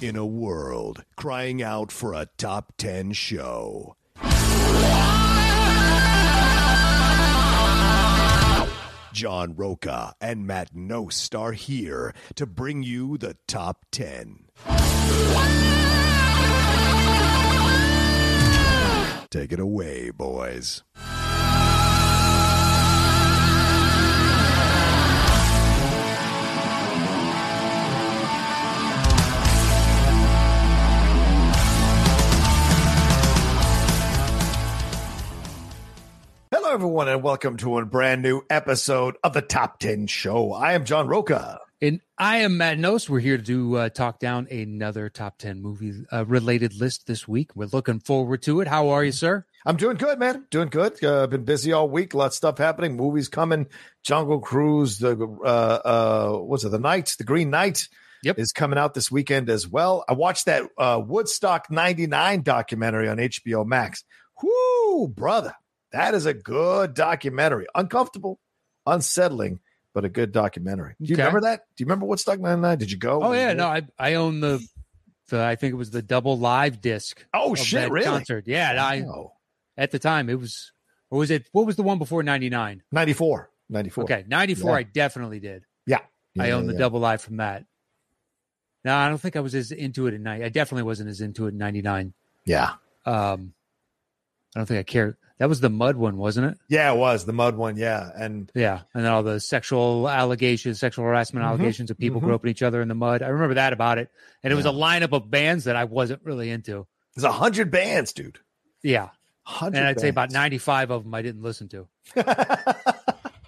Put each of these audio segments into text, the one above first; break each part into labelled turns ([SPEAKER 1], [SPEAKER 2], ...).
[SPEAKER 1] in a world crying out for a top 10 show. John Roca and Matt Nost are here to bring you the top 10. Take it away, boys. Hello, everyone, and welcome to a brand new episode of the Top 10 Show. I am John Roca.
[SPEAKER 2] And I am Matt Nose. We're here to uh, talk down another top 10 movie uh, related list this week. We're looking forward to it. How are you, sir?
[SPEAKER 1] I'm doing good, man. Doing good. Uh, been busy all week. Lots of stuff happening. Movies coming. Jungle Cruise. The uh, uh, what's it? The Knight. The Green Knight.
[SPEAKER 2] Yep.
[SPEAKER 1] Is coming out this weekend as well. I watched that uh, Woodstock '99 documentary on HBO Max. Whoo, brother! That is a good documentary. Uncomfortable, unsettling, but a good documentary. Do you
[SPEAKER 2] Okay.
[SPEAKER 1] remember that? Do you remember Woodstock '99? Did you go?
[SPEAKER 2] Oh, yeah. No, I, I own the, the, I think it was the double live disc.
[SPEAKER 1] Oh
[SPEAKER 2] of
[SPEAKER 1] shit!
[SPEAKER 2] that
[SPEAKER 1] Really?
[SPEAKER 2] Concert. Yeah. and I,
[SPEAKER 1] Wow.
[SPEAKER 2] at the time, it was, or was it, what was the one before 99?
[SPEAKER 1] 94. 94.
[SPEAKER 2] Okay. 94,
[SPEAKER 1] Yeah.
[SPEAKER 2] I definitely did. I
[SPEAKER 1] Yeah,
[SPEAKER 2] own the
[SPEAKER 1] yeah.
[SPEAKER 2] double live from that. No, I don't think I was as into it in 90. I definitely wasn't as into it in 99.
[SPEAKER 1] Yeah.
[SPEAKER 2] Um, I don't think I cared. That was the mud one, wasn't it?
[SPEAKER 1] Yeah, it was the mud one. Yeah. And
[SPEAKER 2] Yeah, and then all the sexual allegations, sexual harassment
[SPEAKER 1] Mhm.
[SPEAKER 2] allegations of people
[SPEAKER 1] Mhm.
[SPEAKER 2] groping each other in the mud. I remember that about it, and it was a
[SPEAKER 1] Yeah.
[SPEAKER 2] lineup of bands that I wasn't really into.
[SPEAKER 1] there's a hundred bands, dude.
[SPEAKER 2] Yeah,
[SPEAKER 1] 100
[SPEAKER 2] and I'd say about
[SPEAKER 1] bands.
[SPEAKER 2] ninety-five of them I didn't listen to.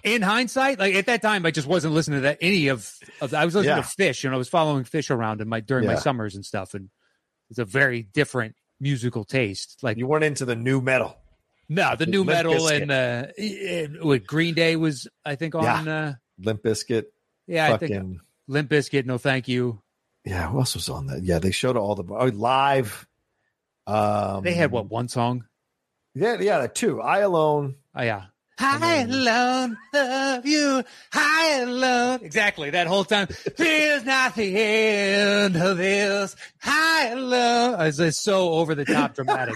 [SPEAKER 2] In hindsight, like at that time, I just wasn't listening to that, any of. of I was listening
[SPEAKER 1] Yeah.
[SPEAKER 2] to Fish, and I was following Fish around in my during my
[SPEAKER 1] Yeah.
[SPEAKER 2] summers and stuff, and it's a very different musical taste. Like
[SPEAKER 1] you weren't into the new metal.
[SPEAKER 2] no, the new
[SPEAKER 1] Limp
[SPEAKER 2] metal
[SPEAKER 1] Bizkit.
[SPEAKER 2] and uh, eh, eh, with Green Day was I think on.
[SPEAKER 1] Yeah.
[SPEAKER 2] Uh,
[SPEAKER 1] Limp Biscuit.
[SPEAKER 2] yeah, I think
[SPEAKER 1] fucking,
[SPEAKER 2] Limp Bizkit. No, thank you.
[SPEAKER 1] yeah, who else was on that? Yeah, they showed all the oh, live. Um
[SPEAKER 2] They had what one song?
[SPEAKER 1] Yeah, yeah, two. I alone.
[SPEAKER 2] Oh yeah. High and alone, love you. High and alone. Exactly. That whole time. Feels not the end of this. High and alone. It's just so over the top dramatic.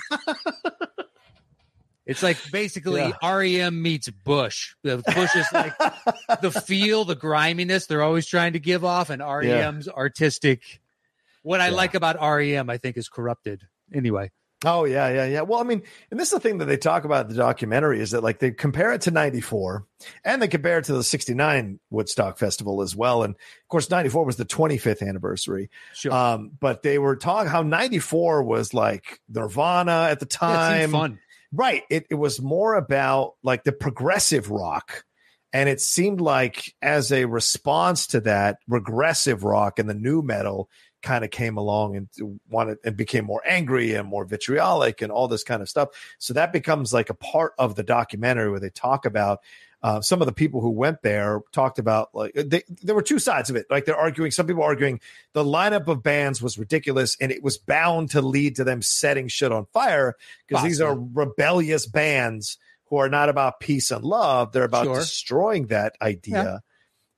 [SPEAKER 2] it's like basically
[SPEAKER 1] Yeah.
[SPEAKER 2] REM meets Bush. The Bush is like the feel, the griminess they're always trying to give off, and REM's artistic. What I
[SPEAKER 1] Yeah.
[SPEAKER 2] like about REM, I think, is corrupted. Anyway,
[SPEAKER 1] Oh yeah, yeah, yeah. Well, I mean, and this is the thing that they talk about in the documentary is that like they compare it to '94, and they compare it to the '69 Woodstock Festival as well. And of course, '94 was the 25th anniversary.
[SPEAKER 2] sure.
[SPEAKER 1] Um, but they were talking how '94 was like Nirvana at the
[SPEAKER 2] Yeah, it
[SPEAKER 1] time,
[SPEAKER 2] seemed fun.
[SPEAKER 1] right? It it was more about like the progressive rock, and it seemed like as a response to that, regressive rock and the new metal kind of came along and wanted and became more angry and more vitriolic and all this kind of stuff. So that becomes like a part of the documentary where they talk about uh, some of the people who went there talked about like uh, they, there were two sides of it. Like they're arguing, some people arguing the lineup of bands was ridiculous and it was bound to lead to them setting shit on fire because these are rebellious bands who are not about peace and love. They're about
[SPEAKER 2] Sure.
[SPEAKER 1] destroying that idea.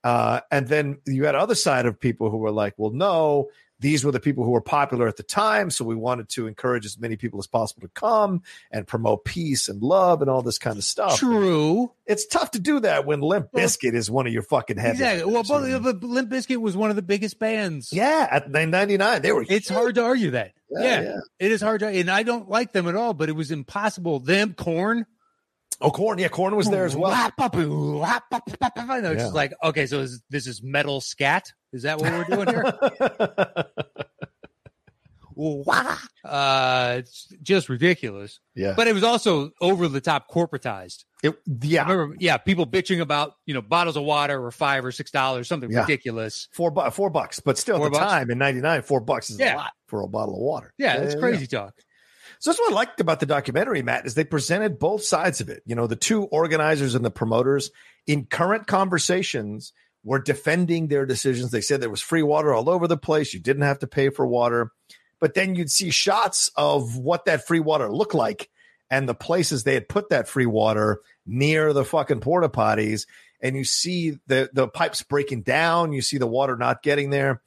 [SPEAKER 1] Uh, and then you had other side of people who were like, well, no, these were the people who were popular at the time. So we wanted to encourage as many people as possible to come and promote peace and love and all this kind of stuff.
[SPEAKER 2] True.
[SPEAKER 1] It's tough to do that when Limp Biscuit is one of your fucking headlines.
[SPEAKER 2] Exactly. Well, but, but Limp Bizkit was one of the biggest bands.
[SPEAKER 1] yeah, at 999, they were.
[SPEAKER 2] It's hard to argue that. Yeah,
[SPEAKER 1] yeah.
[SPEAKER 2] It is hard to, and I don't like them at all, but it was impossible. Them, corn.
[SPEAKER 1] Oh, Corn. Yeah, Corn was there as well.
[SPEAKER 2] I know, it's just
[SPEAKER 1] Yeah.
[SPEAKER 2] like, okay, so is, this is metal scat. Is that what we're doing here? Wah. uh, it's just ridiculous.
[SPEAKER 1] yeah.
[SPEAKER 2] But it was also over the top corporatized.
[SPEAKER 1] It- yeah.
[SPEAKER 2] I remember, yeah, people bitching about, you know, bottles of water or five or six dollars, something
[SPEAKER 1] Yeah.
[SPEAKER 2] ridiculous.
[SPEAKER 1] four bu- four bucks, but still
[SPEAKER 2] Four
[SPEAKER 1] at the
[SPEAKER 2] bucks?
[SPEAKER 1] time in '99, four bucks is
[SPEAKER 2] Yeah.
[SPEAKER 1] a lot for a bottle of water.
[SPEAKER 2] Yeah, it's crazy talk.
[SPEAKER 1] So that's what I liked about the documentary, Matt, is they presented both sides of it. You know, the two organizers and the promoters in current conversations were defending their decisions. They said there was free water all over the place. You didn't have to pay for water. But then you'd see shots of what that free water looked like and the places they had put that free water near the fucking porta potties. And you see the, the pipes breaking down. You see the water not getting there.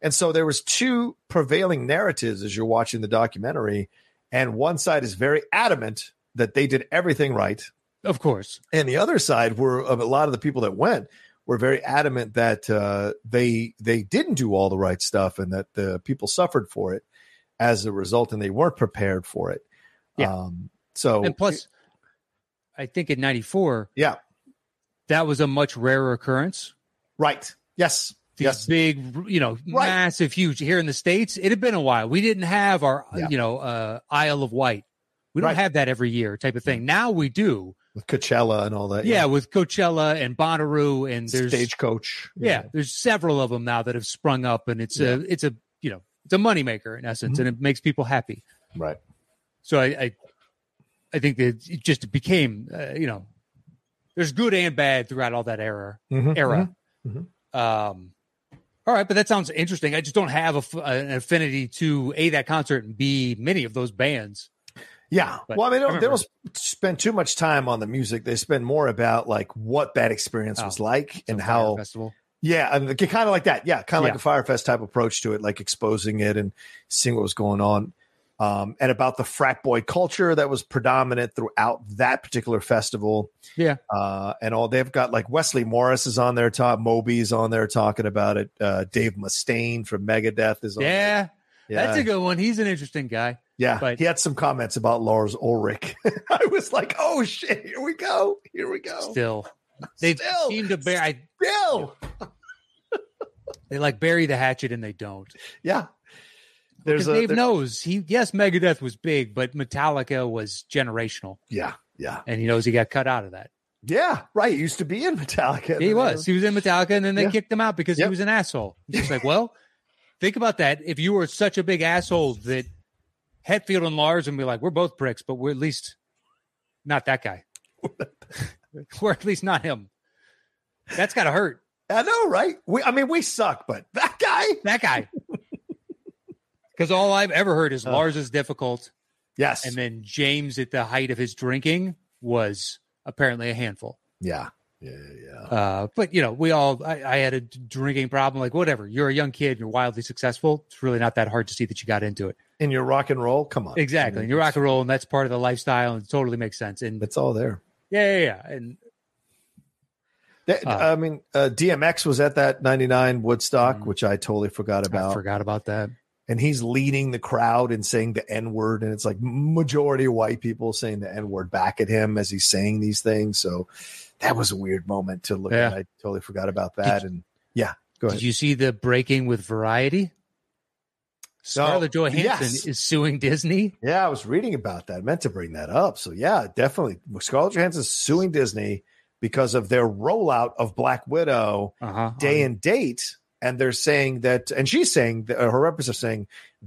[SPEAKER 1] And so there was two prevailing narratives as you're watching the documentary, and one side is very adamant that they did everything right,
[SPEAKER 2] Of course.
[SPEAKER 1] and the other side were of a lot of the people that went were very adamant that uh, they they didn't do all the right stuff and that the people suffered for it as a result, and they weren't prepared for it.
[SPEAKER 2] Yeah.
[SPEAKER 1] Um, so
[SPEAKER 2] And plus, I think in 94,
[SPEAKER 1] yeah,
[SPEAKER 2] that was a much rarer occurrence.
[SPEAKER 1] right, yes,
[SPEAKER 2] These
[SPEAKER 1] yes,
[SPEAKER 2] big, you know,
[SPEAKER 1] Right.
[SPEAKER 2] massive, huge. Here in the States, it had been a while. We didn't have our,
[SPEAKER 1] Yeah.
[SPEAKER 2] you know, uh, Isle of Wight. We don't
[SPEAKER 1] Right.
[SPEAKER 2] have that every year type of thing. Now we do.
[SPEAKER 1] with Coachella and all that.
[SPEAKER 2] yeah, with Coachella and Bonnaroo and there's
[SPEAKER 1] stagecoach.
[SPEAKER 2] yeah, there's several of them now that have sprung up, and it's a it's a you know it's a moneymaker in essence,
[SPEAKER 1] Mm-hmm.
[SPEAKER 2] and it makes people happy.
[SPEAKER 1] right.
[SPEAKER 2] So I I, I think that it just became uh, you know there's good and bad throughout all that era
[SPEAKER 1] Mhm,
[SPEAKER 2] era.
[SPEAKER 1] Mhm.
[SPEAKER 2] Um, all right, but that sounds interesting. I just don't have a f an affinity to a that concert and b many of those bands.
[SPEAKER 1] Yeah.
[SPEAKER 2] But
[SPEAKER 1] well, I mean, they
[SPEAKER 2] I
[SPEAKER 1] don't, they don't sp- spend too much time on the music. They spend more about like what that experience
[SPEAKER 2] Oh.
[SPEAKER 1] was like and
[SPEAKER 2] Some
[SPEAKER 1] how.
[SPEAKER 2] festival.
[SPEAKER 1] Yeah, and kind of like that. Yeah, kind of
[SPEAKER 2] Yeah.
[SPEAKER 1] like a Firefest type approach to it, like exposing it and seeing what was going on. Um, and about the frat boy culture that was predominant throughout that particular festival.
[SPEAKER 2] Yeah.
[SPEAKER 1] Uh, and all they've got like Wesley Morris is on there, top Moby's on there talking about it. Uh, Dave Mustaine from Megadeth is on there.
[SPEAKER 2] Yeah,
[SPEAKER 1] Yeah.
[SPEAKER 2] that's a good one. He's an interesting guy.
[SPEAKER 1] Yeah,
[SPEAKER 2] But-
[SPEAKER 1] he had some comments about Lars Ulrich. I was like, "Oh shit, here we go, here we go."
[SPEAKER 2] Still, they
[SPEAKER 1] Oh, Still.
[SPEAKER 2] seem to bear. I,
[SPEAKER 1] Bill,
[SPEAKER 2] they like bury the hatchet and they don't.
[SPEAKER 1] yeah. There's
[SPEAKER 2] Because
[SPEAKER 1] a
[SPEAKER 2] Dave
[SPEAKER 1] there-
[SPEAKER 2] knows he yes, Megadeth was big, but Metallica was generational,
[SPEAKER 1] yeah, yeah,
[SPEAKER 2] and he knows he got cut out of that.
[SPEAKER 1] yeah. Right, he used to be in Metallica.
[SPEAKER 2] he was he was in Metallica, and then they
[SPEAKER 1] Yeah.
[SPEAKER 2] kicked him out because
[SPEAKER 1] Yep.
[SPEAKER 2] he was an asshole. It's like, well, think about that. If you were such a big asshole that Hetfield and Lars would be like, we're both pricks, but we're at least not that guy. we're at least not him. That's gotta hurt.
[SPEAKER 1] I know, right? We, I mean, we suck, but that guy,
[SPEAKER 2] That guy. Because all I've ever heard is
[SPEAKER 1] Ugh.
[SPEAKER 2] Lars is difficult.
[SPEAKER 1] yes,
[SPEAKER 2] And then James, at the height of his drinking, was apparently a handful.
[SPEAKER 1] yeah, yeah, yeah,
[SPEAKER 2] Uh, but you know, we all I, I had a d- drinking problem. Like whatever, you're a young kid, you're wildly successful. It's really not that hard to see that you got into it.
[SPEAKER 1] In your rock and roll, come on,
[SPEAKER 2] Exactly,
[SPEAKER 1] I
[SPEAKER 2] and
[SPEAKER 1] mean,
[SPEAKER 2] you're rock and roll, and that's part of the lifestyle, and it totally makes sense. And
[SPEAKER 1] It's all there.
[SPEAKER 2] yeah, yeah, yeah. and
[SPEAKER 1] That-
[SPEAKER 2] Uh,
[SPEAKER 1] I mean, uh, DMX was at that '99 Woodstock,
[SPEAKER 2] Mhm.
[SPEAKER 1] which I totally forgot
[SPEAKER 2] I
[SPEAKER 1] about.
[SPEAKER 2] forgot about that.
[SPEAKER 1] and he's leading the crowd and saying the N word. And it's like majority of white people saying the N word back at him as he's saying these things. So that was a weird moment to look
[SPEAKER 2] Yeah.
[SPEAKER 1] at. I totally forgot about that. and yeah, go
[SPEAKER 2] Did
[SPEAKER 1] ahead.
[SPEAKER 2] you see the breaking with Variety? Scarlett Johansson
[SPEAKER 1] yes.
[SPEAKER 2] is suing Disney.
[SPEAKER 1] yeah, I was reading about that. I meant to bring that up. So yeah, definitely. Scarlett Johansson's suing Disney because of their rollout of Black Widow
[SPEAKER 2] Uh huh.
[SPEAKER 1] day and date. And they're saying that, and she's saying that uh, her representatives are saying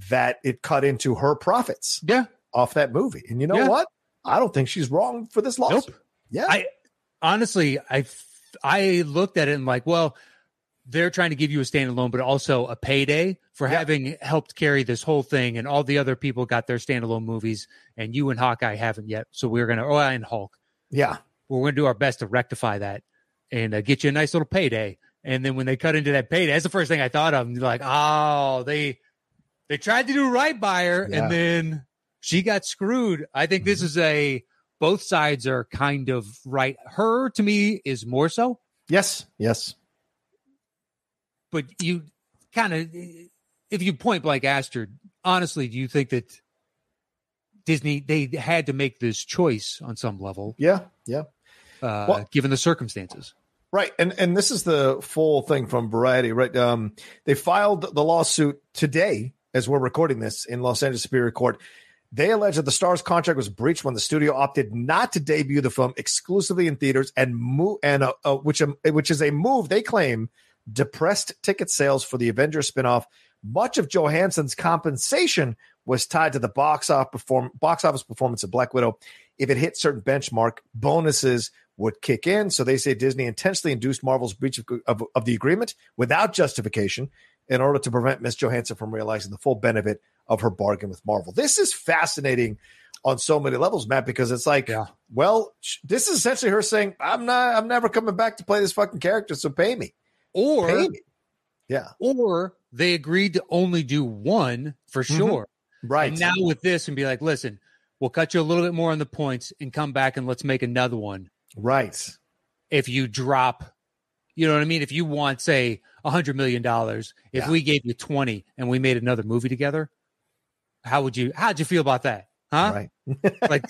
[SPEAKER 1] that it cut into her profits.
[SPEAKER 2] yeah.
[SPEAKER 1] off that movie. And you know
[SPEAKER 2] Yeah.
[SPEAKER 1] what? I don't think she's wrong for this lawsuit.
[SPEAKER 2] Nope.
[SPEAKER 1] Yeah.
[SPEAKER 2] I- honestly, I I looked at it and like, well, they're trying to give you a standalone, but also a payday for
[SPEAKER 1] Yeah.
[SPEAKER 2] having helped carry this whole thing, and all the other people got their standalone movies, and you and Hawkeye haven't yet. So we're gonna, oh, and Hulk,
[SPEAKER 1] yeah.
[SPEAKER 2] we're gonna do our best to rectify that and uh, get you a nice little payday. And then when they cut into that payday, that's the first thing I thought of. You're like, oh, they they tried to do right by her,
[SPEAKER 1] Yeah. Mm-hmm.
[SPEAKER 2] and then she got screwed. I think this is a both sides are kind of right. Her to me is more so,
[SPEAKER 1] Yes. Yes.
[SPEAKER 2] but you kind of if you point blank asked her, honestly, do you think that Disney they had to make this choice on some level,
[SPEAKER 1] Yeah. Yeah.
[SPEAKER 2] uh,
[SPEAKER 1] Well-
[SPEAKER 2] given the circumstances?
[SPEAKER 1] Right. And and this is the full thing from Variety, right? Um, they filed the lawsuit today as we're recording this in Los Angeles Superior Court. They allege that the star's contract was breached when the studio opted not to debut the film exclusively in theaters and move and uh, uh, which um, which is a move they claim depressed ticket sales for the Avengers spinoff. Much of Johansson's compensation was tied to the box off perform- box office performance of Black Widow. If it hit certain benchmark, bonuses would kick in. So they say Disney intentionally induced Marvel's breach of, of, of the agreement without justification in order to prevent Miss Johansson from realizing the full benefit of her bargain with Marvel. This is fascinating on so many levels, Matt, because it's like,
[SPEAKER 2] Yeah.
[SPEAKER 1] well, sh- this is essentially her saying, "I'm not, I'm never coming back to play this fucking character, so pay me,
[SPEAKER 2] Or
[SPEAKER 1] pay me." Yeah.
[SPEAKER 2] or they agreed to only do one for
[SPEAKER 1] Mhm.
[SPEAKER 2] sure.
[SPEAKER 1] Right.
[SPEAKER 2] And now with this, and be like, listen, we'll cut you a little bit more on the points and come back and let's make another one.
[SPEAKER 1] right.
[SPEAKER 2] If you drop, you know what I mean? If you want, say, a hundred million dollars, if
[SPEAKER 1] Yeah.
[SPEAKER 2] we gave you twenty and we made another movie together, how would you? How'd you feel about that? Huh?
[SPEAKER 1] Right.
[SPEAKER 2] Like,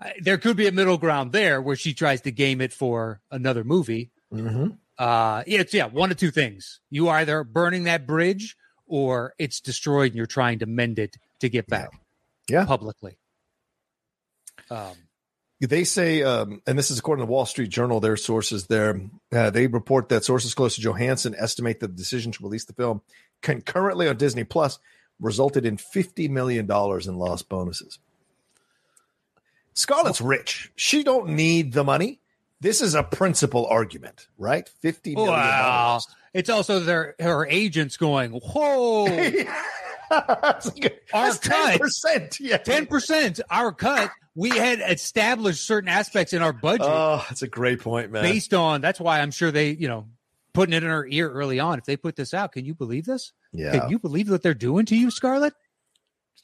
[SPEAKER 2] I- there could be a middle ground there where she tries to game it for another movie.
[SPEAKER 1] hmm
[SPEAKER 2] Uh, it's yeah, one of two things: you are either burning that bridge, or it's destroyed, and you're trying to mend it to get
[SPEAKER 1] Yeah.
[SPEAKER 2] back,
[SPEAKER 1] Yeah.
[SPEAKER 2] publicly. Um,
[SPEAKER 1] They say, um, and this is according to the Wall Street Journal, their sources there, uh, they report that sources close to Johansson estimate that the decision to release the film concurrently on Disney Plus resulted in $50 million in lost bonuses. Scarlett's rich. She don't need the money. This is a principal argument, right? $50 million.
[SPEAKER 2] wow. It's also their her agents going, whoa,
[SPEAKER 1] That's like-
[SPEAKER 2] Oh. Our
[SPEAKER 1] that's 10%. Yeah.
[SPEAKER 2] ten percent our cut. We had established certain aspects in our budget
[SPEAKER 1] Oh, that's a great point, man.
[SPEAKER 2] based on. That's why I'm sure they, you know, putting it in her ear early on. If they put this out, can you believe this?
[SPEAKER 1] yeah.
[SPEAKER 2] Can you believe what they're doing to you, Scarlett?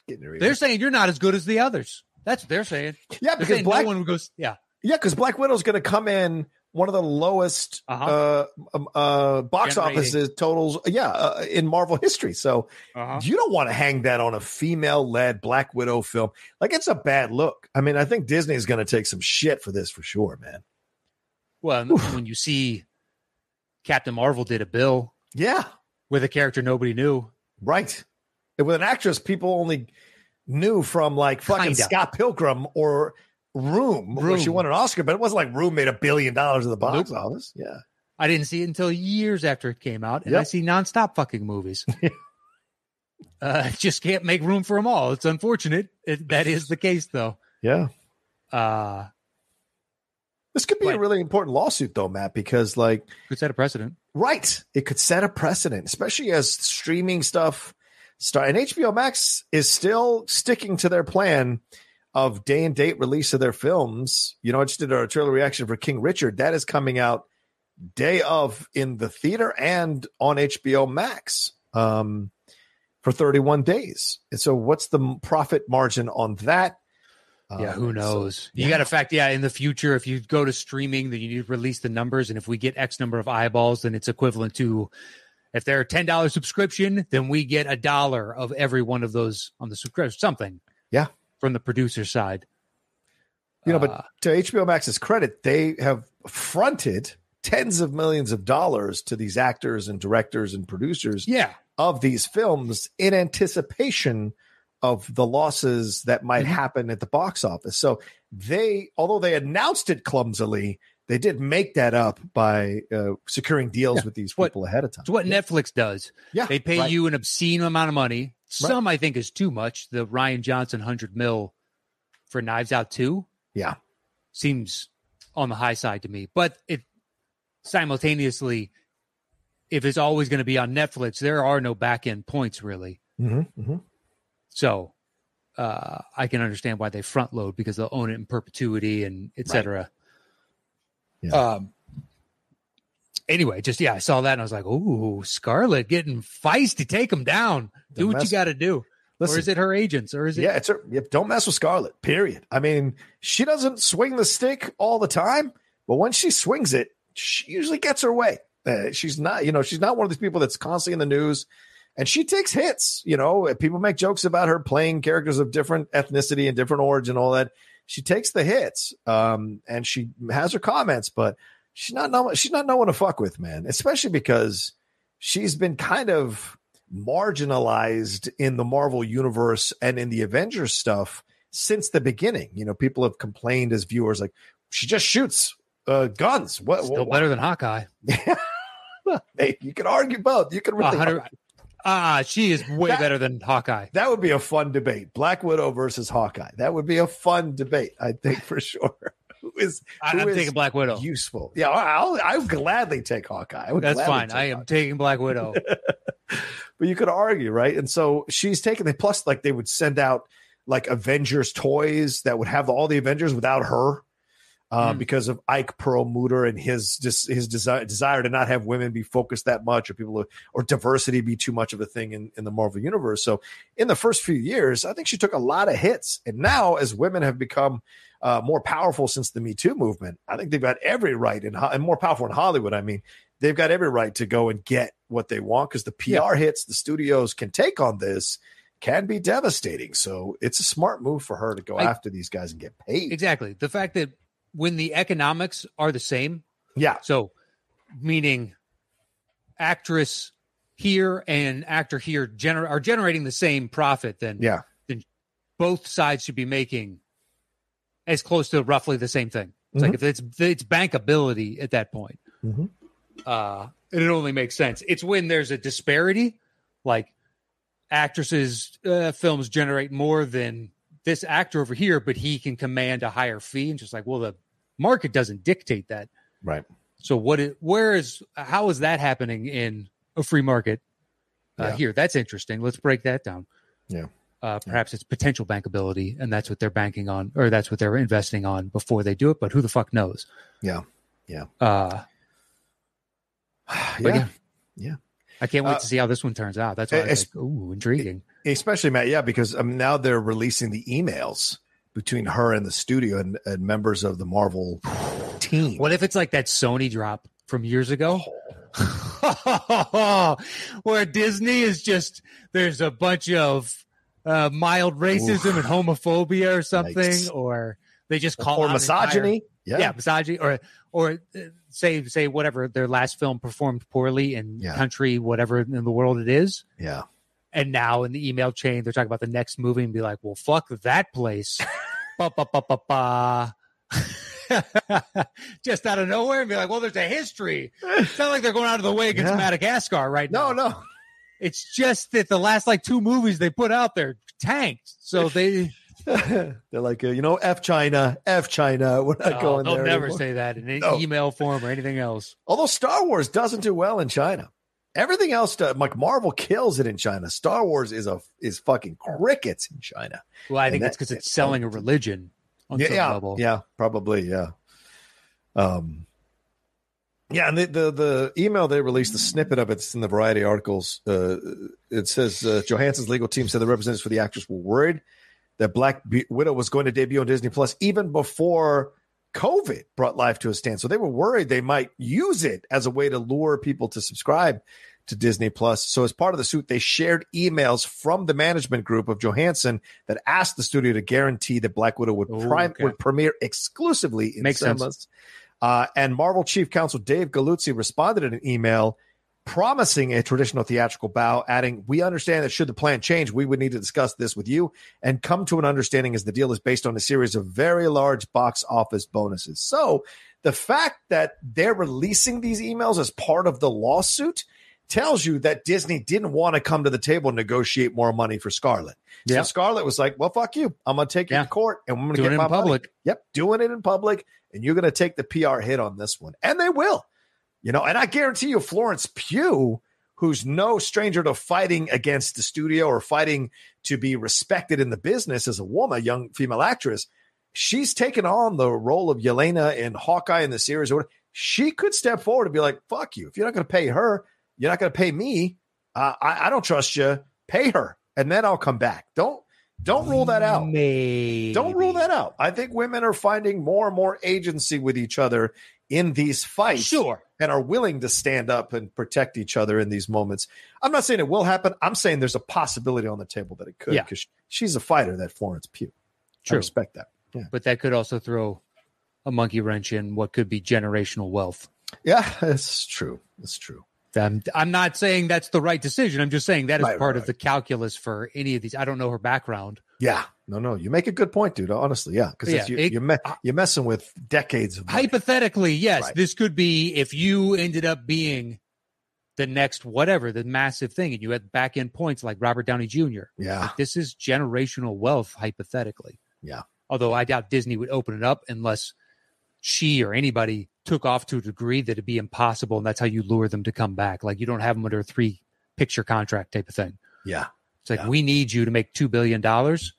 [SPEAKER 1] Getting her ear.
[SPEAKER 2] They're saying you're not as good as the others. That's what they're saying.
[SPEAKER 1] yeah,
[SPEAKER 2] They're
[SPEAKER 1] because
[SPEAKER 2] saying
[SPEAKER 1] Black
[SPEAKER 2] no one goes. Yeah,
[SPEAKER 1] Yeah, because Black Widow's going to come in one of the lowest
[SPEAKER 2] Uh-huh.
[SPEAKER 1] uh, um, uh, box
[SPEAKER 2] Gen rating.
[SPEAKER 1] offices totals, yeah, uh, in Marvel history. So
[SPEAKER 2] Uh,
[SPEAKER 1] you don't want to hang that on a female-led Black Widow film. Like it's a bad look. I mean, I think Disney is going to take some shit for this for sure, man.
[SPEAKER 2] Well, and when you see Captain Marvel did a bill
[SPEAKER 1] Yeah,
[SPEAKER 2] with a character nobody knew.
[SPEAKER 1] right. And with an actress people only knew from like fucking
[SPEAKER 2] Kinda.
[SPEAKER 1] Scott Pilgrim or Room, where she
[SPEAKER 2] Room.
[SPEAKER 1] won an Oscar, but it wasn't like Room made a billion dollars in the box
[SPEAKER 2] Nope.
[SPEAKER 1] office. Yeah,
[SPEAKER 2] I didn't see it until years after it came out, and I
[SPEAKER 1] Yep.
[SPEAKER 2] see nonstop fucking movies. uh, just can't make room for them all. It's unfortunate. It, that is the case, though.
[SPEAKER 1] yeah.
[SPEAKER 2] Uh,
[SPEAKER 1] This could be a
[SPEAKER 2] But-
[SPEAKER 1] really important lawsuit, though, Matt, because like.
[SPEAKER 2] could set a precedent.
[SPEAKER 1] Right. It could set a precedent, especially as streaming stuff start and HBO Max is still sticking to their plan of day and date release of their films. You know, I just did a trailer reaction for King Richard. That is coming out day of in the theater and on HBO Max um, for 31 days. And so what's the m- profit margin on that?
[SPEAKER 2] yeah,
[SPEAKER 1] Um,
[SPEAKER 2] who
[SPEAKER 1] so-
[SPEAKER 2] knows?
[SPEAKER 1] yeah.
[SPEAKER 2] You got to fact, yeah, in the future, if you go to streaming, then you need to release the numbers. And if we get X number of eyeballs, then it's equivalent to if they're a $10 subscription, then we get a dollar of every one of those on the subscription, something.
[SPEAKER 1] Yeah.
[SPEAKER 2] From the producer side.
[SPEAKER 1] You know, but
[SPEAKER 2] Uh,
[SPEAKER 1] to HBO Max's credit, they have fronted tens of millions of dollars to these actors and directors and producers
[SPEAKER 2] yeah.
[SPEAKER 1] of these films in anticipation of the losses that might
[SPEAKER 2] Mhm.
[SPEAKER 1] happen at the box office. So they, although they announced it clumsily, they did make that up by uh, securing deals
[SPEAKER 2] Yeah.
[SPEAKER 1] with these
[SPEAKER 2] What-
[SPEAKER 1] people ahead of time.
[SPEAKER 2] It's what Netflix does.
[SPEAKER 1] Yeah,
[SPEAKER 2] They pay
[SPEAKER 1] right.
[SPEAKER 2] you an obscene amount of money. Some I think is too much. The Ryan Johnson 100 mil for Knives Out 2.
[SPEAKER 1] Yeah.
[SPEAKER 2] Seems on the high side to me. But it simultaneously, if it's always going to be on Netflix, there are no back end points really.
[SPEAKER 1] Mhm, mhm.
[SPEAKER 2] So uh, I can understand why they front load because they'll own it in perpetuity and et
[SPEAKER 1] Right.
[SPEAKER 2] cetera.
[SPEAKER 1] Yeah.
[SPEAKER 2] Um, anyway, just yeah, I saw that and I was like, "Ooh, Scarlet getting feisty. Take him down.
[SPEAKER 1] Don't
[SPEAKER 2] Do what you
[SPEAKER 1] mess-
[SPEAKER 2] got to do."
[SPEAKER 1] Listen,
[SPEAKER 2] or is it her agents? Or is it?
[SPEAKER 1] yeah, it's her. Yep, don't mess with Scarlet. Period. I mean, she doesn't swing the stick all the time, but when she swings it, she usually gets her way. Uh, she's not, you know, she's not one of these people that's constantly in the news, and she takes hits. You know, people make jokes about her playing characters of different ethnicity and different origin, all that. She takes the hits, um, and she has her comments, but she's not no, she's not no one to fuck with, man. Especially because she's been kind of marginalized in the Marvel universe and in the Avengers stuff since the beginning. You know, people have complained as viewers, like she just shoots uh, guns. What?
[SPEAKER 2] Still
[SPEAKER 1] what-
[SPEAKER 2] better than Hawkeye.
[SPEAKER 1] Hey, you can argue both. You can really.
[SPEAKER 2] 100 Ah, she is way
[SPEAKER 1] That-
[SPEAKER 2] better than Hawkeye.
[SPEAKER 1] That would be a fun debate: Black Widow versus Hawkeye. That would be a fun debate, I think, for sure. Who is
[SPEAKER 2] I,
[SPEAKER 1] Who
[SPEAKER 2] I'm
[SPEAKER 1] is
[SPEAKER 2] taking Black Widow.
[SPEAKER 1] useful? Yeah, I'll, I'll gladly take Hawkeye. I would
[SPEAKER 2] That's
[SPEAKER 1] gladly
[SPEAKER 2] fine.
[SPEAKER 1] take
[SPEAKER 2] I am taking Black Widow.
[SPEAKER 1] but you could argue, right? And so she's taking the plus, like they would send out like Avengers toys that would have all the Avengers without her. uh,
[SPEAKER 2] Mm.
[SPEAKER 1] because of Ike Perlmutter and his dis- his desire desire to not have women be focused that much or people or diversity be too much of a thing in, in the Marvel universe. So in the first few years, I think she took a lot of hits, and now as women have become uh, more powerful since the Me Too movement, I think they've got every right in Ho- and more powerful in Hollywood. I mean, they've got every right to go and get what they want because the PR hits the studios can take on this. Can be devastating. So it's a smart move for her to go
[SPEAKER 2] I-
[SPEAKER 1] after these guys and get paid.
[SPEAKER 2] Exactly. The fact that when the economics are the same,
[SPEAKER 1] Yeah.
[SPEAKER 2] so meaning actress here and actor here gener- are generating the same profit, then
[SPEAKER 1] Yeah.
[SPEAKER 2] both sides should be making as close to roughly the same thing. It's
[SPEAKER 1] Mm-hmm.
[SPEAKER 2] like if it's it's bankability at that point.
[SPEAKER 1] Mhm.
[SPEAKER 2] Uh, it only makes sense. It's when there's a disparity, like actresses' uh, films generate more than this actor over here, but he can command a higher fee. And just like, well, the market doesn't dictate that,
[SPEAKER 1] Right.
[SPEAKER 2] So what? It, where is how is that happening in a free market? Uh,
[SPEAKER 1] Yeah.
[SPEAKER 2] Here, that's interesting. Let's break that down.
[SPEAKER 1] Yeah.
[SPEAKER 2] Uh, perhaps it's potential bankability, and that's what they're banking on, or that's what they're investing on before they do it. But who the fuck knows?
[SPEAKER 1] Yeah. Yeah.
[SPEAKER 2] Uh,
[SPEAKER 1] yeah.
[SPEAKER 2] yeah. I can't wait
[SPEAKER 1] Uh,
[SPEAKER 2] to see how this one turns out. That's why I was
[SPEAKER 1] it's-
[SPEAKER 2] like, ooh, intriguing.
[SPEAKER 1] Especially Matt, yeah, because um, now they're releasing the emails between her and the studio and, and members of the Marvel team.
[SPEAKER 2] What if it's like that Sony drop from years ago?
[SPEAKER 1] Oh.
[SPEAKER 2] Where Disney is just there's a bunch of uh, mild racism and homophobia or something,
[SPEAKER 1] Yikes.
[SPEAKER 2] or they just call
[SPEAKER 1] or
[SPEAKER 2] out an entire-
[SPEAKER 1] misogyny?
[SPEAKER 2] yeah, misogyny, or or uh, say say whatever their last film performed poorly in
[SPEAKER 1] Yeah.
[SPEAKER 2] country, whatever in the world it is,
[SPEAKER 1] yeah,
[SPEAKER 2] and now in the email chain they're talking about the next movie and be like, well, fuck that place, ba ba ba ba ba. just out of nowhere and be like, well, there's a history. It's not like they're going out of the way against
[SPEAKER 1] Yeah.
[SPEAKER 2] Madagascar right now.
[SPEAKER 1] No, no,
[SPEAKER 2] It's just that the last like two movies they put out there tanked. So they
[SPEAKER 1] they're like, uh, you know, f China, f China. We're not
[SPEAKER 2] oh,
[SPEAKER 1] going
[SPEAKER 2] they'll
[SPEAKER 1] there.
[SPEAKER 2] never
[SPEAKER 1] anymore.
[SPEAKER 2] say that in an
[SPEAKER 1] No.
[SPEAKER 2] email form or anything else.
[SPEAKER 1] Although Star Wars doesn't do well in China, everything else, does, like Marvel, kills it in China. Star Wars is a is fucking crickets in China.
[SPEAKER 2] Well, I
[SPEAKER 1] And
[SPEAKER 2] think
[SPEAKER 1] that-
[SPEAKER 2] it's because it's selling a religion on
[SPEAKER 1] yeah,
[SPEAKER 2] some
[SPEAKER 1] yeah,
[SPEAKER 2] level.
[SPEAKER 1] yeah, probably, yeah. Um, yeah, and the, the the email they released, the snippet of it's in the Variety articles. Uh, it says uh, Johansson's legal team said the representatives for the actress were worried that Black Be- Widow was going to debut on Disney Plus even before COVID brought life to a stand. So they were worried they might use it as a way to lure people to subscribe to Disney Plus. So as part of the suit, they shared emails from the management group of Johansson that asked the studio to guarantee that Black Widow would
[SPEAKER 2] Ooh,
[SPEAKER 1] prime
[SPEAKER 2] okay.
[SPEAKER 1] would premiere exclusively in
[SPEAKER 2] Makes sense.
[SPEAKER 1] cinemas. Uh, and Marvel Chief Counsel Dave Galuzzi responded in an email promising a traditional theatrical bow, adding, We understand that should the plan change, we would need to discuss this with you and come to an understanding as the deal is based on a series of very large box office bonuses. So the fact that they're releasing these emails as part of the lawsuit tells you that Disney didn't want to come to the table and negotiate more money for Scarlett.
[SPEAKER 2] Yeah.
[SPEAKER 1] So Scarlett was like, Well, fuck you. I'm gonna take you
[SPEAKER 2] Yeah.
[SPEAKER 1] to court and I'm gonna
[SPEAKER 2] Doing
[SPEAKER 1] get
[SPEAKER 2] it
[SPEAKER 1] my
[SPEAKER 2] in
[SPEAKER 1] money."
[SPEAKER 2] public.
[SPEAKER 1] Yep, doing it in public, and you're going to take the PR hit on this one, and they will. You know, and I guarantee you, Florence Pugh, who's no stranger to fighting against the studio or fighting to be respected in the business as a woman, a young female actress, she's taken on the role of Yelena in Hawkeye in the series. Or whatever. She could step forward and be like, "Fuck you! If you're not going to pay her, you're not going to pay me. Uh, I, I don't trust you. Pay her, and then I'll come back. Don't don't rule that out."
[SPEAKER 2] Maybe.
[SPEAKER 1] Don't rule that out. I think women are finding more and more agency with each other in these fights
[SPEAKER 2] Sure.
[SPEAKER 1] and are willing to stand up and protect each other in these moments. I'm not saying it will happen. I'm saying there's a possibility on the table that it could
[SPEAKER 2] Yeah.
[SPEAKER 1] because she's a fighter, that Florence Pugh. I
[SPEAKER 2] True.
[SPEAKER 1] respect that. Yeah.
[SPEAKER 2] But that could also throw a monkey wrench in what could be generational wealth.
[SPEAKER 1] Yeah, it's true. It's true.
[SPEAKER 2] I'm, I'm not saying that's the right decision. I'm just saying that is
[SPEAKER 1] Right,
[SPEAKER 2] part
[SPEAKER 1] right,
[SPEAKER 2] of the calculus for any of these. I don't know her background.
[SPEAKER 1] Yeah. No, no. You make a good point, dude. Honestly. Yeah. Because
[SPEAKER 2] Yeah,
[SPEAKER 1] you,
[SPEAKER 2] it-
[SPEAKER 1] you're, me- you're messing with decades of money.
[SPEAKER 2] Hypothetically, yes,
[SPEAKER 1] Right.
[SPEAKER 2] this could be if you ended up being the next whatever, the massive thing, and you had back end points like Robert Downey Jr.
[SPEAKER 1] Yeah.
[SPEAKER 2] This is generational wealth, hypothetically.
[SPEAKER 1] Yeah.
[SPEAKER 2] Although I doubt Disney would open it up unless she or anybody took off to a degree that it'd be impossible. And that's how you lure them to come back. Like you don't have them under a three picture contract type of thing.
[SPEAKER 1] Yeah.
[SPEAKER 2] It's like
[SPEAKER 1] Yeah.
[SPEAKER 2] we need you to make two billion dollars.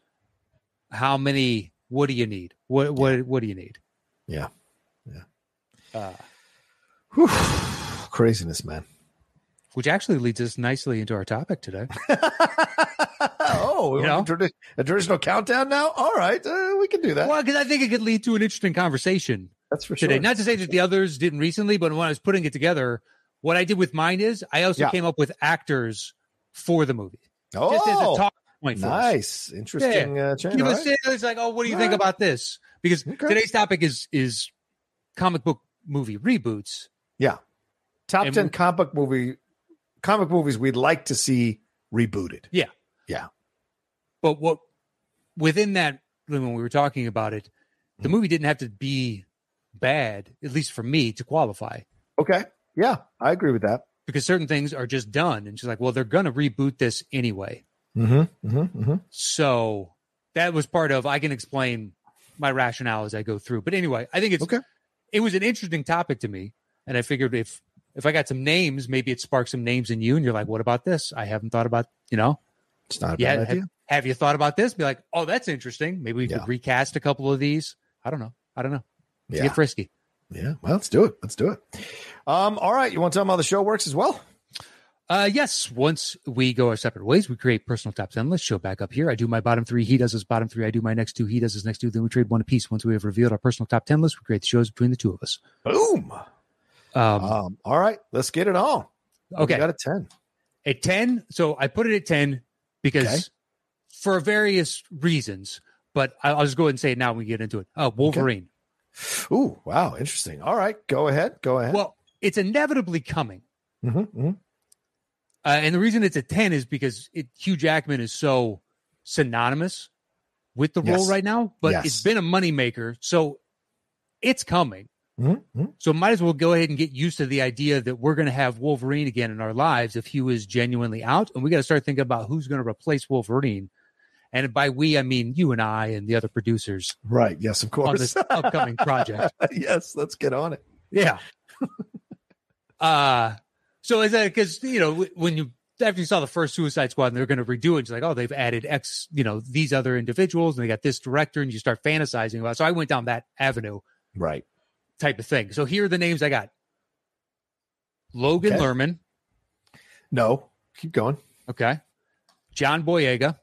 [SPEAKER 2] How many? What do you need? What what what do you need?
[SPEAKER 1] Yeah.
[SPEAKER 2] Uh,
[SPEAKER 1] Whew. Craziness, man.
[SPEAKER 2] which actually leads us nicely into our topic today.
[SPEAKER 1] oh, we
[SPEAKER 2] You
[SPEAKER 1] want a, tradi- a traditional countdown now? All right, uh, we can do that.
[SPEAKER 2] well, because I think it could lead to an interesting conversation
[SPEAKER 1] That's for
[SPEAKER 2] today.
[SPEAKER 1] sure.
[SPEAKER 2] Not to say that the others didn't recently, but when I was putting it together, what I did with mine is I also
[SPEAKER 1] Yeah.
[SPEAKER 2] came up with actors for the movie,
[SPEAKER 1] oh,
[SPEAKER 2] just as a talk point. For us.
[SPEAKER 1] nice. Interesting uh, change.
[SPEAKER 2] Give
[SPEAKER 1] all
[SPEAKER 2] us
[SPEAKER 1] right.
[SPEAKER 2] it's like, oh, what do you
[SPEAKER 1] All
[SPEAKER 2] think
[SPEAKER 1] right.
[SPEAKER 2] about this? Because
[SPEAKER 1] Okay.
[SPEAKER 2] today's topic is is comic book movie reboots.
[SPEAKER 1] Top
[SPEAKER 2] and
[SPEAKER 1] 10
[SPEAKER 2] we-
[SPEAKER 1] comic movie comic movies we'd like to see rebooted.
[SPEAKER 2] But what within that when we were talking about it, the
[SPEAKER 1] Hmm.
[SPEAKER 2] movie didn't have to be bad, at least for me, to qualify.
[SPEAKER 1] Okay. Yeah, I agree with that.
[SPEAKER 2] Because certain things are just done. And she's like, well, they're gonna reboot this anyway.
[SPEAKER 1] Mm-hmm. Mm-hmm. mm-hmm.
[SPEAKER 2] So that was part of I can explain my rationale as I go through. But anyway, I think it's
[SPEAKER 1] Okay.
[SPEAKER 2] It was an interesting topic to me, and I figured if if I got some names, maybe it sparks some names in you, and you're like, "What about this? I haven't thought about." You know,
[SPEAKER 1] It's not a bad
[SPEAKER 2] Yeah,
[SPEAKER 1] idea.
[SPEAKER 2] have you thought about this? Be like, "Oh, that's interesting. Maybe we
[SPEAKER 1] Yeah.
[SPEAKER 2] could recast a couple of these." I don't know. I don't know. Let's
[SPEAKER 1] yeah.
[SPEAKER 2] Get frisky.
[SPEAKER 1] Yeah. Well, let's do it. Let's do it. Um, all right. You want to tell them how the show works as well?
[SPEAKER 2] Uh, yes. Once we go our separate ways, we create personal top 10 lists, show back up here. I do my bottom three. He does his bottom three. I do my next two. He does his next two. Then we trade one apiece. Once we have revealed our personal top 10 list, we create the shows between the two of us.
[SPEAKER 1] Boom.
[SPEAKER 2] Um,
[SPEAKER 1] Um, all right. Let's get it on. We
[SPEAKER 2] okay.
[SPEAKER 1] got a 10.
[SPEAKER 2] at 10. So I put it at 10 because
[SPEAKER 1] Okay.
[SPEAKER 2] for various reasons, but I- I'll just go ahead and say it now when we get into it. Uh, Wolverine.
[SPEAKER 1] Ooh, wow. Interesting. All right. Go ahead. Go ahead.
[SPEAKER 2] Well, it's inevitably coming.
[SPEAKER 1] hmm hmm
[SPEAKER 2] Uh, and the reason it's a 10 is because it, Hugh Jackman is so synonymous with the role
[SPEAKER 1] Yes.
[SPEAKER 2] right now, but
[SPEAKER 1] Yes.
[SPEAKER 2] it's been a moneymaker. So it's coming.
[SPEAKER 1] hmm hmm
[SPEAKER 2] So might as well go ahead and get used to the idea that we're going to have Wolverine again in our lives if Hugh is genuinely out, and we got to start thinking about who's going to replace Wolverine. And by we, I mean you and I and the other producers
[SPEAKER 1] Right. Yes, of
[SPEAKER 2] on
[SPEAKER 1] course.
[SPEAKER 2] this upcoming project.
[SPEAKER 1] yes. Let's get on it.
[SPEAKER 2] Yeah. Uh so is that because you know wh- when you after you saw the first Suicide Squad and they're going to redo it, it's like oh they've added X you know these other individuals and they got this director and you start fantasizing about. it. So I went down that avenue.
[SPEAKER 1] Right.
[SPEAKER 2] type of thing. So here are the names I got: Logan
[SPEAKER 1] Okay.
[SPEAKER 2] Lerman,
[SPEAKER 1] No. Keep going.
[SPEAKER 2] okay, John Boyega,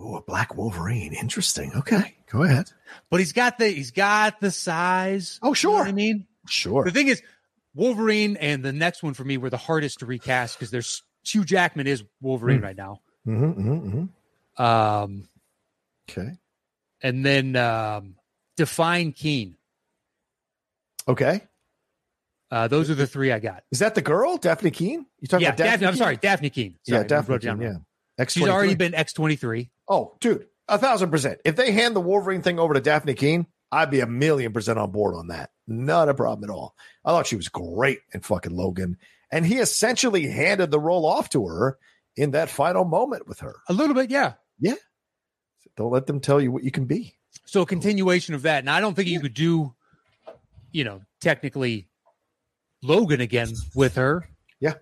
[SPEAKER 1] Ooh, a black Wolverine. Interesting. Okay. Go ahead.
[SPEAKER 2] but he's got the he's got the size.
[SPEAKER 1] Oh,
[SPEAKER 2] You know what
[SPEAKER 1] sure.
[SPEAKER 2] I mean,
[SPEAKER 1] Sure.
[SPEAKER 2] the thing is, Wolverine and the next one for me were the hardest to recast because there's Hugh Jackman is Wolverine
[SPEAKER 1] Hmm.
[SPEAKER 2] right now.
[SPEAKER 1] hmm hmm hmm
[SPEAKER 2] Um,
[SPEAKER 1] Okay.
[SPEAKER 2] and then um, Define Keen.
[SPEAKER 1] Okay.
[SPEAKER 2] Uh, those are the three I got.
[SPEAKER 1] Is that the girl, Daphne Keen? You talking
[SPEAKER 2] yeah,
[SPEAKER 1] about Daphne?
[SPEAKER 2] Daphne, I'm
[SPEAKER 1] Keane?
[SPEAKER 2] sorry, Daphne Keen.
[SPEAKER 1] yeah, Daphne. Keane, yeah. X
[SPEAKER 2] She's already been X23.
[SPEAKER 1] Oh, dude, a thousand percent. If they hand the Wolverine thing over to Daphne Keene, I'd be a million percent on board on that. Not a problem at all. I thought she was great in fucking Logan, and he essentially handed the role off to her in that final moment with her.
[SPEAKER 2] A little bit, yeah.
[SPEAKER 1] Don't let them tell you what you can be.
[SPEAKER 2] So a continuation of that. And I don't think you could do, you know, technically Logan again with her.
[SPEAKER 1] Yeah.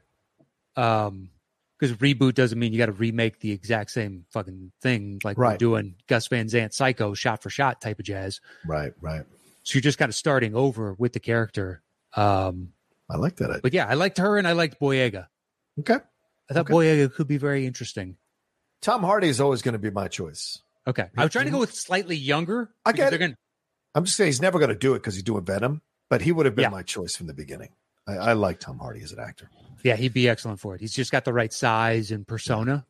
[SPEAKER 2] Um, because reboot doesn't mean you got to remake the exact same fucking thing like we're
[SPEAKER 1] Right.
[SPEAKER 2] doing Gus Van Zant Psycho shot for shot type of jazz.
[SPEAKER 1] Right, right.
[SPEAKER 2] So you're just kind of starting over with the character. Um,
[SPEAKER 1] I like that. idea.
[SPEAKER 2] but yeah, I liked her and I liked Boyega.
[SPEAKER 1] Okay.
[SPEAKER 2] I thought
[SPEAKER 1] Okay.
[SPEAKER 2] Boyega could be very interesting.
[SPEAKER 1] Tom Hardy is always going to be my choice.
[SPEAKER 2] Okay, I was trying to go with slightly younger.
[SPEAKER 1] Mm-hmm. I
[SPEAKER 2] because
[SPEAKER 1] get
[SPEAKER 2] they're
[SPEAKER 1] it.
[SPEAKER 2] gonna-
[SPEAKER 1] I'm just saying he's never going to do it because he's doing Venom, but he would have been
[SPEAKER 2] Yeah.
[SPEAKER 1] my choice from the beginning. I, I like Tom Hardy as an actor.
[SPEAKER 2] yeah, he'd be excellent for it. He's just got the right size and persona.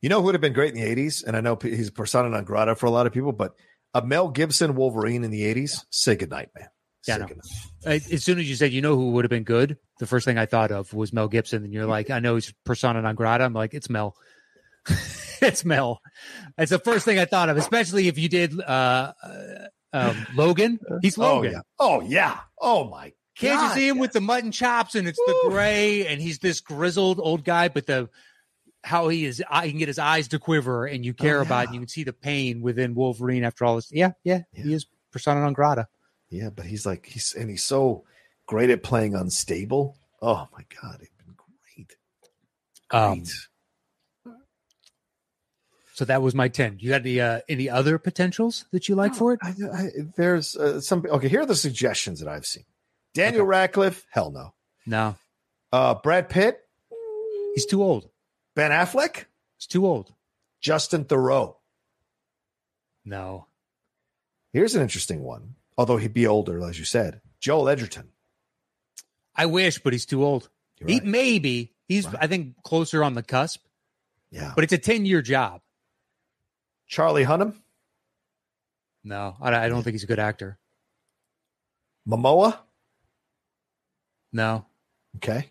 [SPEAKER 1] You know who would have been great in the 80s? And I know p- he's persona non grata for a lot of people, but a Mel Gibson Wolverine in the 80s, say goodnight, man.
[SPEAKER 2] Yeah, I
[SPEAKER 1] say
[SPEAKER 2] know.
[SPEAKER 1] goodnight.
[SPEAKER 2] I- as soon as you said you know who would have been good, the first thing I thought of was Mel Gibson, and you're like, I know he's persona non grata. I'm like, it's Mel. it's Mel. It's the first thing I thought of, especially if you did uh, uh, um, Logan. He's
[SPEAKER 1] Oh,
[SPEAKER 2] Logan.
[SPEAKER 1] yeah. Oh, yeah. Oh, my
[SPEAKER 2] Can't
[SPEAKER 1] God.
[SPEAKER 2] you see him with the mutton chops and it's the
[SPEAKER 1] Woo.
[SPEAKER 2] gray and he's this grizzled old guy, but the how he is, I can get his eyes to quiver and you care about it
[SPEAKER 1] Oh, yeah.
[SPEAKER 2] and you can see the pain within Wolverine after all this. Yeah, yeah, he is persona non grata.
[SPEAKER 1] Yeah, but he's like, he's, and he's so great at playing unstable. Oh, my God. It'd been great. Great.
[SPEAKER 2] Um, So that was my ten. You got any uh, any other potentials that you like for it?
[SPEAKER 1] I, I, there's uh, some. Okay, here are the suggestions that I've seen. Daniel Radcliffe, hell no.
[SPEAKER 2] No,
[SPEAKER 1] Uh, Brad Pitt,
[SPEAKER 2] he's too old.
[SPEAKER 1] Ben Affleck,
[SPEAKER 2] He's too old.
[SPEAKER 1] Justin Thoreau.
[SPEAKER 2] No,
[SPEAKER 1] Here's an interesting one. Although he'd be older, as you said, Joel Edgerton.
[SPEAKER 2] I wish, but he's too old.
[SPEAKER 1] You're
[SPEAKER 2] He
[SPEAKER 1] right.
[SPEAKER 2] maybe he's
[SPEAKER 1] Right.
[SPEAKER 2] I think closer on the cusp,
[SPEAKER 1] yeah,
[SPEAKER 2] but it's a ten year job.
[SPEAKER 1] Charlie Hunnam,
[SPEAKER 2] No, I, I don't think he's a good actor.
[SPEAKER 1] Momoa.
[SPEAKER 2] No,
[SPEAKER 1] Okay,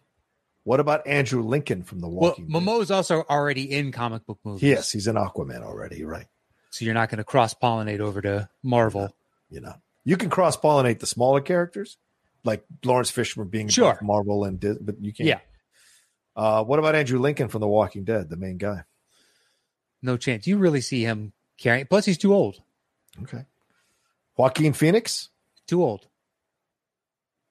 [SPEAKER 1] what about Andrew Lincoln from The
[SPEAKER 2] well,
[SPEAKER 1] Walking? Dead?
[SPEAKER 2] Momoa's also already in comic book movies.
[SPEAKER 1] Yes, he's in Aquaman already. You're right.
[SPEAKER 2] so you're not going to cross pollinate over to Marvel.
[SPEAKER 1] You know, you can cross pollinate the smaller characters, like Lawrence Fishburne being
[SPEAKER 2] Sure.
[SPEAKER 1] both Marvel and Dis- but you can't.
[SPEAKER 2] Yeah.
[SPEAKER 1] Uh, what about Andrew Lincoln from The Walking Dead, the main guy?
[SPEAKER 2] No chance. You really see him carrying. Plus, he's too old.
[SPEAKER 1] Okay. Joaquin Phoenix.
[SPEAKER 2] Too old.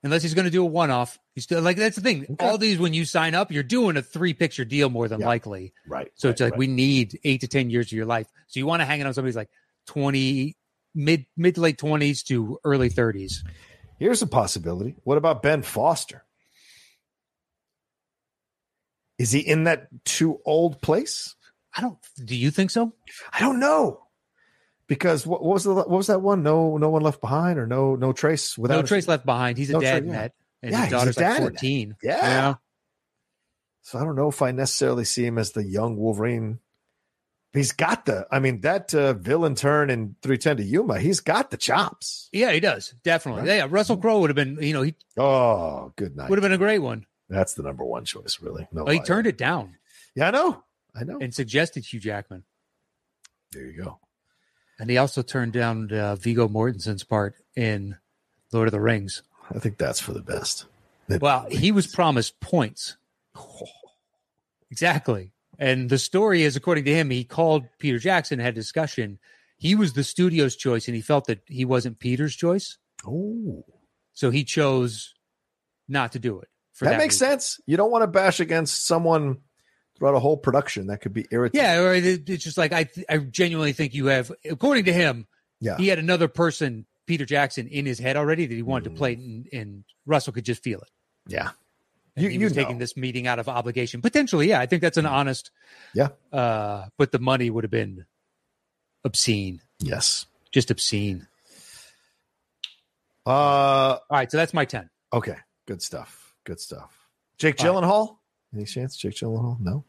[SPEAKER 2] Unless he's going to do a one off. He's still like that's the thing.
[SPEAKER 1] Okay.
[SPEAKER 2] All these when you sign up, you're doing a three picture deal more than
[SPEAKER 1] Yeah.
[SPEAKER 2] likely.
[SPEAKER 1] Right.
[SPEAKER 2] So it's like we need eight to ten years of your life. So you want to hang it on somebody's like twenty mid mid to late twenties to early thirties.
[SPEAKER 1] Here's a possibility. What about Ben Foster? Is he in that too old place?
[SPEAKER 2] I don't. Do you think so?
[SPEAKER 1] I don't know. Because what, what was the what was that one? No, no one left behind, or no, no trace without
[SPEAKER 2] no trace left behind. He's a
[SPEAKER 1] No Trace,
[SPEAKER 2] dad in
[SPEAKER 1] yeah.
[SPEAKER 2] that, and
[SPEAKER 1] Yeah,
[SPEAKER 2] his
[SPEAKER 1] he's a
[SPEAKER 2] daughter's like
[SPEAKER 1] dad in that.
[SPEAKER 2] fourteen.
[SPEAKER 1] Yeah. So I don't know if I necessarily see him as the young Wolverine. He's got the. I mean, that uh, villain turn in 310 to Yuma. He's got the chops.
[SPEAKER 2] yeah, he does definitely.
[SPEAKER 1] Right.
[SPEAKER 2] Yeah, Russell Crowe would have been. You know, he
[SPEAKER 1] Oh, good night.
[SPEAKER 2] would have been a great one.
[SPEAKER 1] That's the number one choice, really. No,
[SPEAKER 2] Oh, he
[SPEAKER 1] lie.
[SPEAKER 2] turned it down
[SPEAKER 1] Yeah, I know. I know.
[SPEAKER 2] and suggested Hugh Jackman,
[SPEAKER 1] There you go.
[SPEAKER 2] and he also turned down uh, Vigo Mortensen's part in Lord of the Rings.
[SPEAKER 1] I think that's for the best.
[SPEAKER 2] Well, he was promised points. Exactly. And the story is, according to him, he called Peter Jackson, had a discussion. He was the studio's choice, and he felt that he wasn't Peter's choice,
[SPEAKER 1] Oh,
[SPEAKER 2] so he chose not to do it. For
[SPEAKER 1] that,
[SPEAKER 2] that,
[SPEAKER 1] makes
[SPEAKER 2] reason.
[SPEAKER 1] sense. You don't want to bash against someone throughout a whole production. That could be irritating.
[SPEAKER 2] Yeah, or it- it's just like I, th- I genuinely think you have, according to him,
[SPEAKER 1] Yeah.
[SPEAKER 2] he had another person, Peter Jackson, in his head already that he wanted
[SPEAKER 1] Mm.
[SPEAKER 2] to play, and, and Russell could just feel it.
[SPEAKER 1] Yeah.
[SPEAKER 2] And
[SPEAKER 1] You-
[SPEAKER 2] he
[SPEAKER 1] you
[SPEAKER 2] was taking
[SPEAKER 1] know. Mm.
[SPEAKER 2] this meeting out of obligation. Potentially, yeah. I think that's an honest.
[SPEAKER 1] Yeah.
[SPEAKER 2] Uh, but the money would have been obscene,
[SPEAKER 1] Yes.
[SPEAKER 2] just obscene.
[SPEAKER 1] Uh.
[SPEAKER 2] All right, so that's my ten.
[SPEAKER 1] Okay. Good stuff. Good stuff. Jake
[SPEAKER 2] All right.
[SPEAKER 1] Gyllenhaal. Any chance? Jake Gyllenhaal? No.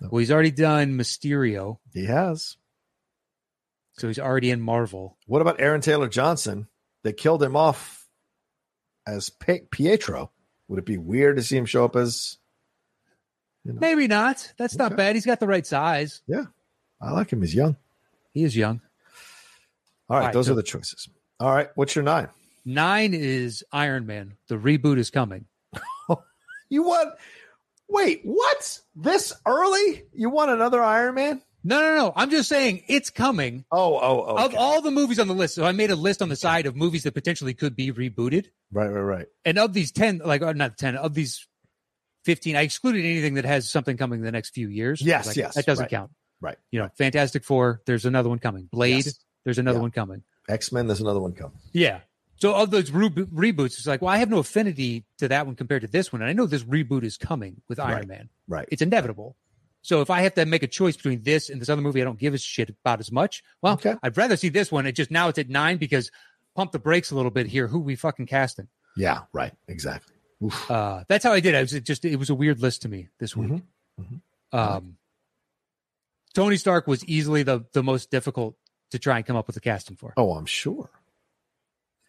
[SPEAKER 2] Well, he's already done Mysterio,
[SPEAKER 1] He has.
[SPEAKER 2] so he's already in Marvel.
[SPEAKER 1] What about Aaron Taylor Johnson? They killed him off as Pe- Pietro. Would it be weird to see him show up as?
[SPEAKER 2] Maybe not. That's not
[SPEAKER 1] Okay.
[SPEAKER 2] bad. He's got the right size.
[SPEAKER 1] I like him. He's young.
[SPEAKER 2] He is young.
[SPEAKER 1] All right.
[SPEAKER 2] All right,
[SPEAKER 1] those
[SPEAKER 2] so-
[SPEAKER 1] are the choices. All right. What's your nine?
[SPEAKER 2] Nine is Iron Man. The reboot is coming.
[SPEAKER 1] You want? Wait, what? This early? You want another Iron Man?
[SPEAKER 2] No, no, no. I'm just saying it's coming.
[SPEAKER 1] Oh, oh, oh.
[SPEAKER 2] Of all the movies on the list, so I made a list on the side of movies that potentially could be rebooted.
[SPEAKER 1] right, right, right.
[SPEAKER 2] and of these 10 like or not 10 of these 15 i excluded anything that has something coming in the next few years I was
[SPEAKER 1] Yes,
[SPEAKER 2] like,
[SPEAKER 1] yes,
[SPEAKER 2] that doesn't
[SPEAKER 1] right,
[SPEAKER 2] count
[SPEAKER 1] right,
[SPEAKER 2] you know fantastic four there's another one coming blade there's another
[SPEAKER 1] Yeah.
[SPEAKER 2] one coming
[SPEAKER 1] X Men. There's another one coming.
[SPEAKER 2] yeah so of those re- reboots it's like well i have no affinity to that one compared to this one and i know this reboot is coming with iron
[SPEAKER 1] Right.
[SPEAKER 2] man
[SPEAKER 1] Right.
[SPEAKER 2] it's inevitable so if i have to make a choice between this and this other movie i don't give a shit about as much well
[SPEAKER 1] Okay.
[SPEAKER 2] i'd rather see this one it just now it's at nine because pump the brakes a little bit here who we fucking casting
[SPEAKER 1] Yeah. Right. Exactly. Oof.
[SPEAKER 2] uh that's how i did it. i was it just it was a weird list to me this week
[SPEAKER 1] Mhm. Mhm.
[SPEAKER 2] um tony stark was easily the the most difficult to try and come up with a casting for
[SPEAKER 1] Oh, I'm sure.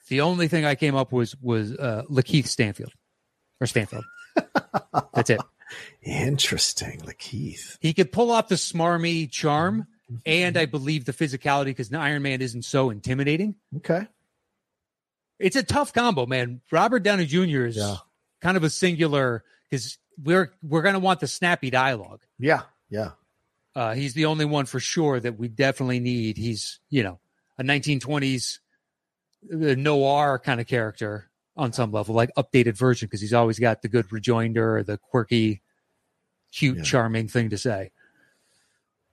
[SPEAKER 2] the only thing i came up was was uh lakeith stanfield or stanfield that's it
[SPEAKER 1] Interesting, Lakeith.
[SPEAKER 2] he could pull off the smarmy charm
[SPEAKER 1] Mm-hmm.
[SPEAKER 2] and i believe the physicality because iron man isn't so intimidating
[SPEAKER 1] Okay.
[SPEAKER 2] it's a tough combo man robert downey jr is
[SPEAKER 1] Yeah.
[SPEAKER 2] kind of a singular because we're we're gonna want the snappy dialogue
[SPEAKER 1] Yeah. Yeah.
[SPEAKER 2] Uh, he's the only one for sure that we definitely need. He's you know a 1920s uh, noir kind of character on some level, like updated version, because he's always got the good rejoinder, or the quirky, cute,
[SPEAKER 1] Yeah.
[SPEAKER 2] charming thing to say.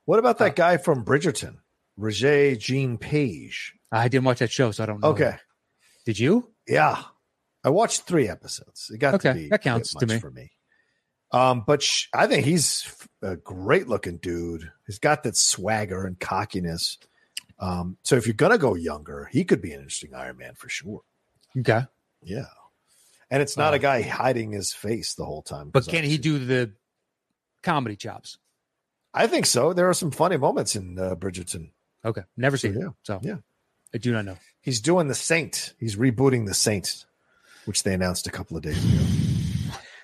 [SPEAKER 1] What about
[SPEAKER 2] Uh,
[SPEAKER 1] that guy from Bridgerton, Roger Jean Page?
[SPEAKER 2] I didn't watch that show, so I don't know.
[SPEAKER 1] Okay,
[SPEAKER 2] Did you?
[SPEAKER 1] yeah, I watched three episodes. It got
[SPEAKER 2] Okay,
[SPEAKER 1] to be
[SPEAKER 2] that
[SPEAKER 1] a bit
[SPEAKER 2] counts to
[SPEAKER 1] much
[SPEAKER 2] me.
[SPEAKER 1] for me. Um, but sh- I think he's f- a great looking dude. He's got that swagger and cockiness. Um, so if you're gonna go younger, he could be an interesting Iron Man for sure.
[SPEAKER 2] Okay.
[SPEAKER 1] Yeah. And it's not
[SPEAKER 2] Uh,
[SPEAKER 1] a guy hiding his face the whole time.
[SPEAKER 2] But
[SPEAKER 1] 'cause
[SPEAKER 2] can he
[SPEAKER 1] obviously-
[SPEAKER 2] do the comedy chops?
[SPEAKER 1] I think so. There are some funny moments in uh, Bridgerton.
[SPEAKER 2] Okay. Never seen
[SPEAKER 1] yeah.
[SPEAKER 2] it. So
[SPEAKER 1] Yeah.
[SPEAKER 2] I do not know.
[SPEAKER 1] He's doing The Saint. He's rebooting The Saint, which they announced a couple of days ago.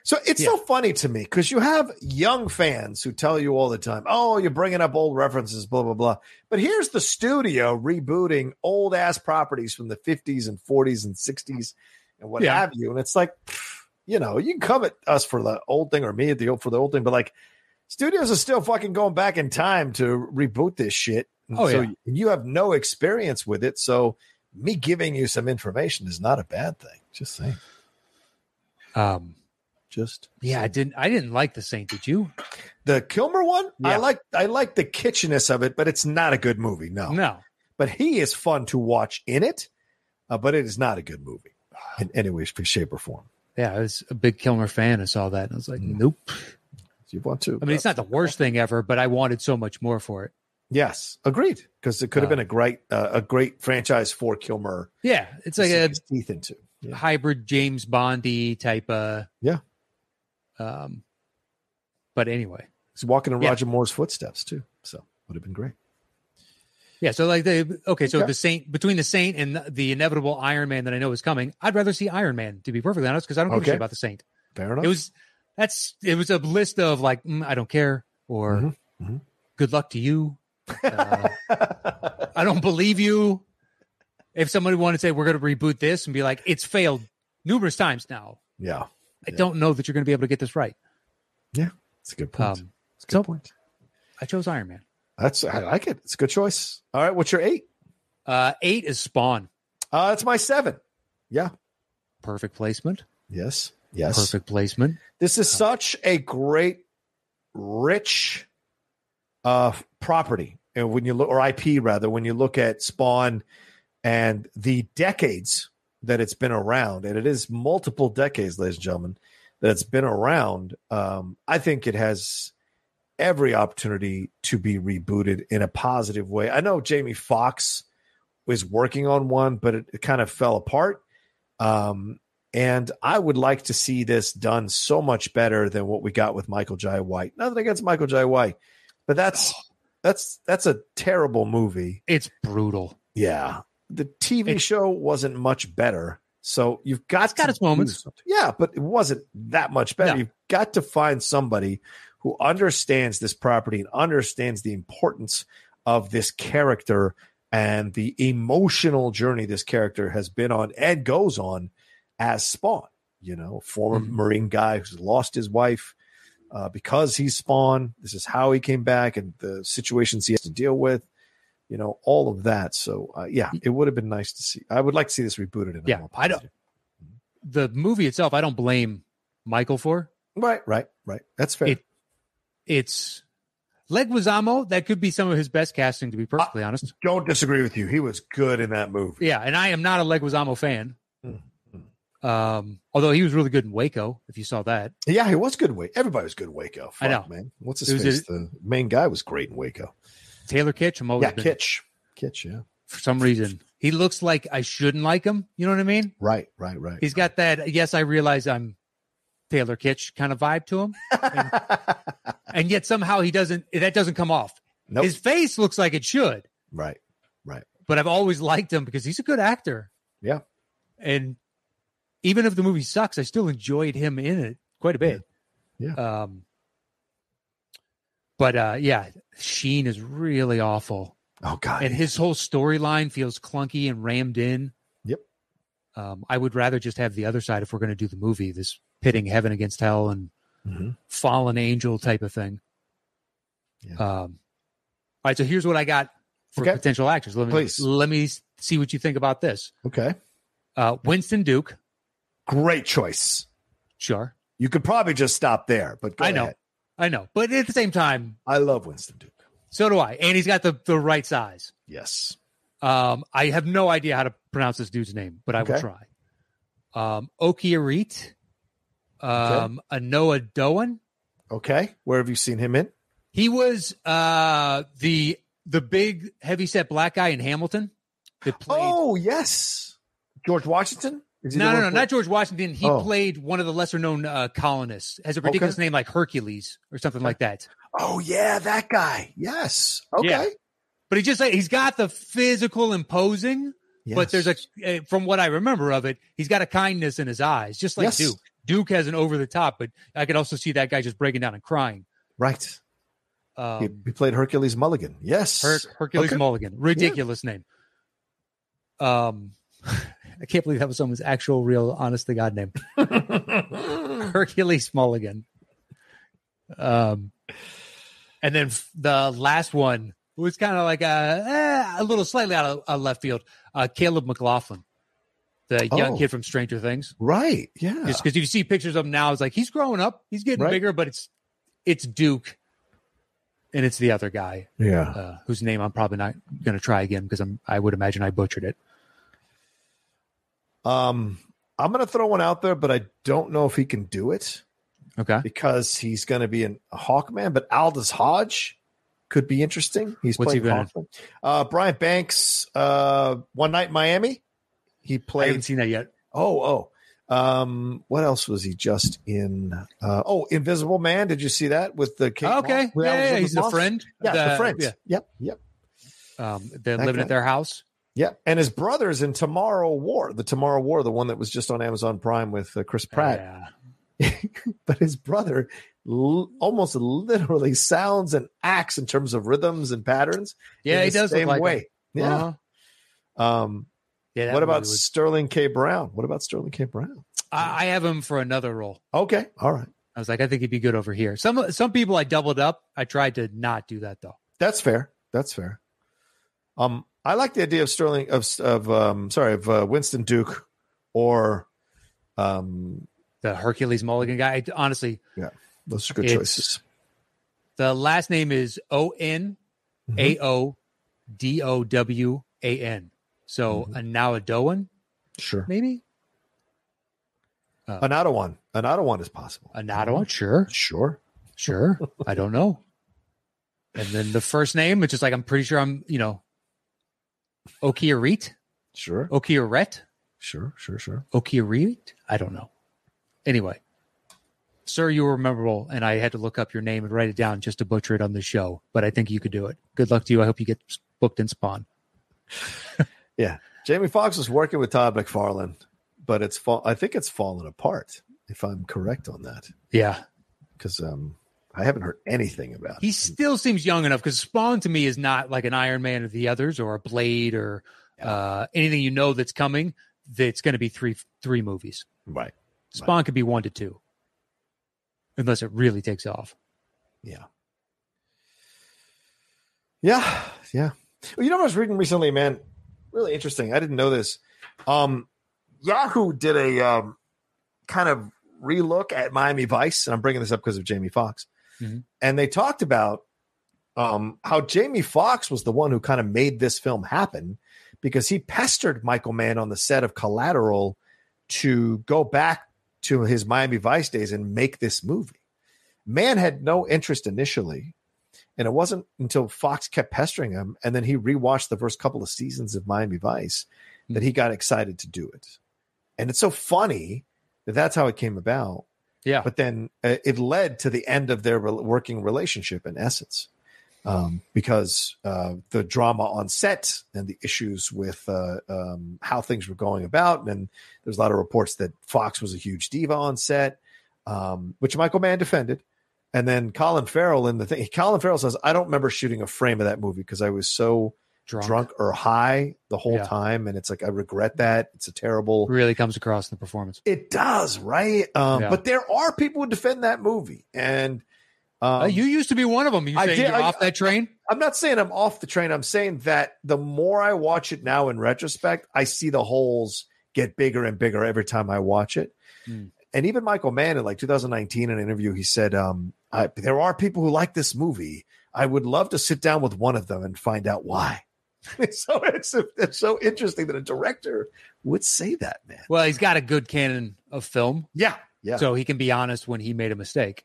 [SPEAKER 1] So it's so funny to me because you have young fans who tell you all the time, oh, you're bringing up old references, blah, blah, blah. But here's the studio rebooting old ass properties from the 50s and 40s and 60s and what
[SPEAKER 2] Yeah.
[SPEAKER 1] have you. And it's like, pff, you know, you can come at us for the old thing or me at the old for the old thing, but like studios are still fucking going back in time to reboot this shit. And
[SPEAKER 2] Oh,
[SPEAKER 1] so
[SPEAKER 2] yeah.
[SPEAKER 1] and you have no experience with it. So me giving you some information is not a bad thing. Just saying.
[SPEAKER 2] Um,
[SPEAKER 1] Just
[SPEAKER 2] yeah, I didn't. I didn't like the Saint. Did you?
[SPEAKER 1] the Kilmer one, I
[SPEAKER 2] Yeah.
[SPEAKER 1] like I like the kitschiness of it, but it's not a good movie. No.
[SPEAKER 2] No.
[SPEAKER 1] But he is fun to watch in it, uh, but it is not a good movie in any way, shape, or form.
[SPEAKER 2] Yeah, I was a big Kilmer fan. I saw that and I was like,
[SPEAKER 1] Mm.
[SPEAKER 2] nope.
[SPEAKER 1] You want to Uh,
[SPEAKER 2] I mean, it's not the worst thing ever, but I wanted so much more for it.
[SPEAKER 1] Yes, agreed. Because it could have
[SPEAKER 2] Uh,
[SPEAKER 1] been a great uh, a great franchise for Kilmer.
[SPEAKER 2] Yeah, it's
[SPEAKER 1] to
[SPEAKER 2] like
[SPEAKER 1] sink
[SPEAKER 2] a
[SPEAKER 1] his teeth into. Yeah.
[SPEAKER 2] hybrid James Bondy type of
[SPEAKER 1] Yeah.
[SPEAKER 2] Um, but anyway,
[SPEAKER 1] He's walking in
[SPEAKER 2] Yeah.
[SPEAKER 1] Roger Moore's footsteps too, so would have been great.
[SPEAKER 2] yeah. So like they okay. So
[SPEAKER 1] Okay.
[SPEAKER 2] the Saint between the Saint and the inevitable Iron Man that I know is coming, I'd rather see Iron Man to be perfectly honest because I don't give a
[SPEAKER 1] Okay.
[SPEAKER 2] shit about the Saint.
[SPEAKER 1] Fair enough.
[SPEAKER 2] It was that's it was a list of like mm, I don't care or
[SPEAKER 1] Mhm, mhm.
[SPEAKER 2] good luck to you. Uh, I don't believe you. If somebody wanted to say we're going to reboot this and be like it's failed numerous times now,
[SPEAKER 1] yeah,
[SPEAKER 2] I
[SPEAKER 1] Yeah.
[SPEAKER 2] don't know that you're going to be able to get this right.
[SPEAKER 1] it's a good point.
[SPEAKER 2] Um,
[SPEAKER 1] It's a good
[SPEAKER 2] so-
[SPEAKER 1] point.
[SPEAKER 2] I chose Iron Man.
[SPEAKER 1] That's I like it. It's a good choice. All right, what's your eight?
[SPEAKER 2] Uh, eight is Spawn.
[SPEAKER 1] Uh, it's my seven. Yeah.
[SPEAKER 2] Perfect placement.
[SPEAKER 1] Yes. Yes.
[SPEAKER 2] Perfect placement.
[SPEAKER 1] This is such a great, rich uh, property. And when you look, or IP rather, when you look at Spawn and the decades that it's been around, and it is multiple decades, ladies and gentlemen, that it's been around, um, I think it has every opportunity to be rebooted in a positive way. I know Jamie Foxx was working on one, but it, it kind of fell apart. Um, and I would like to see this done so much better than what we got with Michael Jai White. Nothing against Michael Jai White, but that's that's that's a terrible movie.
[SPEAKER 2] It's brutal.
[SPEAKER 1] Yeah. The TV
[SPEAKER 2] It-
[SPEAKER 1] show wasn't much better. So you've got
[SPEAKER 2] It's got
[SPEAKER 1] to
[SPEAKER 2] its moments.
[SPEAKER 1] do something. Yeah, but it wasn't that much better.
[SPEAKER 2] No.
[SPEAKER 1] You've got to find somebody who understands this property and understands the importance of this character and the emotional journey this character has been on and goes on as Spawn, you know, former
[SPEAKER 2] Mhm.
[SPEAKER 1] Marine guy who's lost his wife uh, because he's Spawn. This is how he came back and the situations he has to deal with, you know, all of that. So, uh, yeah, it would have been nice to see. I would like to see this rebooted. In a
[SPEAKER 2] Mm. Yeah,
[SPEAKER 1] more
[SPEAKER 2] I don't-
[SPEAKER 1] positive-
[SPEAKER 2] The movie itself, I don't blame Michael for.
[SPEAKER 1] Right, right, right. That's fair.
[SPEAKER 2] It- It's Leguizamo. That could be some of his best casting, to
[SPEAKER 1] Uh,
[SPEAKER 2] be perfectly honest.
[SPEAKER 1] don't disagree with you. He was good in that movie.
[SPEAKER 2] Yeah, and I am not a Leguizamo fan.
[SPEAKER 1] Mm,
[SPEAKER 2] Um, although he was really good in Waco, if you saw that.
[SPEAKER 1] Yeah, he was good. in Waco. Everybody was good in Waco. Fuck,
[SPEAKER 2] I know.
[SPEAKER 1] man. What's his
[SPEAKER 2] It was
[SPEAKER 1] face?
[SPEAKER 2] a-
[SPEAKER 1] the main guy was great in Waco.
[SPEAKER 2] Taylor Kitsch, I'm always
[SPEAKER 1] Yeah,
[SPEAKER 2] been-
[SPEAKER 1] Kitch. Kitch. Yeah.
[SPEAKER 2] for some reason. He looks like I shouldn't like him. You know what I mean?
[SPEAKER 1] Right. Right. Right.
[SPEAKER 2] He's got that. Yes, I realize I'm Taylor Kitsch kind of vibe to him, and yet somehow he doesn't. That doesn't come off.
[SPEAKER 1] nope.
[SPEAKER 2] His face looks like it should.
[SPEAKER 1] right.
[SPEAKER 2] but I've always liked him because he's a good actor.
[SPEAKER 1] Yeah.
[SPEAKER 2] And even if the movie sucks, I still enjoyed him in it quite a bit.
[SPEAKER 1] Yeah.
[SPEAKER 2] Um but uh yeah, Sheen is really awful.
[SPEAKER 1] Oh God.
[SPEAKER 2] And his whole storyline feels clunky and rammed in.
[SPEAKER 1] Yep.
[SPEAKER 2] Um, I would rather just have the other side if we're gonna do the movie, this pitting heaven against hell and
[SPEAKER 1] Mhm.
[SPEAKER 2] fallen angel type of thing.
[SPEAKER 1] Yeah.
[SPEAKER 2] Um, all right, so here's what I got for
[SPEAKER 1] Okay.
[SPEAKER 2] potential actors. Let me
[SPEAKER 1] Please.
[SPEAKER 2] let me s- see what you think about this.
[SPEAKER 1] Okay.
[SPEAKER 2] Uh, Winston Duke,
[SPEAKER 1] Great choice.
[SPEAKER 2] sure,
[SPEAKER 1] You could probably just stop there, but go
[SPEAKER 2] I know.
[SPEAKER 1] ahead.
[SPEAKER 2] I know, but at the same time,
[SPEAKER 1] I love Winston Duke.
[SPEAKER 2] So do I. And he's got the, the right size.
[SPEAKER 1] Yes.
[SPEAKER 2] Um, I have no idea how to pronounce this dude's name, but I will
[SPEAKER 1] Okay.
[SPEAKER 2] try. Um, Okiarit, um, Anoa Doan.
[SPEAKER 1] Okay. Where have you seen him in?
[SPEAKER 2] He was uh, the the big heavyset black guy in Hamilton that played.
[SPEAKER 1] Oh, yes. George Washington? Is
[SPEAKER 2] no,
[SPEAKER 1] the
[SPEAKER 2] no,
[SPEAKER 1] one
[SPEAKER 2] no,
[SPEAKER 1] who-
[SPEAKER 2] not George Washington. He
[SPEAKER 1] Oh.
[SPEAKER 2] played one of the lesser known uh, colonists. Has a
[SPEAKER 1] Okay.
[SPEAKER 2] ridiculous name like Hercules or something like that.
[SPEAKER 1] Oh, yeah, that guy. Yes. Okay.
[SPEAKER 2] Yeah. But he just like he's got the physical imposing,
[SPEAKER 1] Yes.
[SPEAKER 2] but there's a eh, from what I remember of it, he's got a kindness in his eyes, just like
[SPEAKER 1] Yes.
[SPEAKER 2] Duke. Duke has an over the top, but I could also see that guy just breaking down and crying.
[SPEAKER 1] right.
[SPEAKER 2] Um,
[SPEAKER 1] He- he, played Hercules Mulligan. Yes.
[SPEAKER 2] Her- Hercules
[SPEAKER 1] Okay.
[SPEAKER 2] Mulligan. Ridiculous name. Um, I can't believe that was someone's actual, real, honest to God name. Hercules Mulligan. Um, and then f- the last one was kind of like a, eh, a little slightly out of, out of left field. Uh, Caleb McLaughlin, the young
[SPEAKER 1] Oh.
[SPEAKER 2] kid from Stranger Things.
[SPEAKER 1] right. Yeah.
[SPEAKER 2] Just because you see pictures of him now, it's like he's growing up, he's getting
[SPEAKER 1] Right.
[SPEAKER 2] bigger, but it's it's Duke, and it's the other guy
[SPEAKER 1] yeah.
[SPEAKER 2] uh, whose name I'm probably not going to try again because I'm I would imagine I butchered it.
[SPEAKER 1] Um, I'm going to throw one out there, but I don't know if he can do it
[SPEAKER 2] Okay,
[SPEAKER 1] because he's going to be an, a Hawkman. But Aldous Hodge could be interesting. He's
[SPEAKER 2] What's he
[SPEAKER 1] playing
[SPEAKER 2] been
[SPEAKER 1] Hawkman. Uh, Brian Banks, uh, One Night in Miami. He
[SPEAKER 2] I
[SPEAKER 1] played
[SPEAKER 2] haven't seen that yet.
[SPEAKER 1] Oh, oh. Um, what else was he just in? Uh, oh, Invisible Man. Did you see that with the Kate
[SPEAKER 2] okay,
[SPEAKER 1] Moss? Where
[SPEAKER 2] yeah,
[SPEAKER 1] Elizabeth
[SPEAKER 2] yeah, he's the
[SPEAKER 1] Moss-
[SPEAKER 2] friend.
[SPEAKER 1] Yeah, the, friends.
[SPEAKER 2] Yeah,
[SPEAKER 1] Yep, yep,
[SPEAKER 2] um, they're
[SPEAKER 1] That
[SPEAKER 2] living
[SPEAKER 1] guy.
[SPEAKER 2] at their house.
[SPEAKER 1] yep. And his brother's in Tomorrow War, the Tomorrow War, the one that was just on Amazon Prime with uh, Chris Pratt.
[SPEAKER 2] Oh, Yeah.
[SPEAKER 1] But his brother l- almost literally sounds and acts in terms of rhythms and patterns.
[SPEAKER 2] Yeah,
[SPEAKER 1] in
[SPEAKER 2] he
[SPEAKER 1] the
[SPEAKER 2] does look
[SPEAKER 1] same
[SPEAKER 2] like
[SPEAKER 1] way.
[SPEAKER 2] him.
[SPEAKER 1] Yeah.
[SPEAKER 2] Uh-huh.
[SPEAKER 1] Um.
[SPEAKER 2] yeah that
[SPEAKER 1] What about
[SPEAKER 2] movie was-
[SPEAKER 1] Sterling K. Brown? What about Sterling K. Brown?
[SPEAKER 2] I, I have him for another role.
[SPEAKER 1] Okay. All right.
[SPEAKER 2] I was like, I think he'd be good over here. Some some people I doubled up. I tried to not do that though.
[SPEAKER 1] That's fair. That's fair. Um, I like the idea of Sterling of of um, sorry of uh, Winston Duke or um,
[SPEAKER 2] The Hercules Mulligan guy. I- honestly,
[SPEAKER 1] those are good
[SPEAKER 2] It's-
[SPEAKER 1] choices.
[SPEAKER 2] the last name is O N
[SPEAKER 1] Mm-hmm.
[SPEAKER 2] A O D O W A N. So
[SPEAKER 1] Mm-hmm.
[SPEAKER 2] mm
[SPEAKER 1] Sure,
[SPEAKER 2] maybe
[SPEAKER 1] another one. Another one is possible.
[SPEAKER 2] another one. Sure,
[SPEAKER 1] Sure.
[SPEAKER 2] sure. I don't know. And then the first name, which is like I'm pretty sure I'm, you know, Okiarit, Oh.
[SPEAKER 1] Sure.
[SPEAKER 2] Okiaret,
[SPEAKER 1] Sure. Sure. Sure.
[SPEAKER 2] Okiarit. I don't know. Anyway, sir, you were memorable, and I had to look up your name and write it down just to butcher it on the show. But I think you could do it. Good luck to you. I hope you get booked in Spawn.
[SPEAKER 1] Jamie Foxx was working with Todd McFarlane, but it's fall. I think it's fallen apart. If I'm correct on that,
[SPEAKER 2] Yeah,
[SPEAKER 1] because um, I haven't heard anything about
[SPEAKER 2] he
[SPEAKER 1] it.
[SPEAKER 2] still seems young enough because Spawn to me is not like an Iron Man or the others or a Blade or uh, anything you know that's coming. That's going to be three three movies.
[SPEAKER 1] Right.
[SPEAKER 2] Spawn could be one to two, unless it really takes off.
[SPEAKER 1] Yeah. Yeah. Yeah. Well, you know what I was reading recently, man? Really interesting. I didn't know this. Um, Yahoo did a um, kind of relook at Miami Vice, and I'm bringing this up because of Jamie Foxx.
[SPEAKER 2] Mhm.
[SPEAKER 1] And they talked about um, how Jamie Foxx was the one who kind of made this film happen because he pestered Michael Mann on the set of Collateral to go back to his Miami Vice days and make this movie. Man had no interest initially, and it wasn't until Fox kept pestering him, and then he rewatched the first couple of seasons of Miami Vice that he got excited to do it. And it's so funny that that's how it came about.
[SPEAKER 2] Yeah,
[SPEAKER 1] But then uh, it led to the end of their rel- working relationship, in essence, um, because uh, the drama on set and the issues with uh, um, how things were going about, and there's a lot of reports that Fox was a huge diva on set, um, which Michael Mann defended. And then Colin Farrell in the thing, Colin Farrell says, "I don't remember shooting a frame of that movie because I was so
[SPEAKER 2] drunk.
[SPEAKER 1] drunk or high the whole
[SPEAKER 2] Yeah.
[SPEAKER 1] time, and it's like I regret that. It's a terrible."
[SPEAKER 2] really comes across in the performance.
[SPEAKER 1] It does, right? Um,
[SPEAKER 2] Yeah.
[SPEAKER 1] But there are people who defend that movie, and um,
[SPEAKER 2] Uh, you used to be one of them. You
[SPEAKER 1] I
[SPEAKER 2] saying
[SPEAKER 1] did-
[SPEAKER 2] you're
[SPEAKER 1] I-
[SPEAKER 2] off that train?
[SPEAKER 1] I'm not saying I'm off the train. I'm saying that the more I watch it now in retrospect, I see the holes get bigger and bigger every time I watch it.
[SPEAKER 2] Hmm.
[SPEAKER 1] And even Michael Mann in like 2019 in an interview, he said, um, I, there are people who like this movie, I would love to sit down with one of them and find out why. so it's, it's so interesting that a director would say that, man.
[SPEAKER 2] Well, he's got a good canon of film,
[SPEAKER 1] Yeah, yeah.
[SPEAKER 2] so he can be honest when he made a mistake.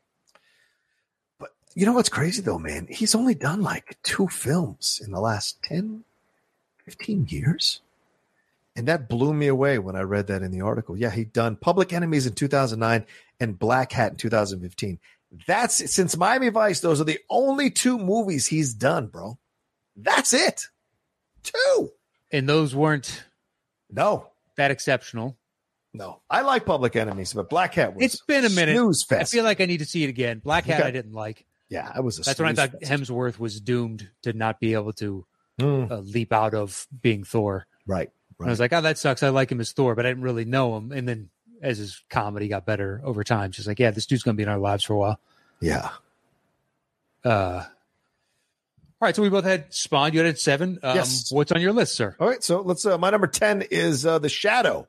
[SPEAKER 1] you know what's crazy though, man? He's only done like two films in the last 10, 15 years. And that blew me away when I read that in the article. Yeah, he'd done Public Enemies in 2009 and Black Hat in 2015. That's since Miami Vice, those are the only two movies he's done, bro. That's it. Two.
[SPEAKER 2] And those weren't
[SPEAKER 1] No,
[SPEAKER 2] that exceptional.
[SPEAKER 1] no. I like Public Enemies, but Black Hat was
[SPEAKER 2] It's been a minute.
[SPEAKER 1] Snooze
[SPEAKER 2] I
[SPEAKER 1] fest.
[SPEAKER 2] feel like I need to see it again. Black Hat,
[SPEAKER 1] Okay.
[SPEAKER 2] I didn't like.
[SPEAKER 1] yeah, I was a
[SPEAKER 2] That's when I
[SPEAKER 1] snooze
[SPEAKER 2] thought
[SPEAKER 1] fest.
[SPEAKER 2] Hemsworth was doomed to not be able to
[SPEAKER 1] Mm,
[SPEAKER 2] uh, leap out of being Thor.
[SPEAKER 1] right.
[SPEAKER 2] And I was like, oh, that sucks. I like him as Thor, but I didn't really know him. And then as his comedy got better over time, she's like, yeah, this dude's going to be in our lives for a while.
[SPEAKER 1] Yeah.
[SPEAKER 2] Uh, all right. So we both had Spawn. You had seven. Um,
[SPEAKER 1] Yes.
[SPEAKER 2] What's on your list, sir?
[SPEAKER 1] All right, so let's. Uh, my number ten is uh, the Shadow,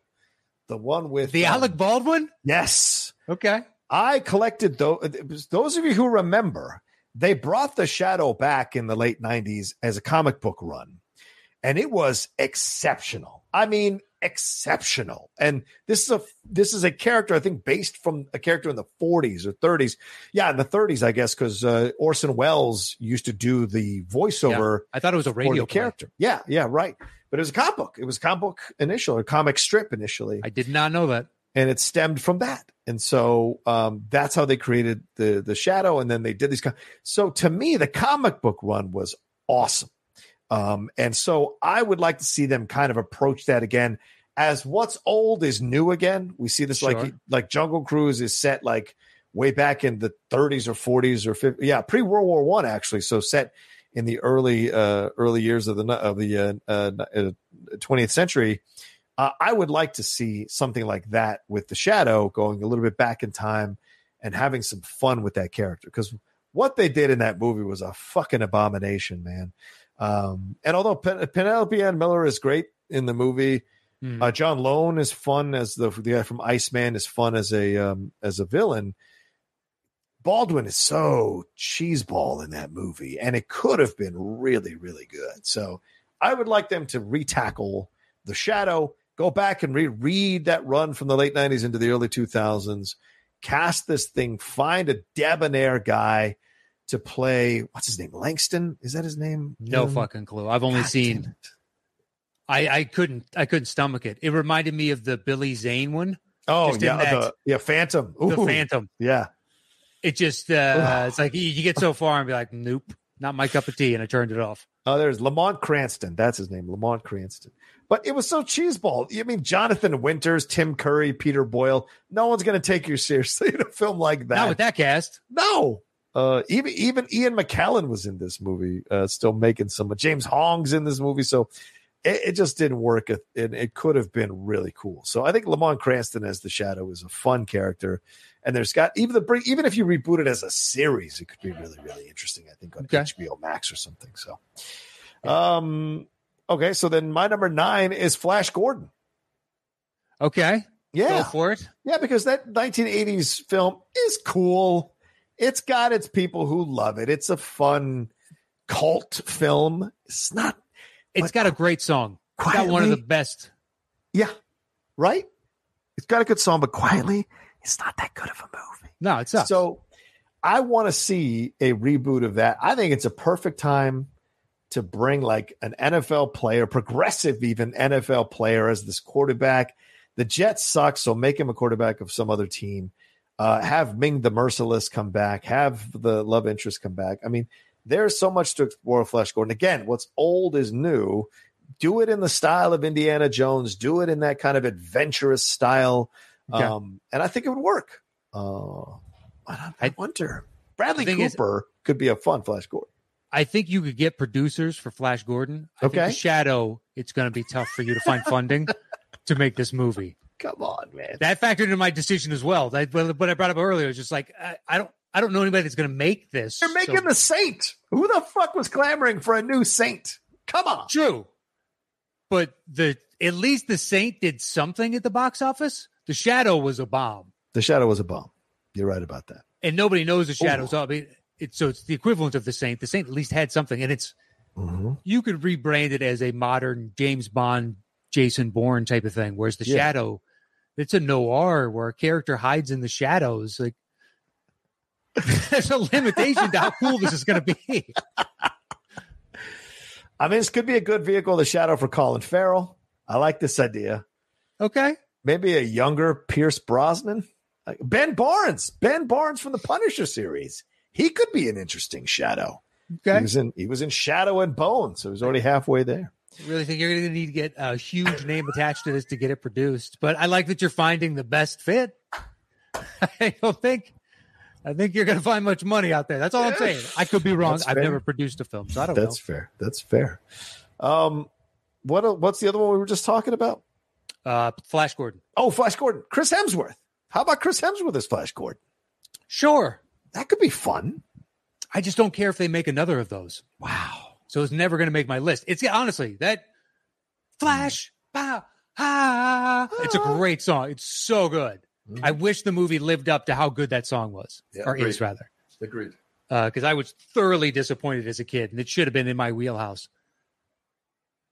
[SPEAKER 1] the one with
[SPEAKER 2] The
[SPEAKER 1] um,
[SPEAKER 2] Alec Baldwin?
[SPEAKER 1] Yes,
[SPEAKER 2] Uh, Okay.
[SPEAKER 1] I collected those. Those of you who remember, they brought the Shadow back in the late '90s as a comic book run, and it was exceptional. I mean, exceptional. And this is a this is a character I think based from a character in the '40s or '30s. Yeah, in the '30s, I guess, because uh, Orson Welles used to do the voiceover
[SPEAKER 2] I thought it was a
[SPEAKER 1] for
[SPEAKER 2] radio
[SPEAKER 1] the
[SPEAKER 2] play.
[SPEAKER 1] character. Yeah, yeah, right. But it was a comic book. It was a comic book initial, a comic strip initially,
[SPEAKER 2] I did not know that.
[SPEAKER 1] and it stemmed from that. And so um, that's how they created the the shadow, and then they did these. Com- so to me, the comic book run was awesome, um, and so I would like to see them kind of approach that again. As what's old is new again. We see this
[SPEAKER 2] Sure.
[SPEAKER 1] like like Jungle Cruise is set like way back in the 30s or 40s or 50s. yeah pre World War One actually. So set in the early uh, early years of the of the uh, uh, twentieth century. Uh, I would like to see something like that with the Shadow going a little bit back in time and having some fun with that character because what they did in that movie was a fucking abomination, man. Um, and although Pen- Penelope Ann Miller is great in the movie,
[SPEAKER 2] Hmm.
[SPEAKER 1] uh, John Lone is fun as the the guy from Iceman is fun as a um, as a villain. Baldwin is so cheeseball in that movie, and it could have been really, really good. So I would like them to retackle the shadow, go back and reread that run from the late '90s into the early 2000s, cast this thing, find a debonair guy to play. What's his name? Langston? Is that his name?
[SPEAKER 2] no
[SPEAKER 1] Um,
[SPEAKER 2] fucking clue. I've only
[SPEAKER 1] God
[SPEAKER 2] seen.
[SPEAKER 1] damn it.
[SPEAKER 2] I, I couldn't. I couldn't stomach it. It reminded me of the Billy Zane one,
[SPEAKER 1] Oh
[SPEAKER 2] Just in
[SPEAKER 1] yeah,
[SPEAKER 2] that-
[SPEAKER 1] the, yeah, Phantom.
[SPEAKER 2] the
[SPEAKER 1] Ooh,
[SPEAKER 2] Phantom.
[SPEAKER 1] Yeah.
[SPEAKER 2] It just uh, it's like you, you get so far and be like, nope, not my cup of tea, and I turned it off.
[SPEAKER 1] Oh, there's Lamont Cranston. That's his name, Lamont Cranston. But it was so cheeseball. I mean, Jonathan Winters, Tim Curry, Peter Boyle. No one's going to take you seriously in a film like
[SPEAKER 2] Not
[SPEAKER 1] that.
[SPEAKER 2] with that cast.
[SPEAKER 1] no. Uh, even even Ian McKellen was in this movie, uh, still making some. James Hong's in this movie, so it, it just didn't work. It- And it could have been really cool. So I think Lamont Cranston as the Shadow is a fun character, and there's got even the bring- even if you reboot it as a series, it could be really really interesting. I think on
[SPEAKER 2] Okay.
[SPEAKER 1] HBO Max or something. So, um, okay, so then my number nine is Flash Gordon.
[SPEAKER 2] Okay,
[SPEAKER 1] Yeah,
[SPEAKER 2] go for it.
[SPEAKER 1] yeah, because that 1980s film is cool. It's got its people who love it. It's a fun cult film. It's not
[SPEAKER 2] It's
[SPEAKER 1] But-
[SPEAKER 2] got a great song. It's
[SPEAKER 1] quietly,
[SPEAKER 2] got one of the best.
[SPEAKER 1] yeah, right. It's got a good song, but quietly, it's not that good of a movie.
[SPEAKER 2] No, it's not.
[SPEAKER 1] So I want to see a reboot of that. I think it's a perfect time to bring like an NFL player, progressive even NFL player as this quarterback. The Jets suck, so make him a quarterback of some other team. Uh, have Ming the Merciless come back. Have the love interest come back. I mean, there's so much to explore with Flash Gordon. Again, what's old is new. Do it in the style of Indiana Jones. Do it in that kind of adventurous style.
[SPEAKER 2] Okay.
[SPEAKER 1] Um, and I think it would work. Uh, I, don't- I
[SPEAKER 2] I-
[SPEAKER 1] wonder. Bradley
[SPEAKER 2] The thing is-
[SPEAKER 1] Cooper could be a fun Flash Gordon.
[SPEAKER 2] I think you could get producers for Flash Gordon. I
[SPEAKER 1] Okay.
[SPEAKER 2] Think the Shadow. It's going to be tough for you to find funding to make this movie.
[SPEAKER 1] Come on, man.
[SPEAKER 2] that factored into my decision as well. That what what I brought up earlier is just like I, I don't I don't know anybody that's going to make this.
[SPEAKER 1] They're making
[SPEAKER 2] so-
[SPEAKER 1] the Saint. Who the fuck was clamoring for a new Saint? Come on.
[SPEAKER 2] true, but the at least the Saint did something at the box office. The Shadow was a bomb,
[SPEAKER 1] The Shadow was a bomb. You're right about that.
[SPEAKER 2] and nobody knows the Shadow's up. I mean, it's so it's the equivalent of the Saint. The Saint at least had something, and it's
[SPEAKER 1] Mhm.
[SPEAKER 2] you could rebrand it as a modern James Bond, Jason Bourne type of thing. Whereas the
[SPEAKER 1] Yeah.
[SPEAKER 2] Shadow, it's a noir where a character hides in the shadows. Like there's a limitation to how cool this is going to be.
[SPEAKER 1] I mean, this could be a good vehicle, the shadow for Colin Farrell. I like this idea.
[SPEAKER 2] Okay,
[SPEAKER 1] Maybe a younger Pierce Brosnan, Like, Ben Barnes, Ben Barnes from the Punisher series. He could be an interesting shadow. He
[SPEAKER 2] okay.
[SPEAKER 1] was in he was in Shadow and Bone, so he was already halfway there.
[SPEAKER 2] Really think you're going to need to get a huge name attached to this to get it produced. But I like that you're finding the best fit. I don't think. I think you're going to find much money out there. That's all I'm saying. I could be wrong.
[SPEAKER 1] That's
[SPEAKER 2] I've
[SPEAKER 1] fair.
[SPEAKER 2] never produced a film, so I don't know.
[SPEAKER 1] That's fair. That's fair. Um, what el- what's the other one we were just talking about?
[SPEAKER 2] Uh, Flash Gordon.
[SPEAKER 1] Oh, Flash Gordon, Chris Hemsworth. How about Chris Hemsworth as Flash Gordon?
[SPEAKER 2] Sure.
[SPEAKER 1] That could be fun.
[SPEAKER 2] I just don't care if they make another of those.
[SPEAKER 1] Wow.
[SPEAKER 2] So it's never going to make my list. It's honestly that flash bow ah. It's a great song. It's so good.
[SPEAKER 1] Mhm.
[SPEAKER 2] I wish the movie lived up to how good that song was,
[SPEAKER 1] Yeah,
[SPEAKER 2] or
[SPEAKER 1] agreed.
[SPEAKER 2] is rather,
[SPEAKER 1] Agreed.
[SPEAKER 2] because I was thoroughly disappointed as a kid, and it should have been in my wheelhouse.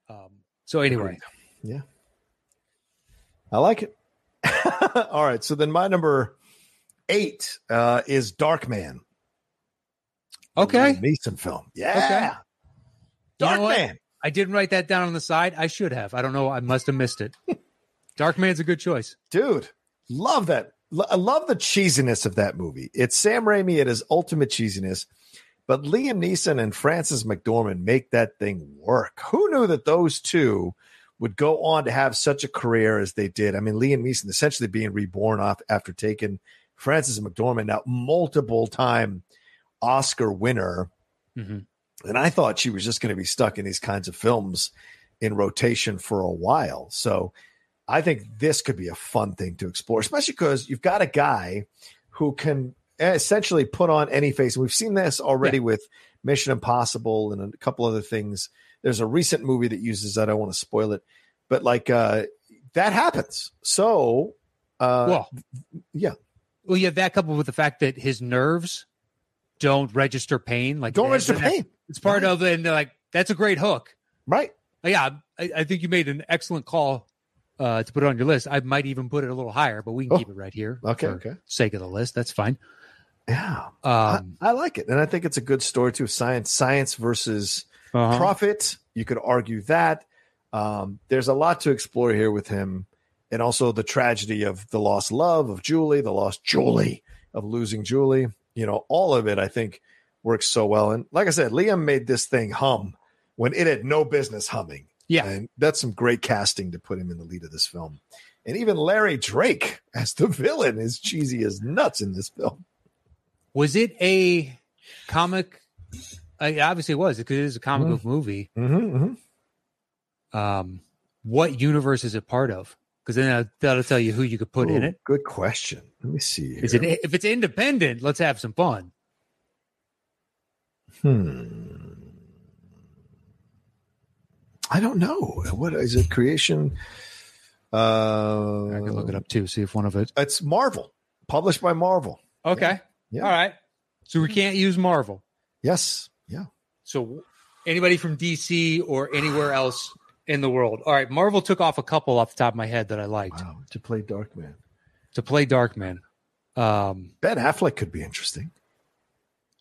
[SPEAKER 2] Um, so anyway,
[SPEAKER 1] I like it. All right. So then my number eight uh, is Darkman.
[SPEAKER 2] okay,
[SPEAKER 1] Mason film. Yeah.
[SPEAKER 2] You know what?
[SPEAKER 1] Darkman.
[SPEAKER 2] I didn't write that down on the side. I should have. I don't know. I must have missed it. Dark Man's a good choice.
[SPEAKER 1] dude love that Lo- i love the cheesiness of that movie it's sam raimi at his ultimate cheesiness but liam neeson and francis mcdormand make that thing work who knew that those two would go on to have such a career as they did i mean liam neeson essentially being reborn off after taking francis mcdormand out multiple time oscar winner
[SPEAKER 2] hmm
[SPEAKER 1] and I thought she was just going to be stuck in these kinds of films in rotation for a while. So I think this could be a fun thing to explore, especially because you've got a guy who can essentially put on any face. And we've seen this already with Mission Impossible and a couple other things. There's a recent movie that uses that. I don't want to spoil it, but like uh, that happens. So uh,
[SPEAKER 2] well,
[SPEAKER 1] yeah.
[SPEAKER 2] Well, you have that coupled with the fact that his nerves don't register pain. Like
[SPEAKER 1] don't
[SPEAKER 2] that-
[SPEAKER 1] register
[SPEAKER 2] that's-
[SPEAKER 1] pain,
[SPEAKER 2] It's part of it. And they're like, that's a great hook.
[SPEAKER 1] right?
[SPEAKER 2] Uh, Yeah, I, I think you made an excellent call uh, to put it on your list. I might even put it a little higher, but we can
[SPEAKER 1] Oh.
[SPEAKER 2] keep it right here.
[SPEAKER 1] Okay,
[SPEAKER 2] for
[SPEAKER 1] okay.
[SPEAKER 2] Sake of the list, that's fine.
[SPEAKER 1] Yeah,
[SPEAKER 2] Um,
[SPEAKER 1] I, I like it, and I think it's a good story too. Science, science versus
[SPEAKER 2] uh-huh.
[SPEAKER 1] profit. You could argue that. Um, there's a lot to explore here with him, and also the tragedy of the lost love of Julie, the lost Julie of losing Julie. You know, all of it I think works so well. And like I said, Liam made this thing hum when it had no business humming.
[SPEAKER 2] Yeah.
[SPEAKER 1] and that's some great casting to put him in the lead of this film. And even Larry Drake as the villain is cheesy as nuts in this film.
[SPEAKER 2] was it a comic? I, obviously, it was because it is a comic
[SPEAKER 1] Mhm.
[SPEAKER 2] book movie.
[SPEAKER 1] Mm-hmm,
[SPEAKER 2] Um, what universe is it part of? Because then I- that'll tell you who you could put in
[SPEAKER 1] Ooh,
[SPEAKER 2] it.
[SPEAKER 1] Good question. Let me see. Here.
[SPEAKER 2] Is it if it's independent? Let's have some fun.
[SPEAKER 1] Hmm. I don't know. What is it? Creation. Uh,
[SPEAKER 2] I can look it up too, see if one of it.
[SPEAKER 1] It's Marvel, published by Marvel.
[SPEAKER 2] Okay.
[SPEAKER 1] Yeah.
[SPEAKER 2] All right. So we can't use Marvel.
[SPEAKER 1] Yes. Yeah.
[SPEAKER 2] So anybody from DC or anywhere else in the world. All right. Marvel took off a couple off the top of my head that I liked
[SPEAKER 1] Wow. To play Darkman.
[SPEAKER 2] to play Darkman. Um,
[SPEAKER 1] Ben Affleck could be interesting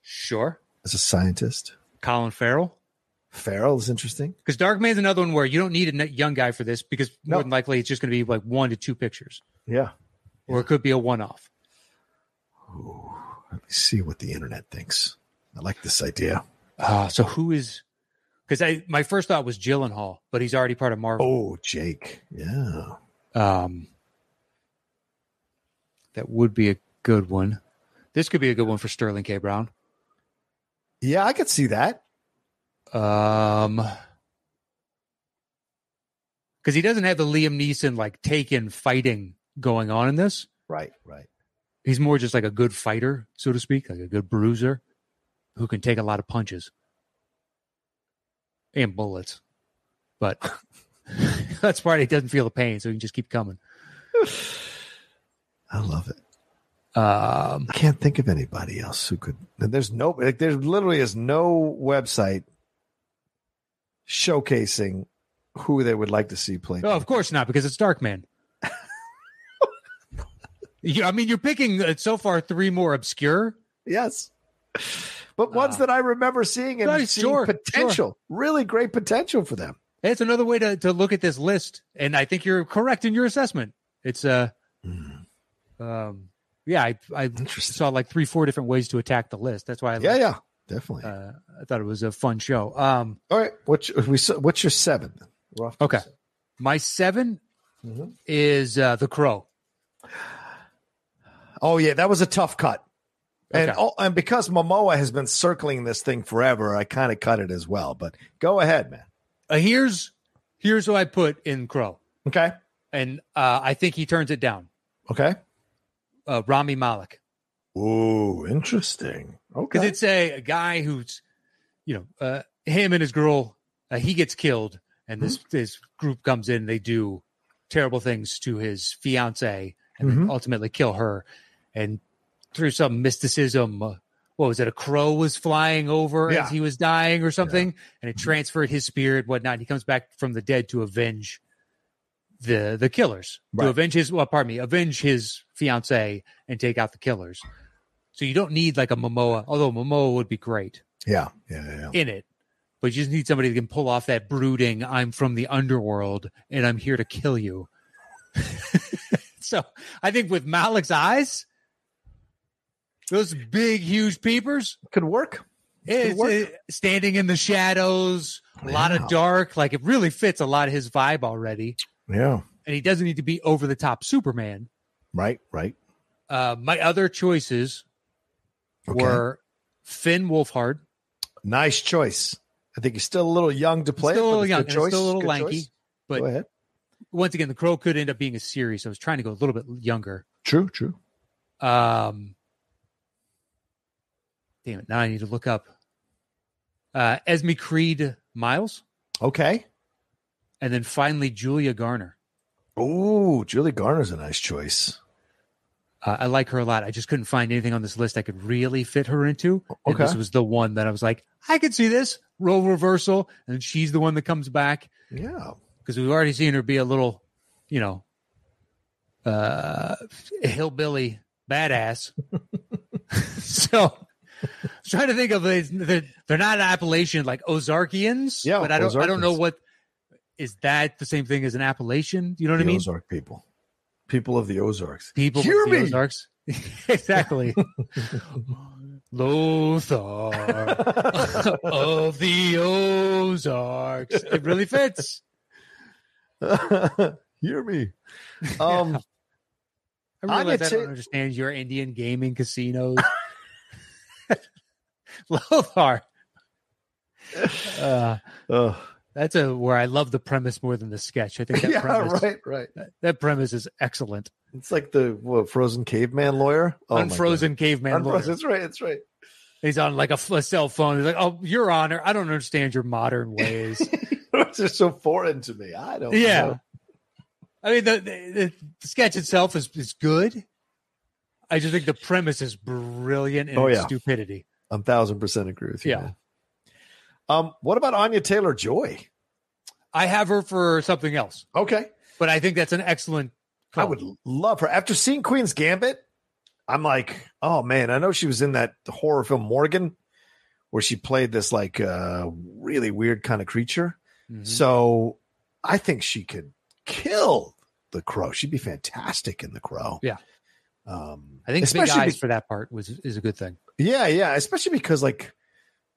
[SPEAKER 2] sure.
[SPEAKER 1] as a scientist.
[SPEAKER 2] Colin Farrell.
[SPEAKER 1] Farrell is interesting.
[SPEAKER 2] Because Darkman's another one where you don't need a n- young guy for this because more
[SPEAKER 1] No.
[SPEAKER 2] than likely it's just going to be like one to two pictures
[SPEAKER 1] Yeah.
[SPEAKER 2] or it could be a one off.
[SPEAKER 1] Ooh, let me see what the internet thinks. I like this idea.
[SPEAKER 2] Uh, so who is. Because I my first thought was Gyllenhaal, but he's already part of Marvel.
[SPEAKER 1] Oh, Jake. Yeah.
[SPEAKER 2] Um, that would be a good one. This could be a good one for Sterling K. Brown.
[SPEAKER 1] Yeah, I could see that.
[SPEAKER 2] Um, because he doesn't have the Liam Neeson like taken fighting going on in this.
[SPEAKER 1] Right. Right.
[SPEAKER 2] He's more just like a good fighter, so to speak, like a good bruiser who can take a lot of punches and bullets. But that's part he doesn't feel the pain, so he can just keep coming.
[SPEAKER 1] I love it.
[SPEAKER 2] Um,
[SPEAKER 1] I can't think of anybody else who could. There's no, like, there literally is no website showcasing who they would like to see play.
[SPEAKER 2] oh, of course not, because it's Darkman. you, I mean, you're picking uh, so far three more obscure.
[SPEAKER 1] Yes. But ones
[SPEAKER 2] Uh,
[SPEAKER 1] that I remember seeing and
[SPEAKER 2] right,
[SPEAKER 1] seeing
[SPEAKER 2] sure,
[SPEAKER 1] potential, really great potential for them.
[SPEAKER 2] It's another way to, to look at this list, and I think you're correct in your assessment. It's uh, um, yeah, I, I
[SPEAKER 1] Interesting.
[SPEAKER 2] saw like three, four different ways to attack the list. That's why I,
[SPEAKER 1] Yeah, yeah, definitely.
[SPEAKER 2] Uh, I thought it was a fun show. Um,
[SPEAKER 1] All right. What's your, we, s- what's your seven? We're off to
[SPEAKER 2] Okay.
[SPEAKER 1] a seven.
[SPEAKER 2] my 7
[SPEAKER 1] Mhm.
[SPEAKER 2] is uh, the Crow.
[SPEAKER 1] Oh, yeah. That was a tough cut. And,
[SPEAKER 2] Okay.
[SPEAKER 1] all, and because Momoa has been circling this thing forever, I kind of cut it as well. But go ahead, man.
[SPEAKER 2] Uh, here's here's who I put in Crow,
[SPEAKER 1] Okay.
[SPEAKER 2] and uh, I think he turns it down.
[SPEAKER 1] Okay.
[SPEAKER 2] Uh, Rami Malek.
[SPEAKER 1] Ooh, interesting.
[SPEAKER 2] because
[SPEAKER 1] Okay.
[SPEAKER 2] it's a, a guy who's you know uh, him and his girl uh, he gets killed and this this group comes in they do terrible things to his fiance and then
[SPEAKER 1] Mhm.
[SPEAKER 2] ultimately kill her and through some mysticism uh, what was it a crow was flying over
[SPEAKER 1] Yeah.
[SPEAKER 2] as he was dying or something and it transferred his spirit whatnot and he comes back from the dead to avenge the the killers
[SPEAKER 1] Right.
[SPEAKER 2] to avenge his well pardon me avenge his fiance and take out the killers so you don't need like a Momoa, although Momoa would be great
[SPEAKER 1] yeah. Yeah. Yeah. yeah.
[SPEAKER 2] in it, but you just need somebody that can pull off that brooding, I'm from the underworld and I'm here to kill you. so I think with Malik's eyes, those big, huge peepers,
[SPEAKER 1] Could work.
[SPEAKER 2] it's,
[SPEAKER 1] work.
[SPEAKER 2] it- standing in the shadows, a lot
[SPEAKER 1] Yeah.
[SPEAKER 2] of dark, like it really fits a lot of his vibe already.
[SPEAKER 1] Yeah.
[SPEAKER 2] And he doesn't need to be over the top Superman.
[SPEAKER 1] Right. Right.
[SPEAKER 2] Uh, my other choices
[SPEAKER 1] Okay.
[SPEAKER 2] were Finn Wolfhard.
[SPEAKER 1] Nice choice. I think he's still a little young to play.
[SPEAKER 2] still a
[SPEAKER 1] but
[SPEAKER 2] little
[SPEAKER 1] it's
[SPEAKER 2] young,
[SPEAKER 1] good
[SPEAKER 2] and it's still a little
[SPEAKER 1] good
[SPEAKER 2] lanky,
[SPEAKER 1] choice.
[SPEAKER 2] but-
[SPEAKER 1] go ahead.
[SPEAKER 2] once again, the crow could end up being a series. I was trying to go a little bit younger.
[SPEAKER 1] True, true.
[SPEAKER 2] Um, damn it! Now I need to look up uh, Esme Creed Miles,
[SPEAKER 1] Okay.
[SPEAKER 2] and then finally Julia Garner.
[SPEAKER 1] Oh, Julie Garner's a nice choice.
[SPEAKER 2] Uh, I like her a lot. I just couldn't find anything on this list I could really fit her into. And this
[SPEAKER 1] Okay.
[SPEAKER 2] was the one that I was like, I could see this role reversal, and she's the one that comes back
[SPEAKER 1] Yeah.
[SPEAKER 2] because we've already seen her be a little, you know, uh, hillbilly badass. so, I was trying to think of it. They're, they're not Appalachian like Ozarkians.
[SPEAKER 1] Yeah,
[SPEAKER 2] but I don't. I don't know
[SPEAKER 1] Ozarkians.
[SPEAKER 2] what is that the same thing as an Appalachian? You know what
[SPEAKER 1] the
[SPEAKER 2] I mean?
[SPEAKER 1] Ozark people. People of the Ozarks.
[SPEAKER 2] People
[SPEAKER 1] Hear
[SPEAKER 2] from
[SPEAKER 1] me!
[SPEAKER 2] the Ozarks. exactly. Lothar of the Ozarks. It really fits.
[SPEAKER 1] Hear me. Um,
[SPEAKER 2] I
[SPEAKER 1] Anya
[SPEAKER 2] realize I
[SPEAKER 1] Ta-
[SPEAKER 2] don't understand your Indian gaming casinos. Lothar. Uh,
[SPEAKER 1] uh,
[SPEAKER 2] that's a where I love the premise more than the sketch. I think that
[SPEAKER 1] yeah,
[SPEAKER 2] premise
[SPEAKER 1] right, right.
[SPEAKER 2] that premise is excellent.
[SPEAKER 1] It's like the what, frozen caveman lawyer. Oh, my God.
[SPEAKER 2] Unfrozen caveman
[SPEAKER 1] Unfrozen.
[SPEAKER 2] lawyer.
[SPEAKER 1] That's right. That's right.
[SPEAKER 2] He's on like a, f- a cell phone. He's like, "Oh, Your Honor, I don't understand your modern ways."
[SPEAKER 1] It's just so foreign to me. I don't
[SPEAKER 2] yeah,
[SPEAKER 1] know.
[SPEAKER 2] I mean the, the, the sketch itself is is good. I just think the premise is brilliant in
[SPEAKER 1] Oh,
[SPEAKER 2] its
[SPEAKER 1] yeah.
[SPEAKER 2] stupidity.
[SPEAKER 1] A thousand percent agree with you.
[SPEAKER 2] Yeah.
[SPEAKER 1] man. Um, what about Anya Taylor Joy?
[SPEAKER 2] I have her for something else.
[SPEAKER 1] Okay.
[SPEAKER 2] but I think that's an excellent. Call.
[SPEAKER 1] I would love her. After seeing Queen's Gambit, I'm like, oh man, I know she was in that horror film Morgan, where she played this like uh, really weird kind of creature.
[SPEAKER 2] Mhm.
[SPEAKER 1] So I think she could kill the crow. She'd be fantastic in the crow.
[SPEAKER 2] Yeah.
[SPEAKER 1] Um,
[SPEAKER 2] I think big
[SPEAKER 1] especially
[SPEAKER 2] eyes
[SPEAKER 1] be-
[SPEAKER 2] for that part was is a good thing.
[SPEAKER 1] yeah, yeah, especially because like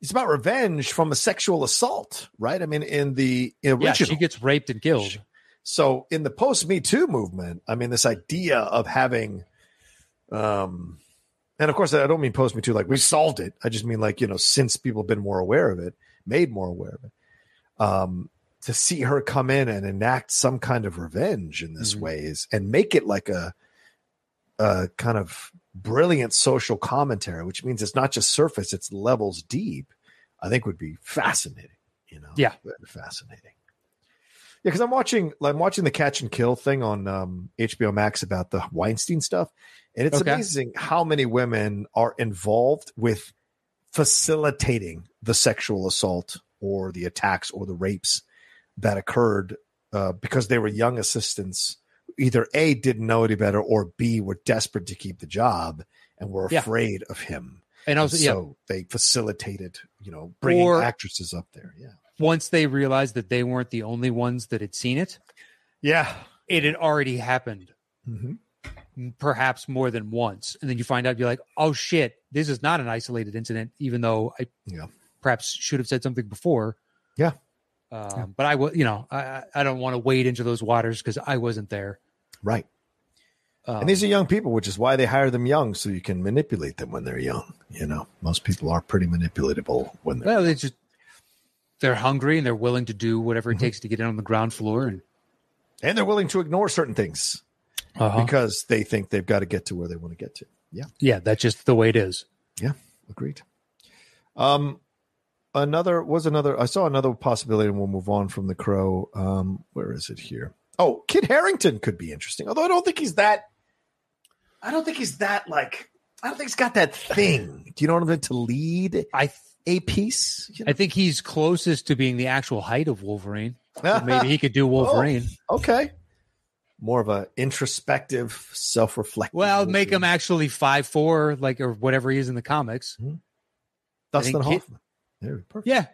[SPEAKER 1] it's about revenge from a sexual assault, right? I mean, in the original,
[SPEAKER 2] Yeah, she gets raped and killed.
[SPEAKER 1] Sh- So in the post Me Too movement, I mean, this idea of having, um, and of course, I don't mean post Me Too like we solved it. I just mean like you know since people have been more aware of it, made more aware of it. Um, to see her come in and enact some kind of revenge in this
[SPEAKER 2] Mhm.
[SPEAKER 1] way is and make it like a, a kind of brilliant social commentary, which means it's not just surface; it's levels deep. I think would be fascinating. You know,
[SPEAKER 2] Yeah.
[SPEAKER 1] Very fascinating. because I'm watching like, I'm watching the Catch and Kill thing on um, HBO Max about the Weinstein stuff, and it's
[SPEAKER 2] Okay.
[SPEAKER 1] amazing how many women are involved with facilitating the sexual assault or the attacks or the rapes that occurred uh, because they were young assistants. who Either A didn't know any better, or B were desperate to keep the job and were
[SPEAKER 2] Yeah.
[SPEAKER 1] afraid of him.
[SPEAKER 2] And
[SPEAKER 1] And
[SPEAKER 2] also, yeah,
[SPEAKER 1] so they facilitated, you know, bringing
[SPEAKER 2] Or-
[SPEAKER 1] actresses up there. Yeah,
[SPEAKER 2] once they realized that they weren't the only ones that had seen it,
[SPEAKER 1] yeah.
[SPEAKER 2] it had already happened
[SPEAKER 1] Mm-hmm.
[SPEAKER 2] perhaps more than once. And then you find out you're like, oh shit, this is not an isolated incident, even though I
[SPEAKER 1] Yeah.
[SPEAKER 2] perhaps should have said something before.
[SPEAKER 1] Yeah.
[SPEAKER 2] Um, But I will, you know, I- I, I don't want to wade into those waters because I wasn't there.
[SPEAKER 1] Right.
[SPEAKER 2] Um,
[SPEAKER 1] And these are young people, which is why they hire them young, so you can manipulate them when they're young. You know, most people are pretty manipulatable when they're.
[SPEAKER 2] well, they just they're hungry and they're willing to do whatever it
[SPEAKER 1] Mhm.
[SPEAKER 2] takes to get in on the ground floor and
[SPEAKER 1] and they're willing to ignore certain things
[SPEAKER 2] Uh-huh.
[SPEAKER 1] because they think they've got to get to where they want to get to.
[SPEAKER 2] yeah, that's just the way it is.
[SPEAKER 1] Agreed. Um, another was another. I saw another possibility, and we'll move on from the crow. Um, where is it here? Oh, Kid Harrington could be interesting, although I don't think he's that. I don't think he's that like. I don't think he's got that thing. Do you know what I'm saying? To lead
[SPEAKER 2] I th-
[SPEAKER 1] a piece, you
[SPEAKER 2] I
[SPEAKER 1] know?
[SPEAKER 2] think he's closest to being the actual height of Wolverine. So maybe he could do Wolverine.
[SPEAKER 1] Okay. More of a introspective, self-reflective.
[SPEAKER 2] Well, make him
[SPEAKER 1] movie.
[SPEAKER 2] actually five four, like or whatever he is in the comics.
[SPEAKER 1] Dustin
[SPEAKER 2] I think he-
[SPEAKER 1] Hoffman. There, perfect.
[SPEAKER 2] Yeah,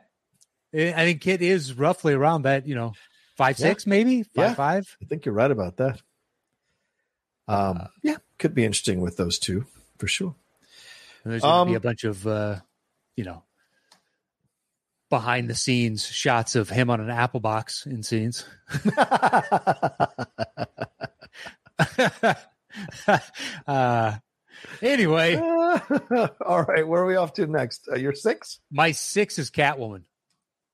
[SPEAKER 2] Eh, I I think Kid is roughly around that. You know, five
[SPEAKER 1] Yeah.
[SPEAKER 2] six, maybe five
[SPEAKER 1] Yeah.
[SPEAKER 2] five.
[SPEAKER 1] I think you're right about that. Um,
[SPEAKER 2] Uh,
[SPEAKER 1] yeah, could be interesting with those two for sure.
[SPEAKER 2] And there's going to be
[SPEAKER 1] Um,
[SPEAKER 2] a bunch of, uh, you know, behind the scenes shots of him on an apple box in scenes. uh, anyway,
[SPEAKER 1] all right, where are we off to next? Uh, you're six.
[SPEAKER 2] my six is Catwoman.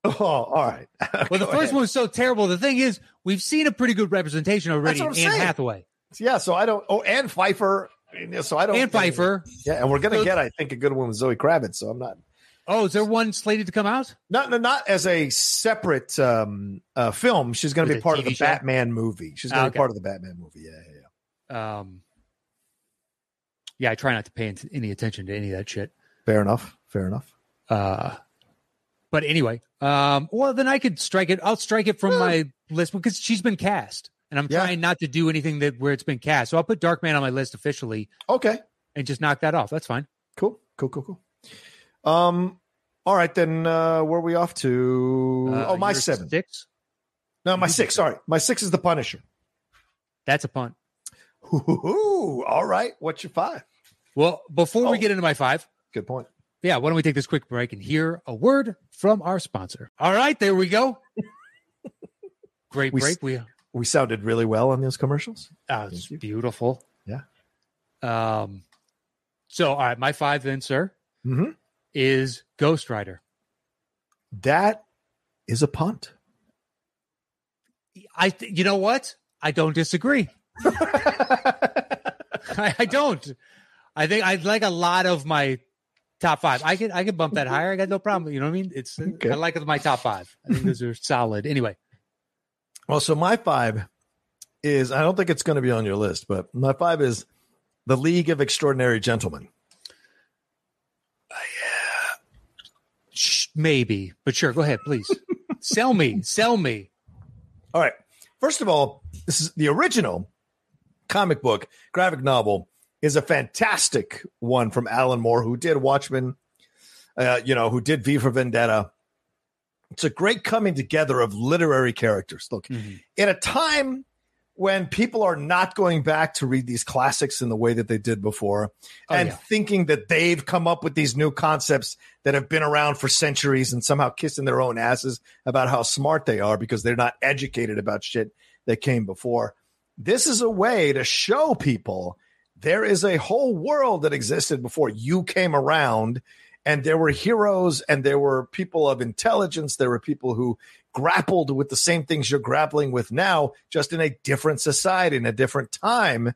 [SPEAKER 1] Oh, all right.
[SPEAKER 2] Well, the
[SPEAKER 1] Go
[SPEAKER 2] first
[SPEAKER 1] ahead.
[SPEAKER 2] one was so terrible. The thing is, we've seen a pretty good representation already in
[SPEAKER 1] what
[SPEAKER 2] Anne
[SPEAKER 1] I'm saying.
[SPEAKER 2] Hathaway,
[SPEAKER 1] Yeah, so I don't. Oh, and Pfeiffer. So I don't.
[SPEAKER 2] Anne Pfeiffer.
[SPEAKER 1] Yeah, and we're gonna
[SPEAKER 2] So-
[SPEAKER 1] get, I think, a good one with Zoe Kravitz. So I'm not.
[SPEAKER 2] Oh, is there one slated to come out?
[SPEAKER 1] not no, not as a separate um, uh, film. She's going to
[SPEAKER 2] With
[SPEAKER 1] be
[SPEAKER 2] a
[SPEAKER 1] part of the
[SPEAKER 2] TV show?
[SPEAKER 1] Batman movie. She's going to
[SPEAKER 2] Ah,
[SPEAKER 1] be
[SPEAKER 2] okay.
[SPEAKER 1] part of the Batman movie. Yeah, yeah, yeah.
[SPEAKER 2] Um, yeah, I try not to pay int- any attention to any of that shit.
[SPEAKER 1] Fair enough. Fair enough.
[SPEAKER 2] Uh, but anyway, um, well, then I could strike it. I'll strike it from
[SPEAKER 1] Well-
[SPEAKER 2] my list because she's been cast, and I'm
[SPEAKER 1] Yeah.
[SPEAKER 2] trying not to do anything that where it's been cast. So I'll put Darkman on my list officially
[SPEAKER 1] Okay.
[SPEAKER 2] and just knock that off. That's fine.
[SPEAKER 1] Cool. Cool. Cool. Cool. Um. All right, then. Uh, where are we off to?
[SPEAKER 2] Uh,
[SPEAKER 1] oh, my
[SPEAKER 2] your
[SPEAKER 1] seven.
[SPEAKER 2] six.
[SPEAKER 1] No, my
[SPEAKER 2] You did
[SPEAKER 1] six. Sorry, my six is the Punisher.
[SPEAKER 2] That's a punt.
[SPEAKER 1] Ooh, all right. What's your five?
[SPEAKER 2] Well, before we
[SPEAKER 1] Oh.
[SPEAKER 2] get into my five,
[SPEAKER 1] Good point.
[SPEAKER 2] yeah, why don't we take this quick break and hear a word from our sponsor? All right, there we go. Great
[SPEAKER 1] We s-
[SPEAKER 2] break. We
[SPEAKER 1] We sounded really well on those commercials.
[SPEAKER 2] Oh, it's
[SPEAKER 1] Thank you.
[SPEAKER 2] beautiful.
[SPEAKER 1] Yeah.
[SPEAKER 2] Um. So, all right, my five then, sir,
[SPEAKER 1] Mhm.
[SPEAKER 2] is Ghost Rider.
[SPEAKER 1] That is a punt.
[SPEAKER 2] I, th- you know what? I don't disagree. I, I don't. I think I'd like a lot of my top five. I could, I could bump that higher. I got no problem. You know what I mean? It's
[SPEAKER 1] Okay.
[SPEAKER 2] I like my top five. I think those are solid. Anyway,
[SPEAKER 1] Well, so my five is I don't think it's going to be on your list, but my five is the League of Extraordinary Gentlemen.
[SPEAKER 2] sh- maybe, but sure. Go ahead, please. sell me, sell me.
[SPEAKER 1] All right. First of all, this is the original comic book graphic novel is a fantastic one from Alan Moore, who did Watchmen, uh, you know, who did V for Vendetta. It's a great coming together of literary characters. Look,
[SPEAKER 2] Mm-hmm.
[SPEAKER 1] in a time when people are not going back to read these classics in the way that they did before
[SPEAKER 2] Oh,
[SPEAKER 1] and
[SPEAKER 2] yeah.
[SPEAKER 1] thinking that they've come up with these new concepts that have been around for centuries and somehow kissing their own asses about how smart they are because they're not educated about shit that came before. This is a way to show people there is a whole world that existed before you came around and there were heroes and there were people of intelligence there were people who grappled with the same things you're grappling with now, just in a different society, in a different time.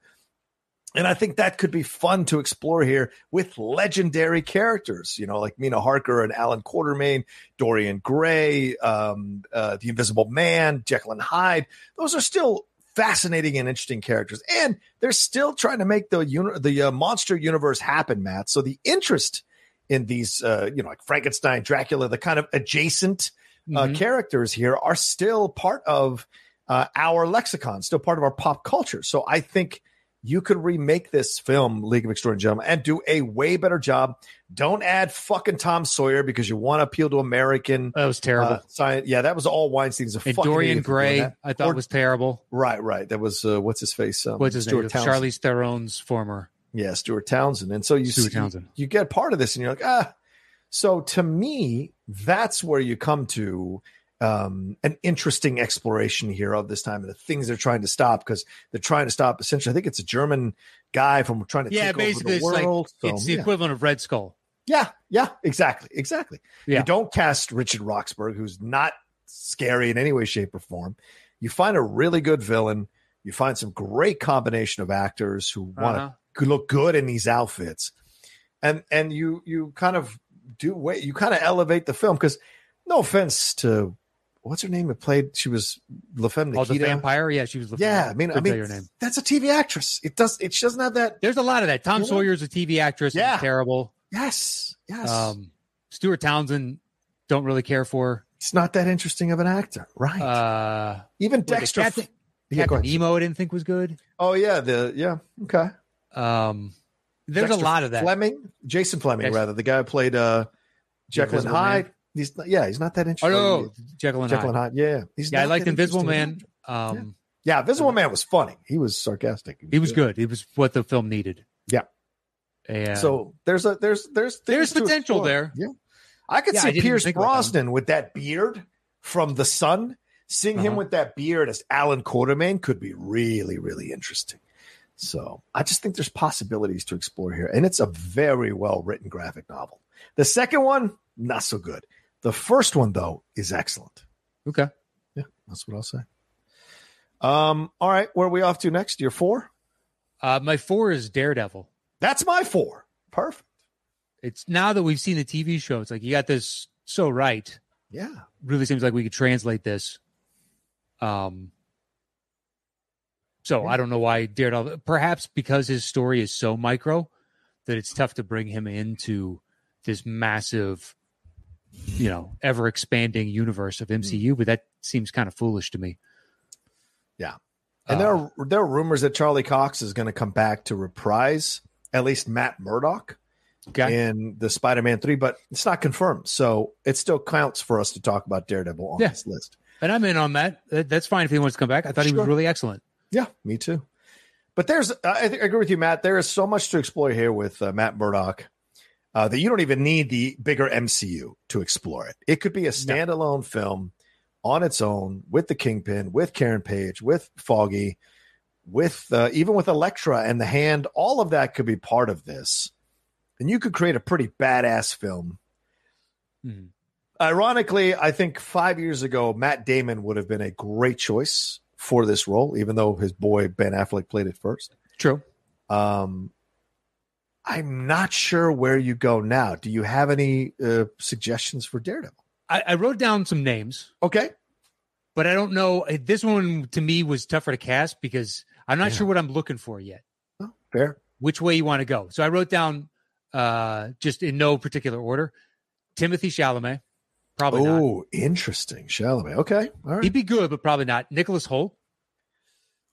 [SPEAKER 1] And I think that could be fun to explore here with legendary characters, you know, like Mina Harker and Alan Quartermain, Dorian Gray, um, uh, The Invisible Man, Jekyll and Hyde. Those are still fascinating and interesting characters. And they're still trying to make the uni- the uh, monster universe happen, Matt. So the interest in these, uh, you know, like Frankenstein, Dracula, the kind of adjacent uh,
[SPEAKER 2] Mhm.
[SPEAKER 1] characters here are still part of uh, our lexicon, still part of our pop culture. So I think you could remake this film, League of Extraordinary Gentlemen, and do a way better job. Don't add fucking Tom Sawyer because you want to appeal to American.
[SPEAKER 2] That was terrible.
[SPEAKER 1] Uh, science. Yeah, that was all Weinstein's a
[SPEAKER 2] and
[SPEAKER 1] fucking
[SPEAKER 2] Dorian
[SPEAKER 1] idiot for doing
[SPEAKER 2] Gray,
[SPEAKER 1] that.
[SPEAKER 2] I thought
[SPEAKER 1] Or-
[SPEAKER 2] was terrible.
[SPEAKER 1] Right, right. That was uh, what's his face? Um,
[SPEAKER 2] What's his name?
[SPEAKER 1] Townsend.
[SPEAKER 2] Charlize Theron's former.
[SPEAKER 1] Yeah, Stuart Townsend. And so you
[SPEAKER 2] Stuart
[SPEAKER 1] see-
[SPEAKER 2] Townsend.
[SPEAKER 1] you get part of this, and you're like, ah. So to me, that's where you come to um, an interesting exploration here of this time and the things they're trying to stop because they're trying to stop. Essentially, I think it's a German guy from trying to
[SPEAKER 2] Yeah,
[SPEAKER 1] take
[SPEAKER 2] basically, it's
[SPEAKER 1] over the
[SPEAKER 2] like-
[SPEAKER 1] world. So,
[SPEAKER 2] it's the
[SPEAKER 1] yeah.
[SPEAKER 2] equivalent of Red Skull.
[SPEAKER 1] yeah, yeah, exactly, exactly.
[SPEAKER 2] Yeah.
[SPEAKER 1] You don't cast Richard Roxburgh, who's not scary in any way, shape, or form. You find a really good villain. You find some great combination of actors who want to
[SPEAKER 2] Uh-huh.
[SPEAKER 1] could look good in these outfits and and you you kind of do wait you kind of elevate the film because no offense to what's her name that played she was La Femme
[SPEAKER 2] Oh, the
[SPEAKER 1] Nikita.
[SPEAKER 2] vampire. Yeah, she was. The
[SPEAKER 1] yeah i mean i
[SPEAKER 2] Couldn't tell
[SPEAKER 1] mean
[SPEAKER 2] your name.
[SPEAKER 1] that's a tv actress it does it she doesn't have that
[SPEAKER 2] There's a lot of that. Tom
[SPEAKER 1] You know?
[SPEAKER 2] Sawyer's a TV actress.
[SPEAKER 1] Yeah.
[SPEAKER 2] Yeah, terrible.
[SPEAKER 1] yes yes
[SPEAKER 2] Um, Stuart Townsend, don't really care for.
[SPEAKER 1] it's not that interesting of an actor right
[SPEAKER 2] Uh,
[SPEAKER 1] even
[SPEAKER 2] the
[SPEAKER 1] Dexter
[SPEAKER 2] Captain-
[SPEAKER 1] yeah, go
[SPEAKER 2] Captain
[SPEAKER 1] ahead.
[SPEAKER 2] Nemo, I didn't think was good.
[SPEAKER 1] oh yeah the yeah okay
[SPEAKER 2] Um, there's
[SPEAKER 1] Dexter
[SPEAKER 2] a lot of that.
[SPEAKER 1] Fleming Jason Fleming
[SPEAKER 2] Dexter-
[SPEAKER 1] rather the guy who played uh Jekyll and
[SPEAKER 2] Invisible Man.
[SPEAKER 1] Hyde he's not, yeah he's not that
[SPEAKER 2] oh
[SPEAKER 1] interesting
[SPEAKER 2] no, Jekyll and
[SPEAKER 1] Jekyll
[SPEAKER 2] Hyde.
[SPEAKER 1] and Hyde yeah he's
[SPEAKER 2] Yeah, I
[SPEAKER 1] not
[SPEAKER 2] liked
[SPEAKER 1] that
[SPEAKER 2] Invisible
[SPEAKER 1] interesting.
[SPEAKER 2] Man. Um,
[SPEAKER 1] Yeah, Invisible Man was funny. He was sarcastic.
[SPEAKER 2] he was good. It was what the film needed.
[SPEAKER 1] Yeah.
[SPEAKER 2] Yeah.
[SPEAKER 1] So there's a there's there's things
[SPEAKER 2] There's
[SPEAKER 1] to
[SPEAKER 2] potential
[SPEAKER 1] explore.
[SPEAKER 2] there.
[SPEAKER 1] Yeah, I could
[SPEAKER 2] Yeah, I
[SPEAKER 1] see
[SPEAKER 2] didn't even
[SPEAKER 1] Pierce
[SPEAKER 2] think about that one.
[SPEAKER 1] Brosnan with that beard from The Sun. Seeing him
[SPEAKER 2] Uh-huh.
[SPEAKER 1] with that beard as Alan Quartermain could be really really interesting. So I just think there's possibilities to explore here, and it's a very well written graphic novel. The second one not so good. The first one though is excellent.
[SPEAKER 2] okay.
[SPEAKER 1] Yeah, that's what I'll say. Um, all right, where are we off to next? Year four.
[SPEAKER 2] Uh, my four is Daredevil.
[SPEAKER 1] That's my four. Perfect.
[SPEAKER 2] It's now that we've seen the TV show. It's like you got this so right.
[SPEAKER 1] Yeah.
[SPEAKER 2] Really seems like we could translate this. Um. So I don't know why Daredevil. Perhaps because his story is so micro that it's tough to bring him into this massive, you know, ever expanding universe of MCU. But that seems kind of foolish to me.
[SPEAKER 1] Mm-hmm.
[SPEAKER 2] Uh,
[SPEAKER 1] Yeah. And there are there are rumors that Charlie Cox is going to come back to reprise at least Matt Murdock
[SPEAKER 2] okay.
[SPEAKER 1] in the Spider-Man 3, but it's not confirmed. So it still counts for us to talk about Daredevil on
[SPEAKER 2] Yeah.
[SPEAKER 1] this list.
[SPEAKER 2] and I'm in on that. That- That's fine if he wants to come back. I thought he
[SPEAKER 1] Sure.
[SPEAKER 2] was really excellent.
[SPEAKER 1] Yeah, me too. But there's I, think, I agree with you Matt, there is so much to explore here with uh, Matt Murdock. Uh, that you don't even need the bigger MCU to explore it. It could be a standalone film on its own with the Kingpin, with Karen Page, with Foggy, with uh, even with Elektra and the Hand, all of that could be part of this, and you could create a pretty badass film.
[SPEAKER 2] Mhm.
[SPEAKER 1] Ironically, I think five years ago, Matt Damon would have been a great choice for this role, even though his boy Ben Affleck played it first.
[SPEAKER 2] True.
[SPEAKER 1] Um, I'm not sure where you go now. Do you have any uh, suggestions for Daredevil?
[SPEAKER 2] I, I wrote down some names.
[SPEAKER 1] Okay,
[SPEAKER 2] but I don't know. eh, This one to me was tougher to cast because I'm not
[SPEAKER 1] Yeah.
[SPEAKER 2] sure what I'm looking for yet,
[SPEAKER 1] Oh, fair.
[SPEAKER 2] which way you want to go. So I wrote down uh just in no particular order. Timothy Chalamet, probably not.
[SPEAKER 1] Oh, interesting, Chalamet. Okay, all right.
[SPEAKER 2] He'd be good, but probably not. Nicholas Holt,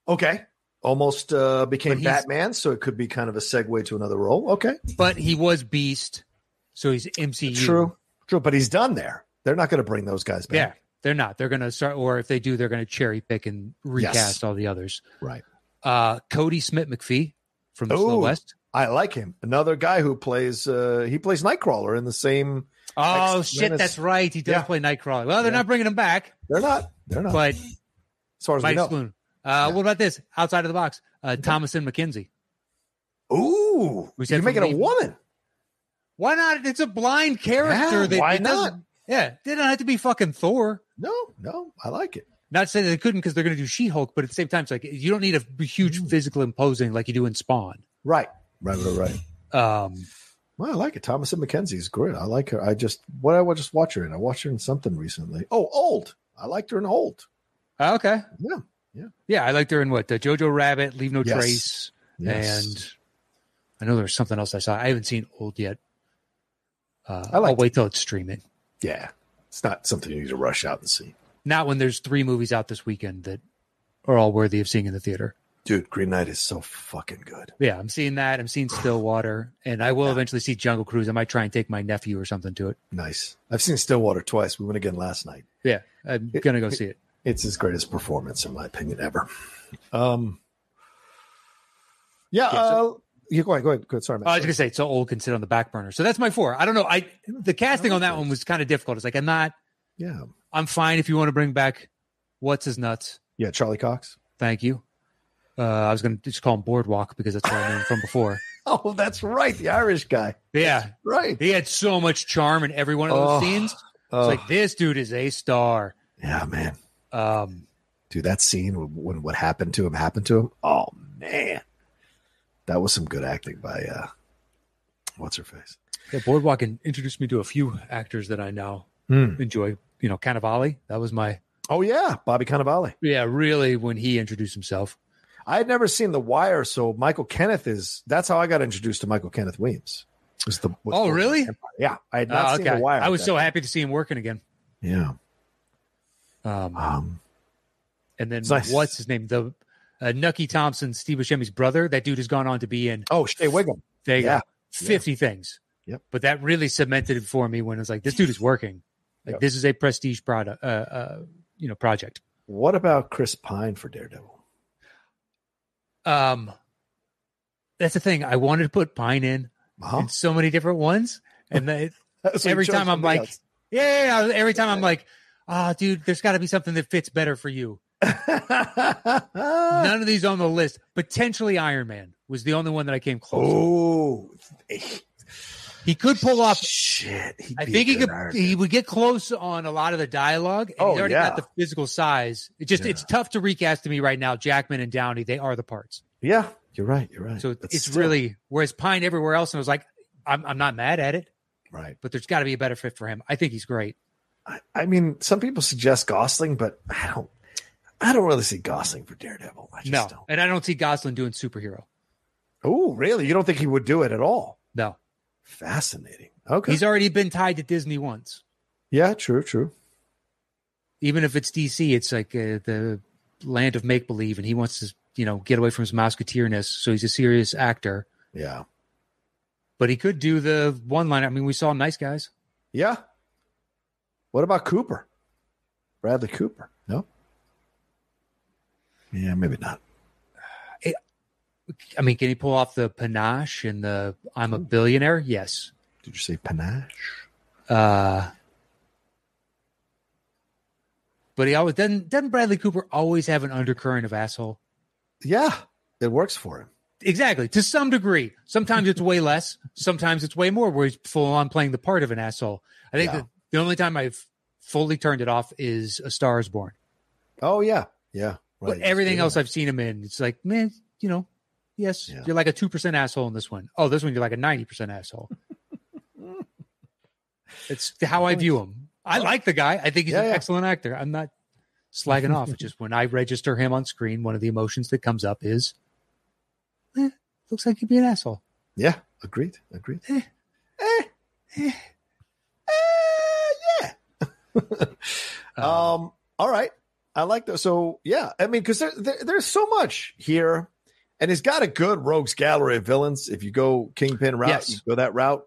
[SPEAKER 1] Okay. Almost uh, became
[SPEAKER 2] But he's-
[SPEAKER 1] Batman, so it could be kind of a segue to another role. Okay.
[SPEAKER 2] but he was Beast, so he's MCU.
[SPEAKER 1] True. True. But he's done there. They're not going to bring those guys
[SPEAKER 2] Yeah,
[SPEAKER 1] back.
[SPEAKER 2] they're not. They're going to start, or if they do, they're going to cherry pick and recast all the others.
[SPEAKER 1] Right.
[SPEAKER 2] Uh Cody Smith McPhee from the Slow
[SPEAKER 1] Ooh.
[SPEAKER 2] West.
[SPEAKER 1] I like him. Another guy who plays uh he plays Nightcrawler in the same
[SPEAKER 2] Oh
[SPEAKER 1] Ex-
[SPEAKER 2] shit,
[SPEAKER 1] Menace.
[SPEAKER 2] that's right. He does
[SPEAKER 1] Yeah.
[SPEAKER 2] play Nightcrawler. Well, they're
[SPEAKER 1] Yeah. Oh.
[SPEAKER 2] not bringing him back,
[SPEAKER 1] they're not they're not
[SPEAKER 2] but
[SPEAKER 1] as far as we
[SPEAKER 2] Mighty
[SPEAKER 1] know.
[SPEAKER 2] Spoon. Uh,
[SPEAKER 1] Yeah.
[SPEAKER 2] What about this? Outside of the box, uh, Thomason McKenzie.
[SPEAKER 1] Ooh.
[SPEAKER 2] We said
[SPEAKER 1] You're
[SPEAKER 2] from
[SPEAKER 1] making a
[SPEAKER 2] Legion.
[SPEAKER 1] woman.
[SPEAKER 2] Why not? It's a blind character.
[SPEAKER 1] Yeah,
[SPEAKER 2] that
[SPEAKER 1] why
[SPEAKER 2] it doesn't- Yeah, they don't have to be fucking Thor.
[SPEAKER 1] No, no, I like it.
[SPEAKER 2] Not Mm. saying that they couldn't because they're going to do She Hulk, but at the same time, it's like you don't need a huge physical imposing like you do in Spawn.
[SPEAKER 1] Right. Right. Right. Right.
[SPEAKER 2] Um,
[SPEAKER 1] Well, I like it. Thomas and Mackenzie's great. I like her. I just what I just watch her in. I watched her in something recently. Oh, old. I liked her in old.
[SPEAKER 2] uh, okay.
[SPEAKER 1] Yeah.
[SPEAKER 2] Yeah, I liked her in what? The Jojo Rabbit, Leave No
[SPEAKER 1] Yes.
[SPEAKER 2] Trace.
[SPEAKER 1] Yes.
[SPEAKER 2] And I know there's something else I saw. I haven't seen Old yet. Uh,
[SPEAKER 1] I liked
[SPEAKER 2] I'll wait till it's streaming.
[SPEAKER 1] yeah, it's not something you need to rush out and see.
[SPEAKER 2] Not when there's three movies out this weekend that are all worthy of seeing in the theater.
[SPEAKER 1] Dude, Green Knight is so fucking good.
[SPEAKER 2] Yeah, I'm seeing that. I'm seeing Stillwater, and I will eventually see Jungle Cruise. I might try and take my nephew or something to it.
[SPEAKER 1] Nice. I've seen Stillwater twice. We went again last night.
[SPEAKER 2] Yeah, I'm
[SPEAKER 1] It-
[SPEAKER 2] gonna go see it.
[SPEAKER 1] It's his greatest performance, in my opinion, ever. Um. Yeah.
[SPEAKER 2] Yeah,
[SPEAKER 1] uh, yeah go ahead. Go ahead. Go ahead. Sorry,
[SPEAKER 2] I was
[SPEAKER 1] Matt.
[SPEAKER 2] gonna say, so old can sit on the back burner. So that's my four. I don't know. I the casting on that one was kind of difficult. It's like I'm not.
[SPEAKER 1] yeah.
[SPEAKER 2] I'm fine if you want to bring back what's his nuts.
[SPEAKER 1] Yeah. Charlie Cox.
[SPEAKER 2] Thank you. Uh, I was gonna just call him Boardwalk because that's where I knew him from before.
[SPEAKER 1] Oh, that's right. The Irish guy.
[SPEAKER 2] Yeah,
[SPEAKER 1] Right.
[SPEAKER 2] he had so much charm in every one of those
[SPEAKER 1] Oh,
[SPEAKER 2] scenes. It's
[SPEAKER 1] Oh,
[SPEAKER 2] like this dude is a star.
[SPEAKER 1] yeah, man.
[SPEAKER 2] Um,
[SPEAKER 1] dude that scene when, when what happened to him happened to him oh man that was some good acting by uh what's her face
[SPEAKER 2] yeah, Boardwalk and introduced me to a few actors that I now enjoy. You know, Cannavale. That was my
[SPEAKER 1] Hmm. oh yeah bobby cannavale
[SPEAKER 2] yeah. Really, when he introduced himself.
[SPEAKER 1] i had never seen the wire so michael kenneth is that's how i got introduced to michael kenneth weems was the was
[SPEAKER 2] Oh,
[SPEAKER 1] the-
[SPEAKER 2] really?
[SPEAKER 1] yeah i had not
[SPEAKER 2] Oh,
[SPEAKER 1] seen
[SPEAKER 2] okay.
[SPEAKER 1] the wire
[SPEAKER 2] I was so happy to see him working again.
[SPEAKER 1] yeah
[SPEAKER 2] Um,
[SPEAKER 1] um
[SPEAKER 2] and then
[SPEAKER 1] It's nice.
[SPEAKER 2] what's his name? The uh, Nucky Thompson, Steve Buscemi's brother. That dude has gone on to be in
[SPEAKER 1] oh shay wiggum
[SPEAKER 2] there you go,
[SPEAKER 1] Yeah.
[SPEAKER 2] 50 things.
[SPEAKER 1] Yep.
[SPEAKER 2] But that really cemented it for me when I was like, this dude is working. Like
[SPEAKER 1] Yep.
[SPEAKER 2] this is a prestige product, uh, uh, you know, project.
[SPEAKER 1] what about chris pine for daredevil
[SPEAKER 2] Um, that's the thing. I wanted to put Pine in
[SPEAKER 1] huh?
[SPEAKER 2] in so many different ones, and then every time I'm like, yeah, yeah, yeah. every time I'm like, ah, dude, there's got to be something that fits better for you. None of these on the list. Potentially Iron Man was the only one that I came close.
[SPEAKER 1] oh
[SPEAKER 2] He could pull off
[SPEAKER 1] shit he'd
[SPEAKER 2] I
[SPEAKER 1] be a
[SPEAKER 2] think he
[SPEAKER 1] good
[SPEAKER 2] could.
[SPEAKER 1] Iron Man.
[SPEAKER 2] He would get close on a lot of the dialogue. And
[SPEAKER 1] Oh,
[SPEAKER 2] he's already
[SPEAKER 1] yeah.
[SPEAKER 2] got the physical size. It just it's tough to recast to me right now. Jackman and Downey, they are the parts.
[SPEAKER 1] Yeah, you're right. You're right.
[SPEAKER 2] So
[SPEAKER 1] But
[SPEAKER 2] it's
[SPEAKER 1] still-
[SPEAKER 2] really whereas Pine everywhere else, and I was like, I'm I'm not mad at it,
[SPEAKER 1] right.
[SPEAKER 2] but there's got to be a better fit for him. I think he's great.
[SPEAKER 1] I, I mean, some people suggest Gosling, but I don't. I don't really see Gosling for Daredevil. I just
[SPEAKER 2] No,
[SPEAKER 1] don't.
[SPEAKER 2] and I don't see Gosling doing superhero.
[SPEAKER 1] Oh, really? You don't think he would do it at all?
[SPEAKER 2] No,
[SPEAKER 1] Fascinating. Okay.
[SPEAKER 2] he's already been tied to Disney once.
[SPEAKER 1] yeah. True. True.
[SPEAKER 2] Even if it's DC, it's like uh, the land of make believe, and he wants to you know get away from his musketeerness. So he's a serious actor.
[SPEAKER 1] Yeah.
[SPEAKER 2] But he could do the one line. I mean, we saw nice guys.
[SPEAKER 1] Yeah. What about Cooper? Bradley Cooper? No. Yeah, maybe not.
[SPEAKER 2] I mean, can he pull off the panache and the I'm a billionaire? Yes.
[SPEAKER 1] Did you say panache?
[SPEAKER 2] Uh, but he always doesn't. Doesn't Bradley Cooper always have an undercurrent of asshole?
[SPEAKER 1] Yeah, it works for him.
[SPEAKER 2] Exactly, to some degree. Sometimes it's way less. Sometimes it's way more. Where he's full on playing the part of an asshole. I think
[SPEAKER 1] Yeah.
[SPEAKER 2] that the only time I've fully turned it off is A Star Is Born.
[SPEAKER 1] Oh yeah, yeah.
[SPEAKER 2] But everything
[SPEAKER 1] Yeah.
[SPEAKER 2] else I've seen him in, it's like, man, you know, yes,
[SPEAKER 1] Yeah.
[SPEAKER 2] you're like a two percent asshole in this one. Oh, this one you're like a ninety percent asshole. it's how I view him. I like the guy. I think he's
[SPEAKER 1] Yeah,
[SPEAKER 2] an
[SPEAKER 1] yeah.
[SPEAKER 2] excellent actor. I'm not slagging off. It's just when I register him on screen, one of the emotions that comes up is, eh, looks like he'd be an asshole.
[SPEAKER 1] Yeah, agreed. Agreed.
[SPEAKER 2] Eh.
[SPEAKER 1] Eh. Eh. Eh, yeah.
[SPEAKER 2] Um,
[SPEAKER 1] um. All right. I like that. So yeah, I mean, because there, there, there's so much here, and he's got a good rogues gallery of villains. If you go Kingpin route,
[SPEAKER 2] Yes.
[SPEAKER 1] you go that route.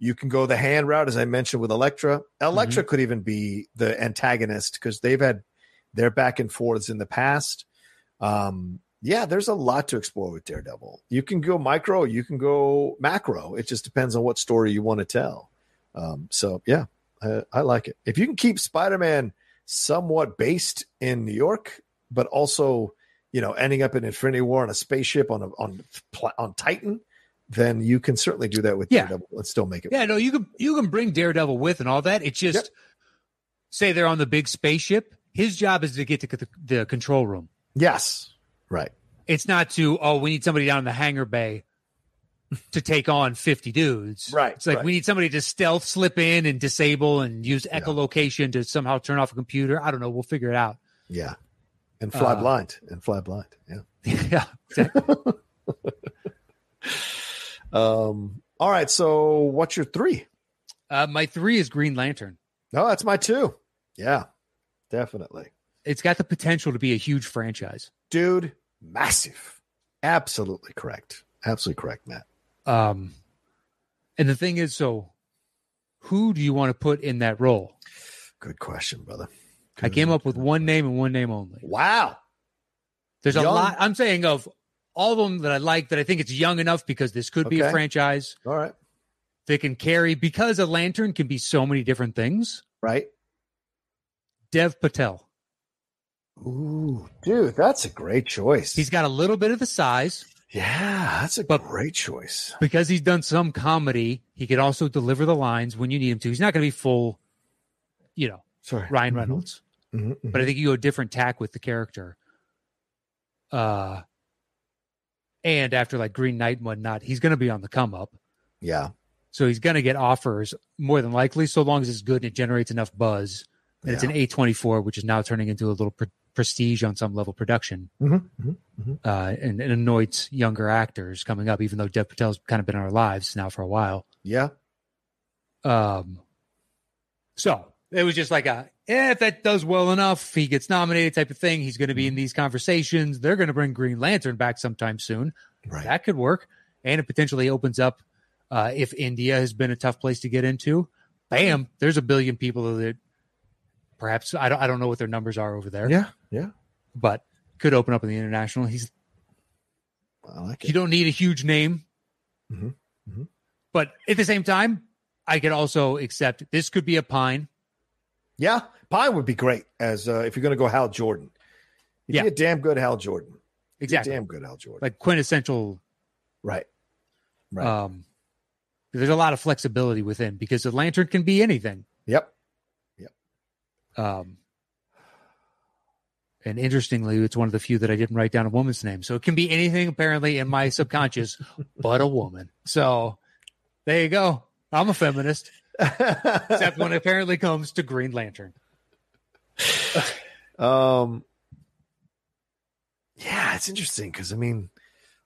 [SPEAKER 1] You can go the hand route, as I mentioned with Elektra. Elektra
[SPEAKER 2] Mm-hmm.
[SPEAKER 1] could even be the antagonist because they've had their back and forths in the past. Um, yeah, there's a lot to explore with Daredevil. You can go micro, you can go macro. It just depends on what story you want to tell. Um, so yeah, I, Uh, I like it. If you can keep Spider-Man somewhat based in New York, but also you know ending up in Infinity War on a spaceship on a, on pla- on Titan, then you can certainly do that with
[SPEAKER 2] Yeah.
[SPEAKER 1] Daredevil and still make it.
[SPEAKER 2] Yeah, no, you can you can bring Daredevil with and all that. It's just
[SPEAKER 1] Yep.
[SPEAKER 2] say they're on the big spaceship. His job is to get to c- the, the control room.
[SPEAKER 1] Yes, right.
[SPEAKER 2] It's not to oh we need somebody down in the hangar bay to take on 50 dudes.
[SPEAKER 1] Right,
[SPEAKER 2] It's like
[SPEAKER 1] right.
[SPEAKER 2] we need somebody to stealth slip in and disable and use
[SPEAKER 1] Yeah.
[SPEAKER 2] echolocation to somehow turn off a computer. I don't know. We'll figure it out.
[SPEAKER 1] Yeah. And fly
[SPEAKER 2] Uh,
[SPEAKER 1] blind. And fly blind. Yeah.
[SPEAKER 2] yeah.
[SPEAKER 1] Um, all right. So what's your three?
[SPEAKER 2] Uh, my three is Green Lantern.
[SPEAKER 1] No, that's my two. Yeah. Definitely.
[SPEAKER 2] It's got the potential to be a huge franchise.
[SPEAKER 1] Dude, massive. Absolutely correct. Absolutely correct, Matt.
[SPEAKER 2] Um, and the thing is, so who do you want to put in that role?
[SPEAKER 1] Good question, brother.
[SPEAKER 2] I came up with one name and one name only.
[SPEAKER 1] Wow.
[SPEAKER 2] There's a
[SPEAKER 1] Young-
[SPEAKER 2] lot. I'm saying of all of them that I like that I think it's young enough because this could be a
[SPEAKER 1] Okay.
[SPEAKER 2] franchise
[SPEAKER 1] All right.
[SPEAKER 2] that can carry because a lantern can be so many different things.
[SPEAKER 1] Right.
[SPEAKER 2] Dev Patel.
[SPEAKER 1] Ooh, dude, that's a great choice.
[SPEAKER 2] He's got a little bit of the size
[SPEAKER 1] yeah, that's a
[SPEAKER 2] But-
[SPEAKER 1] great choice.
[SPEAKER 2] because he's done some comedy. He can also deliver the lines when you need him to. He's not going to be full, you know,
[SPEAKER 1] Sorry.
[SPEAKER 2] Ryan Reynolds,
[SPEAKER 1] Mhm, mhm.
[SPEAKER 2] but I think you go a different tack with the character. Uh, and after like Green Knight and whatnot, he's going to be on the come up.
[SPEAKER 1] Yeah.
[SPEAKER 2] So he's going to get offers more than likely, so long as it's good and it generates enough buzz. And it's
[SPEAKER 1] Yeah.
[SPEAKER 2] an A24, which is now turning into a little pre- prestige on some level production
[SPEAKER 1] Mhm, mhm.
[SPEAKER 2] uh, and, and anoints younger actors coming up, even though Dev Patel's kind of been in our lives now for a while.
[SPEAKER 1] Yeah.
[SPEAKER 2] Um, so it was just like a, eh, if that does well enough, he gets nominated type of thing. He's going to be in these conversations. They're going to bring Green Lantern back sometime soon.
[SPEAKER 1] Right.
[SPEAKER 2] That could work. And it potentially opens up uh, if India has been a tough place to get into. Bam, there's a billion people that perhaps I don't, I don't know what their numbers are over there,
[SPEAKER 1] Yeah. Yeah.
[SPEAKER 2] but could open up in the international. He's
[SPEAKER 1] I like
[SPEAKER 2] you
[SPEAKER 1] it.
[SPEAKER 2] don't need a huge name.
[SPEAKER 1] Mhm. Mhm.
[SPEAKER 2] But at the same time, I could also accept this could be a pine.
[SPEAKER 1] Yeah. Pine would be great as uh, if you're going to go Hal Jordan. You'd
[SPEAKER 2] Yeah.
[SPEAKER 1] be a damn good Hal Jordan. You'd be
[SPEAKER 2] Exactly.
[SPEAKER 1] a damn good Hal Jordan.
[SPEAKER 2] Like quintessential.
[SPEAKER 1] right. Right.
[SPEAKER 2] Um, there's a lot of flexibility within because the lantern can be anything.
[SPEAKER 1] Yep.
[SPEAKER 2] Um, and interestingly, it's one of the few that I didn't write down a woman's name. So it can be anything apparently in my subconscious, but a woman. So there you go. I'm a feminist, except when it apparently comes to Green Lantern.
[SPEAKER 1] Um, yeah, it's interesting because I mean,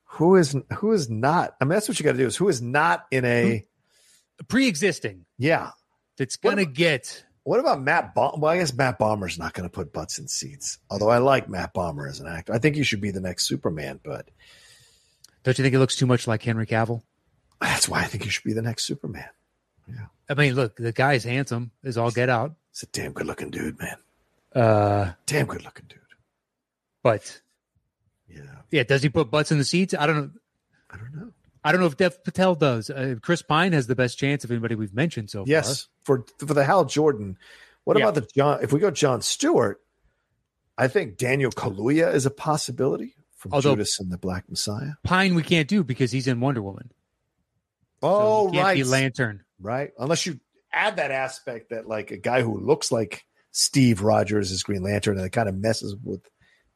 [SPEAKER 1] who is who is not? I mean, that's what you got to do is who is not in a
[SPEAKER 2] Pre existing,
[SPEAKER 1] yeah.
[SPEAKER 2] that's
[SPEAKER 1] What
[SPEAKER 2] going to get.
[SPEAKER 1] What about Matt? Bom- well, I guess Matt Bomber's not going to put butts in seats. Although I like Matt Bomber as an actor, I think he should be the next Superman. But
[SPEAKER 2] Don't you think it looks too much like Henry Cavill?
[SPEAKER 1] that's why I think he should be the next Superman.
[SPEAKER 2] I mean, look, the guy's handsome is all get out.
[SPEAKER 1] He's a damn good looking dude, man.
[SPEAKER 2] Uh,
[SPEAKER 1] Damn good looking dude.
[SPEAKER 2] but
[SPEAKER 1] Yeah,
[SPEAKER 2] yeah, does he put butts in the seats? I don't know.
[SPEAKER 1] I don't know.
[SPEAKER 2] I don't know if Dev Patel does. Uh, Chris Pine has the best chance of anybody we've mentioned so
[SPEAKER 1] Yes, for for the Hal Jordan. What
[SPEAKER 2] Yeah.
[SPEAKER 1] about the John? If we go John Stewart, I think Daniel Kaluuya is a possibility from
[SPEAKER 2] Although-
[SPEAKER 1] Judas and the Black Messiah.
[SPEAKER 2] far. Pine, we can't do because he's in Wonder Woman. So
[SPEAKER 1] Oh,
[SPEAKER 2] he can't
[SPEAKER 1] right,
[SPEAKER 2] Be Lantern.
[SPEAKER 1] right. Unless you add that aspect that like a guy who looks like Steve Rogers is Green Lantern, and it kind of messes with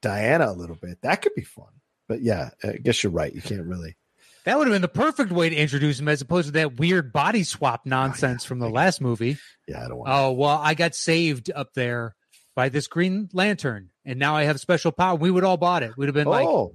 [SPEAKER 1] Diana a little bit. That could be fun. But yeah, I guess you're right. You can't really.
[SPEAKER 2] That would have been the perfect way to introduce him, as opposed to that weird body swap nonsense from the last movie.
[SPEAKER 1] Yeah, I don't want.
[SPEAKER 2] Oh well, I got saved up there by this Green Lantern, and now I have special power. We would all bought it. We'd have been
[SPEAKER 1] oh,
[SPEAKER 2] like,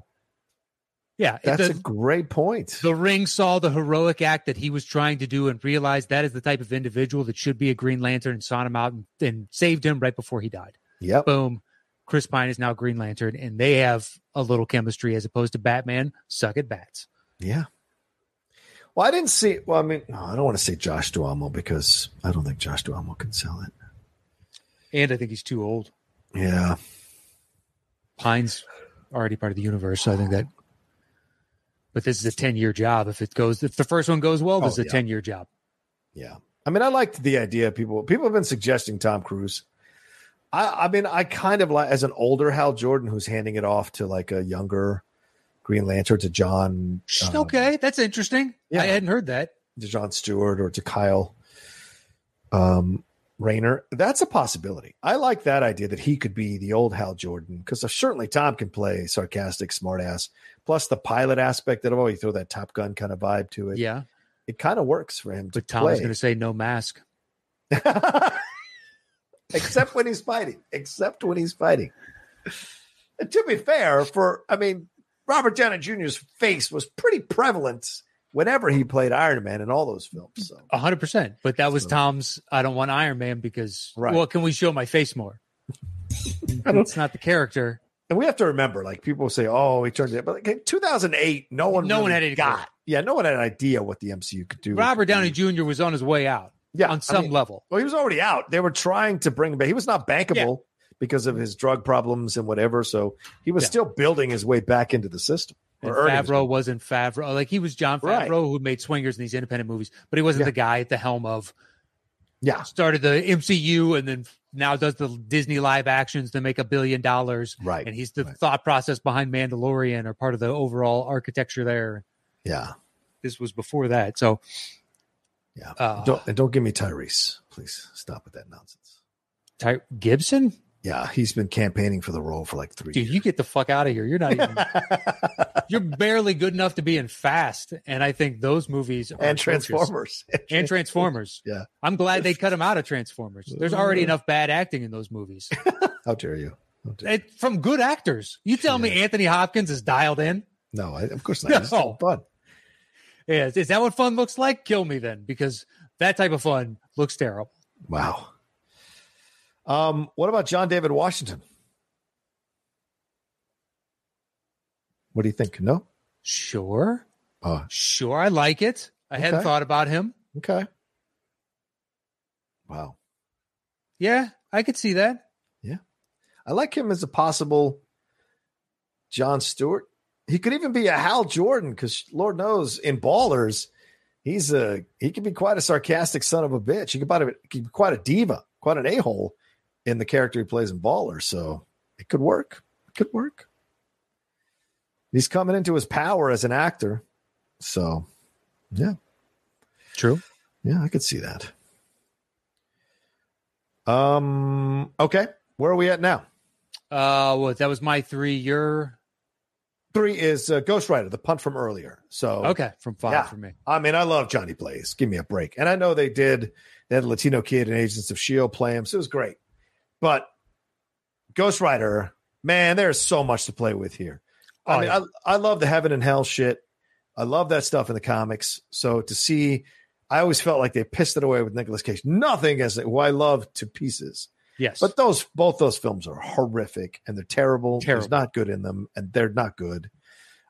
[SPEAKER 2] yeah,
[SPEAKER 1] that's
[SPEAKER 2] the-
[SPEAKER 1] a great point.
[SPEAKER 2] The ring saw the heroic act that he was trying to do and realized that is the type of individual that should be a Green Lantern and sought him out and, and saved him right before he died.
[SPEAKER 1] Yep.
[SPEAKER 2] Boom. Chris Pine is now Green Lantern and they have a little chemistry as opposed to Batman. Suck at bats.
[SPEAKER 1] Yeah. Well, I didn't see. Well, I mean, no, I don't want to say Josh Duhamel because I don't think Josh Duhamel can sell it.
[SPEAKER 2] And I think he's too old.
[SPEAKER 1] Yeah,
[SPEAKER 2] Pine's already part of the universe. So I think that, but this is a 10 year job. If it goes, if the first one goes well, this
[SPEAKER 1] Oh,
[SPEAKER 2] is a
[SPEAKER 1] yeah.
[SPEAKER 2] 10 year job.
[SPEAKER 1] yeah. I mean, I liked the idea. People, people have been suggesting Tom Cruise. I, I mean, I kind of like as an older Hal Jordan who's handing it off to like a younger Green Lantern to John, um,
[SPEAKER 2] okay. That's interesting.
[SPEAKER 1] yeah.
[SPEAKER 2] I hadn't heard that.
[SPEAKER 1] to John Stewart or to Kyle. Um, Rayner. That's a possibility. I like that idea that he could be the old Hal Jordan because certainly Tom can play sarcastic, smartass. Plus the pilot aspect that oh, you throw that Top Gun kind of vibe to it.
[SPEAKER 2] Yeah.
[SPEAKER 1] It kind of works for him.
[SPEAKER 2] But
[SPEAKER 1] to
[SPEAKER 2] Tom's
[SPEAKER 1] play.
[SPEAKER 2] going to say no mask.
[SPEAKER 1] except when he's fighting. Except when he's fighting. And to be fair, for I mean, Robert Downey Jr.'s face was pretty prevalent whenever he played Iron Man in all those films. So
[SPEAKER 2] A hundred percent. But that was
[SPEAKER 1] So-
[SPEAKER 2] Tom's. I don't want Iron Man because.
[SPEAKER 1] Right.
[SPEAKER 2] Well, can we show my face more?
[SPEAKER 1] don't-
[SPEAKER 2] it's not the character.
[SPEAKER 1] and we have to remember, like people say, "Oh, he turned it," but like, in 2008, no one,
[SPEAKER 2] No one had any
[SPEAKER 1] got.
[SPEAKER 2] clue.
[SPEAKER 1] Yeah, no one had an idea what the MCU could do.
[SPEAKER 2] Robert Downey Jr. was on his way out
[SPEAKER 1] yeah, I
[SPEAKER 2] on some
[SPEAKER 1] mean,
[SPEAKER 2] level.
[SPEAKER 1] Well, he was already out. They were trying to bring him back. He was not bankable because of his drug problems and whatever. So he was
[SPEAKER 2] Yeah.
[SPEAKER 1] still building his way back into the system.
[SPEAKER 2] And
[SPEAKER 1] earning his way
[SPEAKER 2] Favreau wasn't Favreau. Oh, Like he was John Favreau
[SPEAKER 1] Right.
[SPEAKER 2] who made Swingers and these independent movies, but he wasn't
[SPEAKER 1] Yeah. Ah.
[SPEAKER 2] the guy at the helm of
[SPEAKER 1] Yeah.
[SPEAKER 2] started the MCU and then now does the Disney live actions to make a billion dollars.
[SPEAKER 1] Right.
[SPEAKER 2] And he's the
[SPEAKER 1] Right.
[SPEAKER 2] thought process behind Mandalorian or part of the overall architecture there.
[SPEAKER 1] yeah.
[SPEAKER 2] This was before that. So
[SPEAKER 1] Yeah.
[SPEAKER 2] uh,
[SPEAKER 1] don't and don't give me Tyrese. Please stop with that nonsense.
[SPEAKER 2] Ty- Gibson,
[SPEAKER 1] Yeah, he's been campaigning for the role for like three
[SPEAKER 2] dude,
[SPEAKER 1] years.
[SPEAKER 2] you Oh, get the fuck out of here. You're not even, you're barely good enough to be in Fast. And I think those movies are
[SPEAKER 1] and
[SPEAKER 2] atrocious.
[SPEAKER 1] Transformers.
[SPEAKER 2] and Transformers.
[SPEAKER 1] Yeah.
[SPEAKER 2] I'm glad they cut him out of Transformers. There's already enough bad acting in those movies
[SPEAKER 1] How dare you? How dare you.
[SPEAKER 2] It- from good actors. You tell me Anthony Hopkins is dialed in.
[SPEAKER 1] No, I, of course not. It's
[SPEAKER 2] No.
[SPEAKER 1] still fun.
[SPEAKER 2] Yeah, is- is that what fun looks like? Kill me then, because that type of fun looks terrible.
[SPEAKER 1] Wow. Um, what about John David Washington? What do you think? No?
[SPEAKER 2] Sure,
[SPEAKER 1] Oh,
[SPEAKER 2] sure, I like it. I hadn't
[SPEAKER 1] Okay.
[SPEAKER 2] thought about him.
[SPEAKER 1] okay. Wow.
[SPEAKER 2] Yeah, I could see that.
[SPEAKER 1] I like him as a possible John Stewart. He could even be a Hal Jordan because Lord knows in Ballers, he's a he could be quite a sarcastic son of a bitch. He could, about, he could be quite a diva, quite an a hole in the character he plays in Ballers. So it could work. It could work. He's coming into his power as an actor. So
[SPEAKER 2] True.
[SPEAKER 1] yeah, I could see that. Um. Okay, where are we at now?
[SPEAKER 2] Uh, well, that was my three. Your
[SPEAKER 1] Three is uh, Ghost Rider, the punt from earlier. So
[SPEAKER 2] okay from five
[SPEAKER 1] Oh. Yeah.
[SPEAKER 2] for me.
[SPEAKER 1] I mean, I love Johnny Blaze. Give me a break. And I know they did. They had a Latino kid in Agents of Shield E play him, so it was great. But Ghost Rider, man, there's so much to play with here. I
[SPEAKER 2] Oh,
[SPEAKER 1] mean,
[SPEAKER 2] yeah.
[SPEAKER 1] I, I love the heaven and hell shit. I love that stuff in the comics. So to see, I always felt like they pissed it away with Nicolas Cage. Nothing against it, who I love to pieces.
[SPEAKER 2] Yes,
[SPEAKER 1] But those both those films are horrific and they're terrible.
[SPEAKER 2] Terrible.
[SPEAKER 1] There's not good in them and they're not good.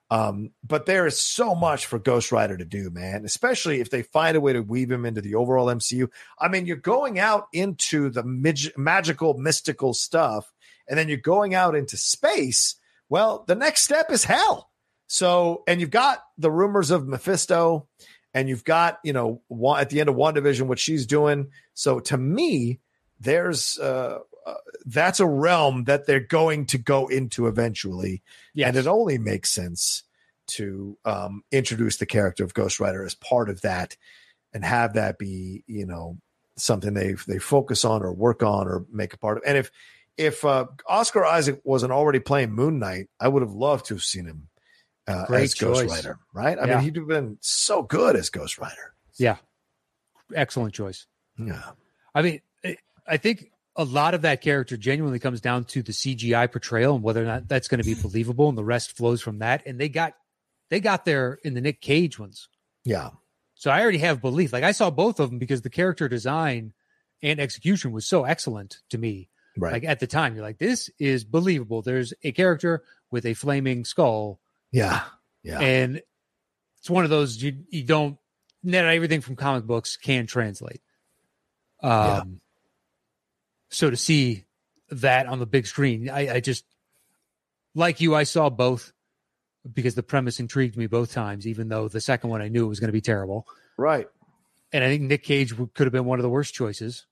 [SPEAKER 1] Um, but there is so much for Ghost Rider to do, man, especially if they find a way to weave him into the overall MCU. I mean, you're going out into the mig- magical, mystical stuff, and then you're going out into space. Well, the next step is hell. So, and you've got the rumors of Mephisto, and you've got, you know, one, at the end of one division, what she's doing. So to me, there's uh, uh, that's a realm that they're going to go into eventually,
[SPEAKER 2] yes.
[SPEAKER 1] and it only makes sense to um, introduce the character of Ghost Rider as part of that, and have that be you know something they they focus on or work on or make a part of. And if if uh, Oscar Isaac wasn't already playing Moon Knight, I would have loved to have seen him uh,
[SPEAKER 2] Great
[SPEAKER 1] as Ghost
[SPEAKER 2] choice.
[SPEAKER 1] Rider. Right? I
[SPEAKER 2] Yeah.
[SPEAKER 1] mean, he'd have been so good as Ghost Rider.
[SPEAKER 2] excellent choice.
[SPEAKER 1] Yeah.
[SPEAKER 2] I mean, I- I think a lot of that character genuinely comes down to the CGI portrayal and whether or not that's going to be believable, and the rest flows from that. And they got they got there in the Nick Cage ones,
[SPEAKER 1] Yeah.
[SPEAKER 2] so I already have belief. Like I saw both of them because the character design and execution was so excellent to me.
[SPEAKER 1] Right.
[SPEAKER 2] Like at the time, you're like, this is believable. There's a character with a flaming skull,
[SPEAKER 1] yeah. Yeah.
[SPEAKER 2] and it's one of those you you don't not everything from comic books can translate. Um,
[SPEAKER 1] Yeah.
[SPEAKER 2] so to see that on the big screen, I, I just like you. I saw both because the premise intrigued me both times, even though the second one I knew it was going to be terrible.
[SPEAKER 1] Right.
[SPEAKER 2] And I think Nick Cage would, could have been one of the worst choices,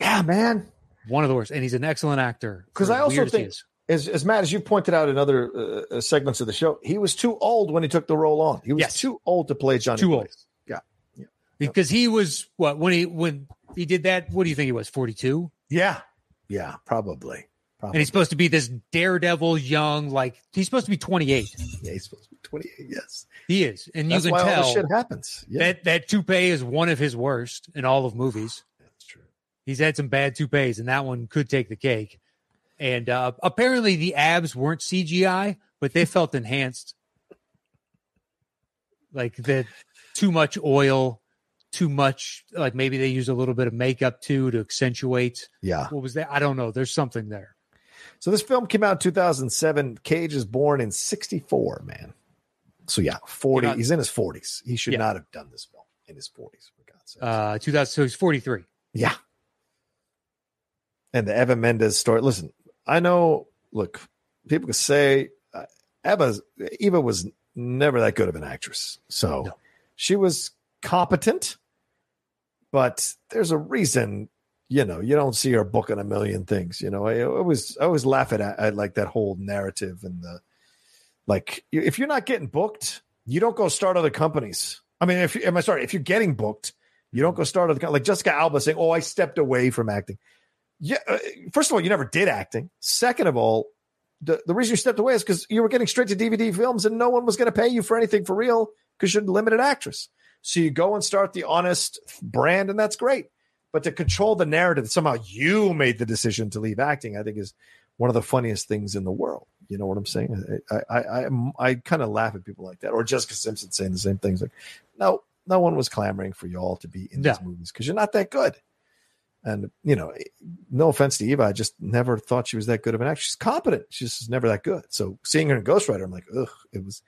[SPEAKER 1] Yeah, man.
[SPEAKER 2] one of the worst. And he's an excellent actor.
[SPEAKER 1] 'Cause
[SPEAKER 2] for
[SPEAKER 1] I
[SPEAKER 2] as
[SPEAKER 1] also
[SPEAKER 2] weird as he
[SPEAKER 1] think-
[SPEAKER 2] is.
[SPEAKER 1] As, as Matt, as you pointed out in other uh, uh, segments of the show, he was too old when he took the role on. He was
[SPEAKER 2] Yes.
[SPEAKER 1] too old to play Johnny.
[SPEAKER 2] Too
[SPEAKER 1] Blaze.
[SPEAKER 2] old.
[SPEAKER 1] Yeah.
[SPEAKER 2] because he was what when he when he did that. What do you think he was? Forty two,
[SPEAKER 1] Yeah. Yeah, probably.
[SPEAKER 2] and he's supposed to be this daredevil, young, like he's supposed to be twenty eight.
[SPEAKER 1] Yeah, he's supposed to be 28. Yes.
[SPEAKER 2] He is, and
[SPEAKER 1] That's
[SPEAKER 2] you
[SPEAKER 1] why
[SPEAKER 2] can
[SPEAKER 1] all this
[SPEAKER 2] tell
[SPEAKER 1] shit happens. Yeah,
[SPEAKER 2] that that toupee is one of his worst in all of movies.
[SPEAKER 1] that's true.
[SPEAKER 2] He's had some bad toupees, and that one could take the cake. And uh, apparently, the abs weren't CGI, but they felt enhanced. Like the too much oil, too much. Like maybe they used a little bit of makeup too to accentuate.
[SPEAKER 1] Yeah.
[SPEAKER 2] What was that? I don't know. There's something there.
[SPEAKER 1] So this film came out in 2007. Cage is born in 64, man. So yeah, 40.
[SPEAKER 2] You're not-
[SPEAKER 1] he's in his 40s. He should
[SPEAKER 2] Yeah.
[SPEAKER 1] not have done this film in his 40s, for God's sake.
[SPEAKER 2] Uh, 2000. So he's 43.
[SPEAKER 1] yeah. And the Eva Mendes story. Listen, I know, look, people can say uh, Eva, Eva was never that good of an actress. So
[SPEAKER 2] No.
[SPEAKER 1] she was competent, but there's a reason you know you don't see her booking a million things you know i always i always laugh at, at like that whole narrative and the like you- if you're not getting booked you don't go start other companies i mean if am i sorry if you're getting booked you don't go start other co- like jessica alba saying oh i stepped away from acting yeah uh, first of all you never did acting second of all the, the reason you stepped away is because you were getting straight to dvd films and no one was going to pay you for anything for real because you're a limited actress so you go and start the honest brand and that's great but to control the narrative that somehow you made the decision to leave acting i think is one of the funniest things in the world you know what i'm saying
[SPEAKER 2] Mm-hmm.
[SPEAKER 1] i i i, I, I kind of laugh at people like that or jessica simpson saying the same things like no no one was clamoring for y'all to be in these movies because you're not that good and you know eh, no offense to eva i just never thought she was that good of an actress she's competent she's just never that good so seeing her in ghost rider i'm like ugh it was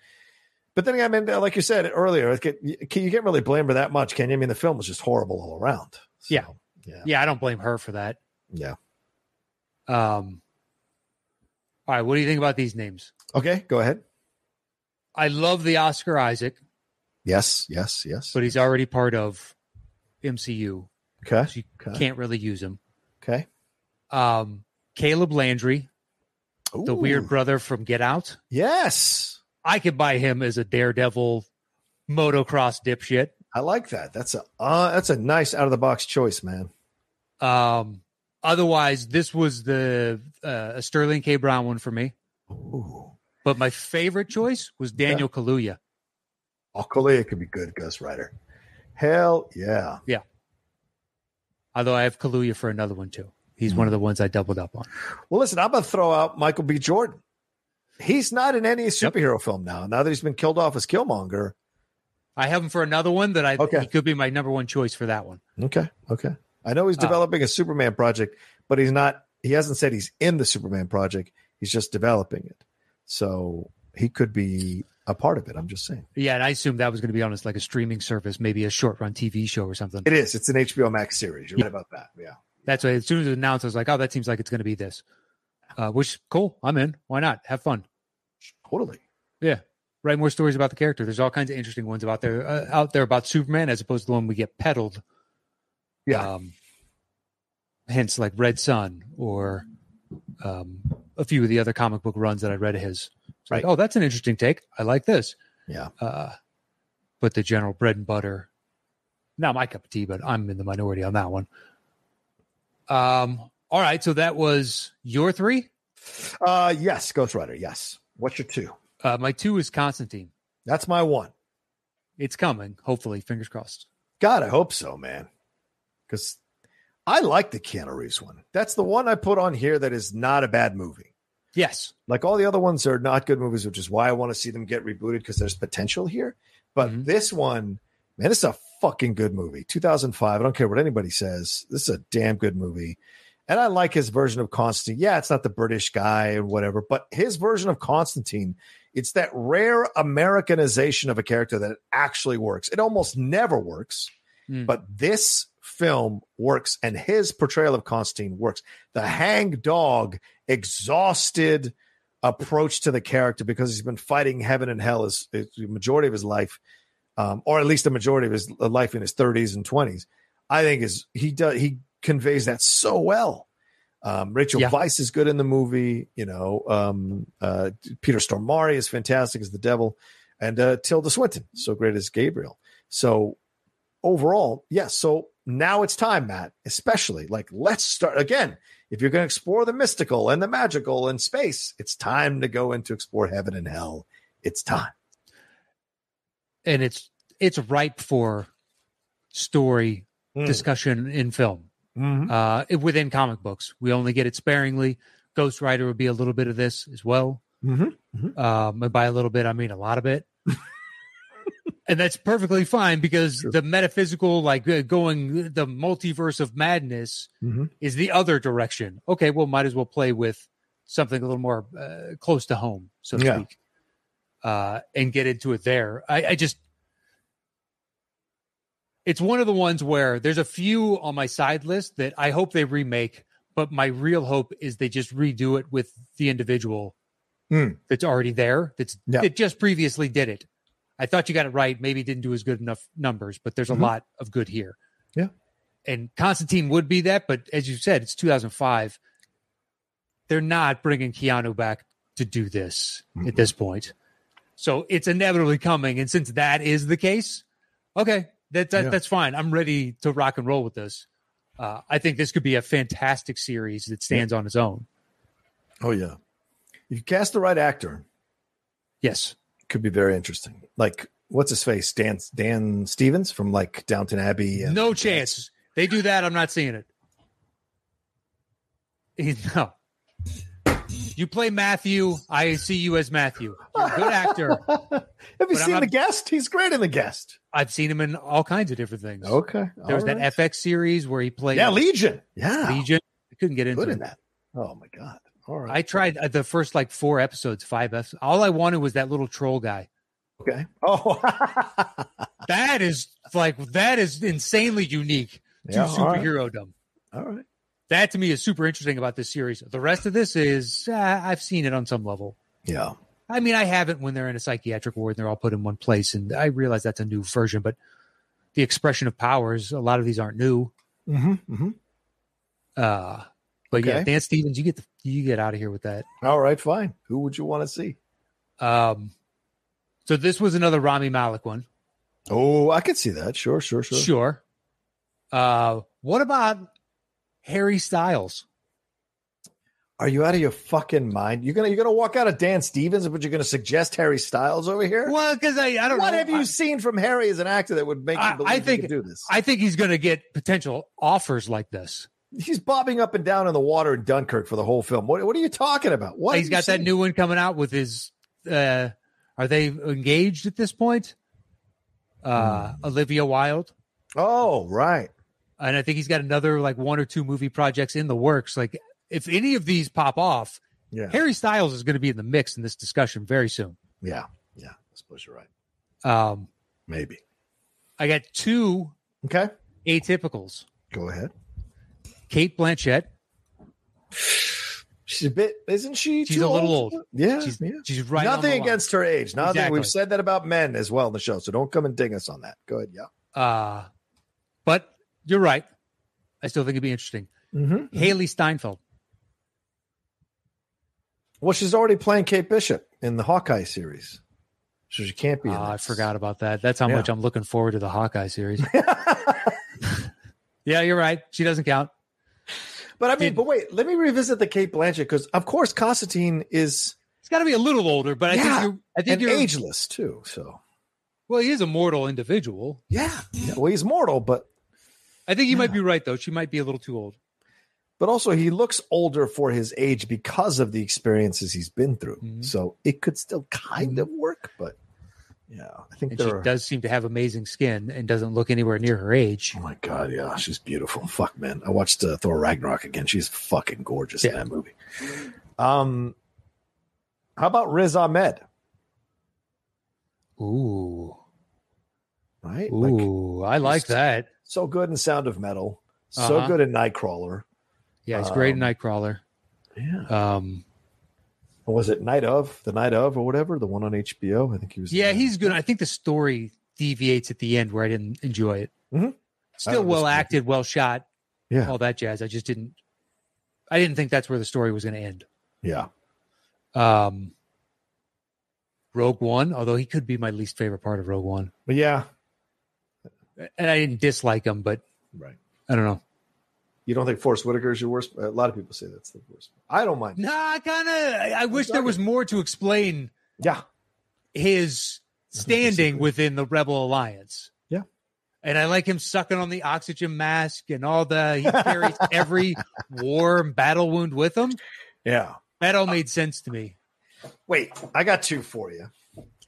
[SPEAKER 1] but then again, I mean, like you said earlier, it get, you can't really blame her that much, can you? I mean, the film was just horrible all around. So,
[SPEAKER 2] Yeah.
[SPEAKER 1] yeah.
[SPEAKER 2] Yeah, I don't blame her for that.
[SPEAKER 1] Yeah.
[SPEAKER 2] Um, all right. What do you think about these names?
[SPEAKER 1] Okay. Go ahead.
[SPEAKER 2] I love the Oscar Isaac,
[SPEAKER 1] Yes. Yes. Yes.
[SPEAKER 2] but he's already part of MCU.
[SPEAKER 1] okay.
[SPEAKER 2] So you
[SPEAKER 1] Okay.
[SPEAKER 2] can't really use him.
[SPEAKER 1] Okay.
[SPEAKER 2] Um, Caleb Landry, the
[SPEAKER 1] Ooh.
[SPEAKER 2] weird brother from Get Out.
[SPEAKER 1] Yes.
[SPEAKER 2] I could buy him as a daredevil motocross dipshit.
[SPEAKER 1] I like that. That's a uh, that's a nice out of the box choice, man.
[SPEAKER 2] Um, otherwise, this was the uh, a Sterling K. Brown one for me.
[SPEAKER 1] Ooh.
[SPEAKER 2] But my favorite choice was Daniel Kaluuya.
[SPEAKER 1] Oh, Kalia could be good Ghost Rider. Hell yeah.
[SPEAKER 2] Although I have Kaluuya for another one too. He's one of the ones I doubled up on.
[SPEAKER 1] Well, listen, I'm gonna throw out Michael B. Jordan. He's not in any superhero film now. Now that he's been killed off as Killmonger.
[SPEAKER 2] I have him for another one that I
[SPEAKER 1] Okay.
[SPEAKER 2] he could be my number one choice for that one.
[SPEAKER 1] Okay. Okay. I know he's
[SPEAKER 2] Uh,
[SPEAKER 1] developing a Superman project, but he's not, he hasn't said he's in the Superman project. He's just developing it. So he could be a part of it. I'm just saying.
[SPEAKER 2] Yeah, and I assumed that was going to be on like a streaming service, maybe a short run TV show or something.
[SPEAKER 1] It is. It's an HBO Max series. You're
[SPEAKER 2] Yeah.
[SPEAKER 1] right about that. Yeah.
[SPEAKER 2] That's why as soon as it was announced, I was like, oh, that seems like it's going to be this, uh, which cool. I'm in. Why not? Have fun.
[SPEAKER 1] Totally.
[SPEAKER 2] Write more stories about the character. There's all kinds of interesting ones about there uh, out there about Superman as opposed to the one we get peddled.
[SPEAKER 1] Yeah.
[SPEAKER 2] Um, hence, like Red Sun or um, a few of the other comic book runs that I read of his. It's like,
[SPEAKER 1] Right.
[SPEAKER 2] oh, that's an interesting take. I like this.
[SPEAKER 1] Yeah.
[SPEAKER 2] Uh, but the general bread and butter, not my cup of tea, but I'm in the minority on that one. Um, all right. So that was your three.
[SPEAKER 1] Uh, yes. Ghost Rider. Yes. What's your two?
[SPEAKER 2] Uh, my two is Constantine.
[SPEAKER 1] That's my one.
[SPEAKER 2] It's coming, hopefully. Fingers crossed.
[SPEAKER 1] God, I hope so, man. Because I like the Keanu Reeves one. That's the one I put on here that is not a bad movie.
[SPEAKER 2] Yes.
[SPEAKER 1] Like all the other ones are not good movies, which is why I want to see them get rebooted because there's potential here. But
[SPEAKER 2] Mhm.
[SPEAKER 1] this one, man, it's a fucking good movie. 2005. I don't care what anybody says. This is a damn good movie. And I like his version of Constantine. Yeah, it's not the British guy and whatever, but his version of Constantine, it's that rare Americanization of a character that actually works. It almost never works,
[SPEAKER 2] Mm.
[SPEAKER 1] but this film works and his portrayal of Constantine works. The hang dog, exhausted, approach to the character because he's been fighting heaven and hell his, his the majority of his life, um, or at least the majority of his uh, life in his 30s and 20s. I think is he does he conveys that so well. Um, Rachel
[SPEAKER 2] Yeah.
[SPEAKER 1] Weisz is good in the movie. You know, um, uh, Peter Stormare is fantastic as the devil, and uh, Tilda Swinton so great as Gabriel. So overall, yes. so now it's time, Matt, especially like let's start again. If you're going to explore the mystical and the magical and space, it's time to go into explore heaven and hell. It's time.
[SPEAKER 2] and it's it's ripe for story
[SPEAKER 1] Mm.
[SPEAKER 2] discussion in film
[SPEAKER 1] Mhm.
[SPEAKER 2] uh, it- within comic books. We only get it sparingly. Ghost Rider would be a little bit of this as well.
[SPEAKER 1] Mhm.
[SPEAKER 2] Um, and by a little bit, I mean a lot of it. and that's perfectly fine because
[SPEAKER 1] Sure.
[SPEAKER 2] the metaphysical, like uh, going the multiverse of madness,
[SPEAKER 1] Mhm.
[SPEAKER 2] is the other direction. Okay, well, might as well play with something a little more uh, close to home, so to
[SPEAKER 1] Yeah.
[SPEAKER 2] speak, uh, and get into it there. I, I just, it's one of the ones where there's a few on my side list that I hope they remake, but my real hope is they just redo it with the individual
[SPEAKER 1] Hmm.
[SPEAKER 2] that's already there, that's
[SPEAKER 1] Yeah.
[SPEAKER 2] that just previously did it. I thought you got it right. Maybe didn't do as good enough numbers, but there's a
[SPEAKER 1] Mhm.
[SPEAKER 2] lot of good here.
[SPEAKER 1] Yeah.
[SPEAKER 2] And Constantine would be that, but as you said, it's 2005. They're not bringing Keanu back to do this
[SPEAKER 1] Mhm.
[SPEAKER 2] at this point. So it's inevitably coming. And since that is the case, okay, that, that
[SPEAKER 1] Yeah.
[SPEAKER 2] that's fine. I'm ready to rock and roll with this. Uh, I think this could be a fantastic series that stands on its own.
[SPEAKER 1] Oh yeah. If you cast the right actor,
[SPEAKER 2] Yes.
[SPEAKER 1] could be very interesting. Like what's his face? Dan Dan Stevens from like Downton Abbey. and-
[SPEAKER 2] No chance. They do that. I'm not seeing it. He- No. You play Matthew. I see you as Matthew. You're a good actor.
[SPEAKER 1] Have you
[SPEAKER 2] But I'm
[SPEAKER 1] seen
[SPEAKER 2] not-
[SPEAKER 1] the guest? He's great in the guest.
[SPEAKER 2] I've seen him in all kinds of different things.
[SPEAKER 1] Okay.
[SPEAKER 2] there was that FX series where he played
[SPEAKER 1] Oh, Yeah, Legion. Yeah.
[SPEAKER 2] Legion. I couldn't get into
[SPEAKER 1] Good
[SPEAKER 2] it.
[SPEAKER 1] in that. Oh my god. All right.
[SPEAKER 2] I tried uh, the first like four episodes, five episodes. All I wanted was that little troll guy.
[SPEAKER 1] okay. Oh.
[SPEAKER 2] That is like that is insanely unique to
[SPEAKER 1] Yeah, all right.
[SPEAKER 2] superhero dumb.
[SPEAKER 1] All right.
[SPEAKER 2] That to me is super interesting about this series. The rest of this is uh, I've seen it on some level.
[SPEAKER 1] Yeah.
[SPEAKER 2] I mean, I haven't when they're in a psychiatric ward and they're all put in one place. And I realize that's a new version, but the expression of powers, a lot of these aren't new.
[SPEAKER 1] Mm-hmm. Mm-hmm.
[SPEAKER 2] Uh, but yeah,
[SPEAKER 1] Okay.
[SPEAKER 2] Dan Stevens, you get the, you get out of here with that.
[SPEAKER 1] All right, fine. Who would you want to see?
[SPEAKER 2] Um, so this was another Rami Malik one,
[SPEAKER 1] Oh, I could see that. Sure, sure, sure.
[SPEAKER 2] sure. Uh, what about Harry Styles?
[SPEAKER 1] Are you out of your fucking mind? You're gonna you're gonna walk out of Dan Stevens, but you're gonna suggest Harry Styles over here?
[SPEAKER 2] Well, because I, I don't
[SPEAKER 1] what
[SPEAKER 2] know.
[SPEAKER 1] have you
[SPEAKER 2] I-
[SPEAKER 1] seen from Harry as an actor that would make
[SPEAKER 2] I-
[SPEAKER 1] you believe
[SPEAKER 2] I
[SPEAKER 1] he
[SPEAKER 2] think-
[SPEAKER 1] could do this?
[SPEAKER 2] I think he's going to get potential offers like this.
[SPEAKER 1] He's bobbing up and down in the water in Dunkirk for the whole film. What, what are you talking about? What
[SPEAKER 2] he's
[SPEAKER 1] have you
[SPEAKER 2] got that
[SPEAKER 1] seen?
[SPEAKER 2] new one coming out with his uh are they engaged at this point uh
[SPEAKER 1] Hmm.
[SPEAKER 2] olivia wilde
[SPEAKER 1] Oh, right.
[SPEAKER 2] and i think he's got another like one or two movie projects in the works like if any of these pop off
[SPEAKER 1] Yeah,
[SPEAKER 2] harry styles is going to be in the mix in this discussion very soon
[SPEAKER 1] yeah, yeah. I suppose you're right.
[SPEAKER 2] um
[SPEAKER 1] Maybe.
[SPEAKER 2] i got two
[SPEAKER 1] Okay,
[SPEAKER 2] atypicals
[SPEAKER 1] go ahead.
[SPEAKER 2] kate blanchett
[SPEAKER 1] She's a bit, isn't she?
[SPEAKER 2] She's
[SPEAKER 1] too
[SPEAKER 2] a little old.
[SPEAKER 1] Yeah,
[SPEAKER 2] she's
[SPEAKER 1] yeah.
[SPEAKER 2] she's right on the
[SPEAKER 1] Nothing
[SPEAKER 2] line.
[SPEAKER 1] against her age. Nothing.
[SPEAKER 2] Exactly.
[SPEAKER 1] We've said that about men as well in the show, so don't come and ding us on that. Go ahead. Yeah.
[SPEAKER 2] uh but you're right i still think it'd be interesting
[SPEAKER 1] Mm-hmm.
[SPEAKER 2] haley steinfeld
[SPEAKER 1] Well, she's already playing Kate Bishop in the Hawkeye series, so she can't be. in
[SPEAKER 2] Oh, I
[SPEAKER 1] this.
[SPEAKER 2] forgot about that. That's how
[SPEAKER 1] Yeah.
[SPEAKER 2] much I'm looking forward to the Hawkeye series. yeah, you're right. She doesn't count.
[SPEAKER 1] But I mean,
[SPEAKER 2] Did-
[SPEAKER 1] but wait, let me revisit the Kate Blanchett because, of course, Constantine is
[SPEAKER 2] It's got to be a little older, but I
[SPEAKER 1] Yeah,
[SPEAKER 2] think you're. I think
[SPEAKER 1] and
[SPEAKER 2] you're.
[SPEAKER 1] ageless too. So
[SPEAKER 2] Well, he is a mortal individual.
[SPEAKER 1] yeah. yeah, well, he's mortal, but
[SPEAKER 2] I think you might be right though. She might be a little too old.
[SPEAKER 1] but also he looks older for his age because of the experiences he's been through.
[SPEAKER 2] Mhm.
[SPEAKER 1] So it could still kind
[SPEAKER 2] Mm-hmm.
[SPEAKER 1] of work, but yeah, I think
[SPEAKER 2] And
[SPEAKER 1] there
[SPEAKER 2] she
[SPEAKER 1] are.
[SPEAKER 2] does seem to have amazing skin and doesn't look anywhere near her age.
[SPEAKER 1] Oh my god, yeah, she's beautiful. Fuck, man, I watched uh, Thor Ragnarok again. She's fucking gorgeous in
[SPEAKER 2] Yeah.
[SPEAKER 1] that movie. Um, how about Riz Ahmed?
[SPEAKER 2] Ooh,
[SPEAKER 1] Right, like
[SPEAKER 2] ooh, I like
[SPEAKER 1] just-
[SPEAKER 2] that.
[SPEAKER 1] so good in Sound of Metal, so
[SPEAKER 2] Uh-huh.
[SPEAKER 1] good in Nightcrawler.
[SPEAKER 2] Yeah, he's great in
[SPEAKER 1] um,
[SPEAKER 2] Nightcrawler.
[SPEAKER 1] Yeah.
[SPEAKER 2] Um,
[SPEAKER 1] Or was it Night of the Night of or whatever the one on HBO? I think he was.
[SPEAKER 2] yeah, he's good. I think the story deviates at the end where I didn't enjoy it.
[SPEAKER 1] Mhm.
[SPEAKER 2] Still
[SPEAKER 1] don't
[SPEAKER 2] well
[SPEAKER 1] disagree.
[SPEAKER 2] acted, well shot.
[SPEAKER 1] yeah
[SPEAKER 2] all that jazz. I just didn't. I didn't think that's where the story was going to end.
[SPEAKER 1] yeah.
[SPEAKER 2] Um, Rogue One, although he could be my least favorite part of Rogue One,
[SPEAKER 1] But yeah,
[SPEAKER 2] and I didn't dislike him, but
[SPEAKER 1] Right.
[SPEAKER 2] I don't know.
[SPEAKER 1] You don't think Forrest Whitaker is your worst? A lot of people say that's the worst. I don't mind.
[SPEAKER 2] No, I kind of. I, I wish there was more to explain
[SPEAKER 1] Yeah.
[SPEAKER 2] his standing within the Rebel Alliance.
[SPEAKER 1] Yeah.
[SPEAKER 2] And I like him sucking on the oxygen mask and all the. He carries every war and battle wound with him.
[SPEAKER 1] Yeah.
[SPEAKER 2] That all made sense to me.
[SPEAKER 1] Wait, I got two for you.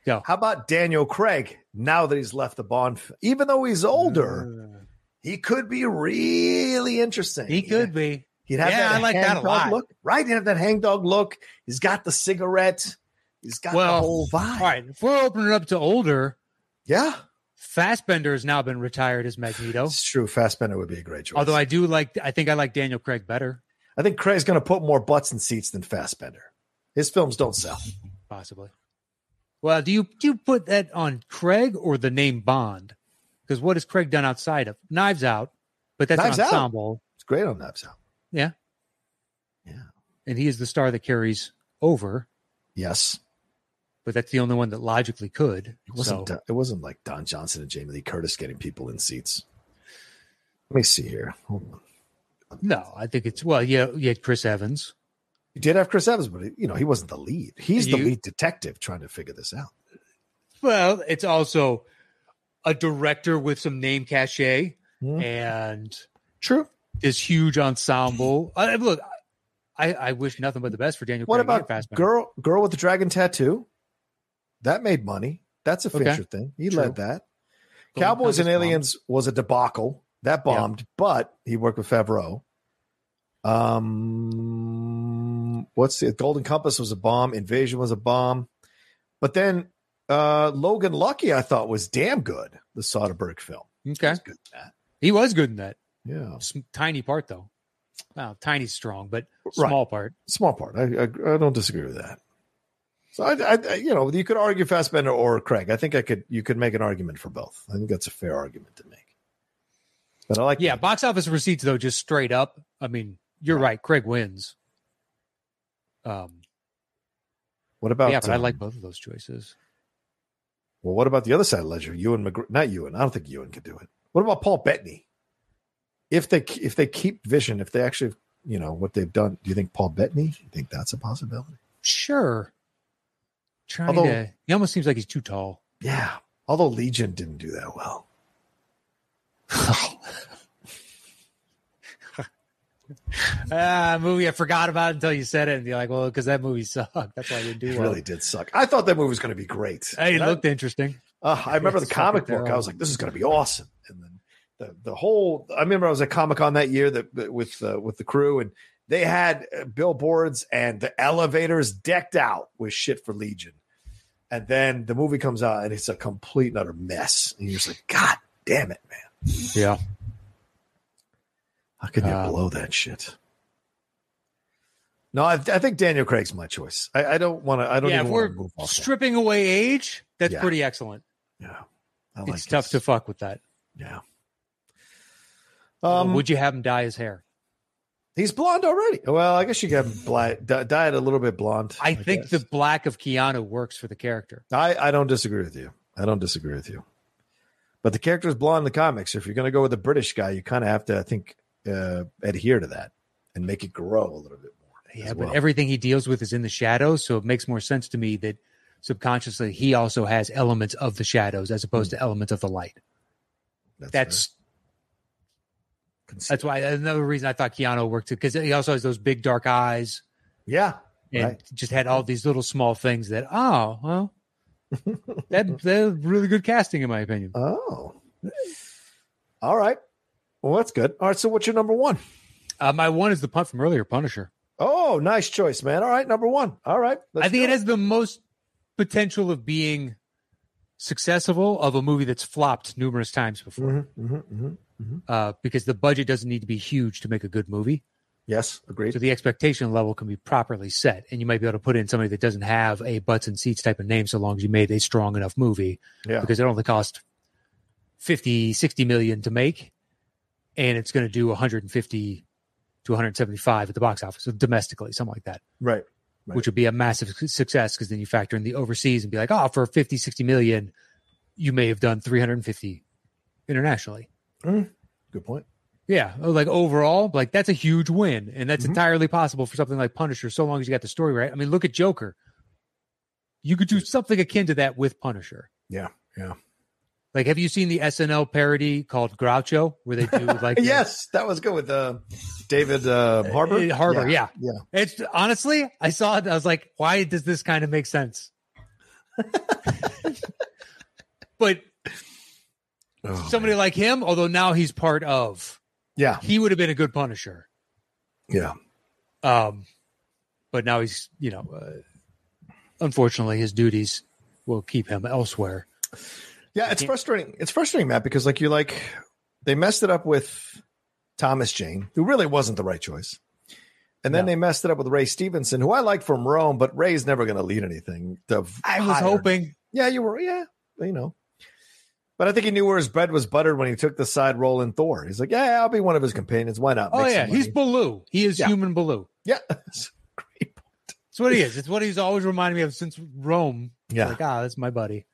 [SPEAKER 2] Go.
[SPEAKER 1] How about Daniel Craig? Now that he's left the Bond, f- even though he's
[SPEAKER 2] Mm.
[SPEAKER 1] older, he could be really interesting.
[SPEAKER 2] Uh, He could be.
[SPEAKER 1] He'd have
[SPEAKER 2] Yeah,
[SPEAKER 1] that
[SPEAKER 2] I like that a
[SPEAKER 1] hangdog
[SPEAKER 2] lot.
[SPEAKER 1] Look, right? He'd have that hangdog look. He's got the cigarette. He's got
[SPEAKER 2] Well,
[SPEAKER 1] the whole vibe.
[SPEAKER 2] All right. If we're opening up to older,
[SPEAKER 1] Yeah,
[SPEAKER 2] Fassbender has now been retired as Magneto.
[SPEAKER 1] it's true. Fastbender would be a great choice.
[SPEAKER 2] Oh. Although I do like, I think I like Daniel Craig better,
[SPEAKER 1] I think Craig's going to put more butts in seats than Fastbender. His films don't sell.
[SPEAKER 2] possibly. Well, do you do you put that on Craig or the name Bond? Because what has Craig done outside of Knives Out? But that's
[SPEAKER 1] Knives
[SPEAKER 2] an
[SPEAKER 1] Out.
[SPEAKER 2] ensemble,
[SPEAKER 1] It's great on that sound.
[SPEAKER 2] and he is the star that carries over.
[SPEAKER 1] Yes,
[SPEAKER 2] But that's the only one that logically could.
[SPEAKER 1] it
[SPEAKER 2] So,
[SPEAKER 1] wasn't. Don- it wasn't like Don Johnson and Jamie Lee Curtis getting people in seats. Let me see here. Hold on.
[SPEAKER 2] no, I think it's well, yeah, yeah. Chris Evans.
[SPEAKER 1] You did have Chris Evans, but he- you know he wasn't the lead. He's the
[SPEAKER 2] You-
[SPEAKER 1] lead detective trying to figure this out.
[SPEAKER 2] Well, it's also a director with some name cachet
[SPEAKER 1] Hmm.
[SPEAKER 2] and
[SPEAKER 1] True.
[SPEAKER 2] this huge ensemble. I, look, I, I wish nothing but the best for Daniel.
[SPEAKER 1] What
[SPEAKER 2] Craig and
[SPEAKER 1] about
[SPEAKER 2] Fassbender.
[SPEAKER 1] girl? Girl with the dragon tattoo. That made money. That's a
[SPEAKER 2] Okay.
[SPEAKER 1] Fincher thing. He
[SPEAKER 2] True.
[SPEAKER 1] led that.
[SPEAKER 2] Golden
[SPEAKER 1] Cowboys and
[SPEAKER 2] Compass
[SPEAKER 1] Aliens was a debacle that
[SPEAKER 2] Yeah.
[SPEAKER 1] bombed, but he worked with Favreau. Um, what's it? Golden Compass was a bomb. Invasion was a bomb, but then uh, Logan Lucky I thought was damn good. The Soderbergh film. He
[SPEAKER 2] bomb? Okay,
[SPEAKER 1] was good at that.
[SPEAKER 2] he was good in that
[SPEAKER 1] Yeah,
[SPEAKER 2] S- tiny part though. Wow, tiny's strong, but
[SPEAKER 1] Right.
[SPEAKER 2] small part.
[SPEAKER 1] small part. I, I I don't disagree with that. So I, I, I you know you could argue Fassbender or Craig. I think I could you could make an argument for both. I think that's a fair argument to make. But I like
[SPEAKER 2] Yeah, box office receipts though, just straight up. I mean, you're right. Craig wins. Um,
[SPEAKER 1] What about
[SPEAKER 2] yeah, but I
[SPEAKER 1] um,
[SPEAKER 2] like both of those choices.
[SPEAKER 1] Well, what about the other side of the ledger? Ewan McGregor, not Ewan. I don't think Ewan could do it. What about Paul Bettany? If they if they keep Vision, if they actually you know what they've done, do you think Paul Bettany? You think that's a possibility?
[SPEAKER 2] Sure. Trying
[SPEAKER 1] Although-
[SPEAKER 2] to, he almost seems like he's too tall.
[SPEAKER 1] Yeah. Although Legion didn't do that well.
[SPEAKER 2] Ah, a movie I forgot about until you said it, and you're like, "Well, because that movie sucked. That's why I didn't do
[SPEAKER 1] It
[SPEAKER 2] well."
[SPEAKER 1] really did suck. I thought that movie was going to be great.
[SPEAKER 2] Hey, it
[SPEAKER 1] And I-
[SPEAKER 2] looked interesting.
[SPEAKER 1] uh, I remember the
[SPEAKER 2] It's
[SPEAKER 1] comic
[SPEAKER 2] fucking
[SPEAKER 1] book. I
[SPEAKER 2] terrible.
[SPEAKER 1] was like, this is going to be awesome. And then the the whole. I remember I was at Comic Con that year that that- with uh, with the crew, and they had uh, billboards and the elevators decked out with shit for Legion. And then the movie comes out, and it's a complete and utter mess. And you're just like, God damn it, man!
[SPEAKER 2] Yeah.
[SPEAKER 1] How could you
[SPEAKER 2] Uh,
[SPEAKER 1] blow that shit? No, I, I think Daniel Craig's my choice. I, I don't want to. I don't
[SPEAKER 2] Yeah, if
[SPEAKER 1] even want
[SPEAKER 2] we're
[SPEAKER 1] to move off. that.
[SPEAKER 2] stripping away age, that's
[SPEAKER 1] Yeah.
[SPEAKER 2] pretty excellent.
[SPEAKER 1] Yeah, I
[SPEAKER 2] it's tough
[SPEAKER 1] his-
[SPEAKER 2] to fuck with that.
[SPEAKER 1] Yeah.
[SPEAKER 2] Um,
[SPEAKER 1] Um,
[SPEAKER 2] Would you have him dye his hair?
[SPEAKER 1] He's blonde already. Well, I guess you got black, di- dyed a little bit blonde.
[SPEAKER 2] I, think
[SPEAKER 1] guess.
[SPEAKER 2] the black of Keanu works for the character.
[SPEAKER 1] I, I don't disagree with you. I don't disagree with you. But the character is blonde in the comics. If you're going to go with a British guy, you kind of have to, I think, uh, adhere to that and make it grow a little bit more.
[SPEAKER 2] Yeah,
[SPEAKER 1] as
[SPEAKER 2] but
[SPEAKER 1] well.
[SPEAKER 2] everything he deals with is in the shadows, so it makes more sense to me that subconsciously he also has elements of the shadows as opposed to elements of the light. That's
[SPEAKER 1] Hmm. fair.
[SPEAKER 2] That's why another reason I thought Keanu worked because he also has those big dark eyes
[SPEAKER 1] yeah.
[SPEAKER 2] and
[SPEAKER 1] Right.
[SPEAKER 2] just had all these little small things that oh well that that's really good casting in my opinion.
[SPEAKER 1] Oh, all right. Well, that's good. All right. So, what's your number one?
[SPEAKER 2] Uh, my one is the punt from earlier, Punisher.
[SPEAKER 1] Oh, nice choice, man. All right, number one. All right.
[SPEAKER 2] I think it has the most potential of being successful of a movie that's flopped numerous times before
[SPEAKER 1] Mm-hmm, hmm hmm
[SPEAKER 2] uh, because the budget doesn't need to be huge to make a good movie.
[SPEAKER 1] Yes, agreed.
[SPEAKER 2] So the expectation level can be properly set, and you might be able to put in somebody that doesn't have a butts and seats type of name so long as you made a strong enough movie
[SPEAKER 1] Yeah.
[SPEAKER 2] because it only cost 50, 60 million to make, and it's going to do 150 to 175 at the box office domestically, something like that.
[SPEAKER 1] Right. Right.
[SPEAKER 2] which would be a massive su- success because then you factor in the overseas and be like, oh, for 50, 60 million, you may have done 350 internationally.
[SPEAKER 1] Good point.
[SPEAKER 2] Yeah, oh, like overall, like that's a huge win, and that's
[SPEAKER 1] Mhm.
[SPEAKER 2] entirely possible for something like Punisher, so long as you got the story right. I mean, look at Joker. You could do something akin to that with Punisher.
[SPEAKER 1] Yeah, yeah.
[SPEAKER 2] Like, have you seen the SNL parody called Groucho, where they do like
[SPEAKER 1] yes, that was good with uh, David uh,
[SPEAKER 2] the-
[SPEAKER 1] Harbor.
[SPEAKER 2] uh, Harbor, yeah.
[SPEAKER 1] yeah.
[SPEAKER 2] It's honestly, I saw it. I was like, why does this kind of make sense? but
[SPEAKER 1] Oh,
[SPEAKER 2] somebody like him, although now he's part of,
[SPEAKER 1] yeah,
[SPEAKER 2] he would have been a good Punisher.
[SPEAKER 1] yeah.
[SPEAKER 2] Um, but now he's, you know, uh, unfortunately, his duties will keep him elsewhere.
[SPEAKER 1] Yeah, it's frustrating. It's frustrating, Matt, because like you're like they messed it up with Thomas Jane, who really wasn't the right choice. And then
[SPEAKER 2] No.
[SPEAKER 1] they messed it up with Ray Stevenson, who I like from Rome, but Ray's never going to lead anything. of
[SPEAKER 2] I was
[SPEAKER 1] higher-
[SPEAKER 2] hoping.
[SPEAKER 1] Yeah, you were. Yeah, you know. But I think he knew where his bread was buttered when he took the side role in Thor. He's like, yeah, I'll be one of his companions. Why not?
[SPEAKER 2] Oh
[SPEAKER 1] Make
[SPEAKER 2] yeah,
[SPEAKER 1] some
[SPEAKER 2] he's
[SPEAKER 1] money."
[SPEAKER 2] Baloo. He is
[SPEAKER 1] Yeah.
[SPEAKER 2] human Baloo.
[SPEAKER 1] yeah, It's great.
[SPEAKER 2] It's what he is. It's what he's always reminded me of since Rome.
[SPEAKER 1] Yeah.
[SPEAKER 2] Like, ah, that's my buddy.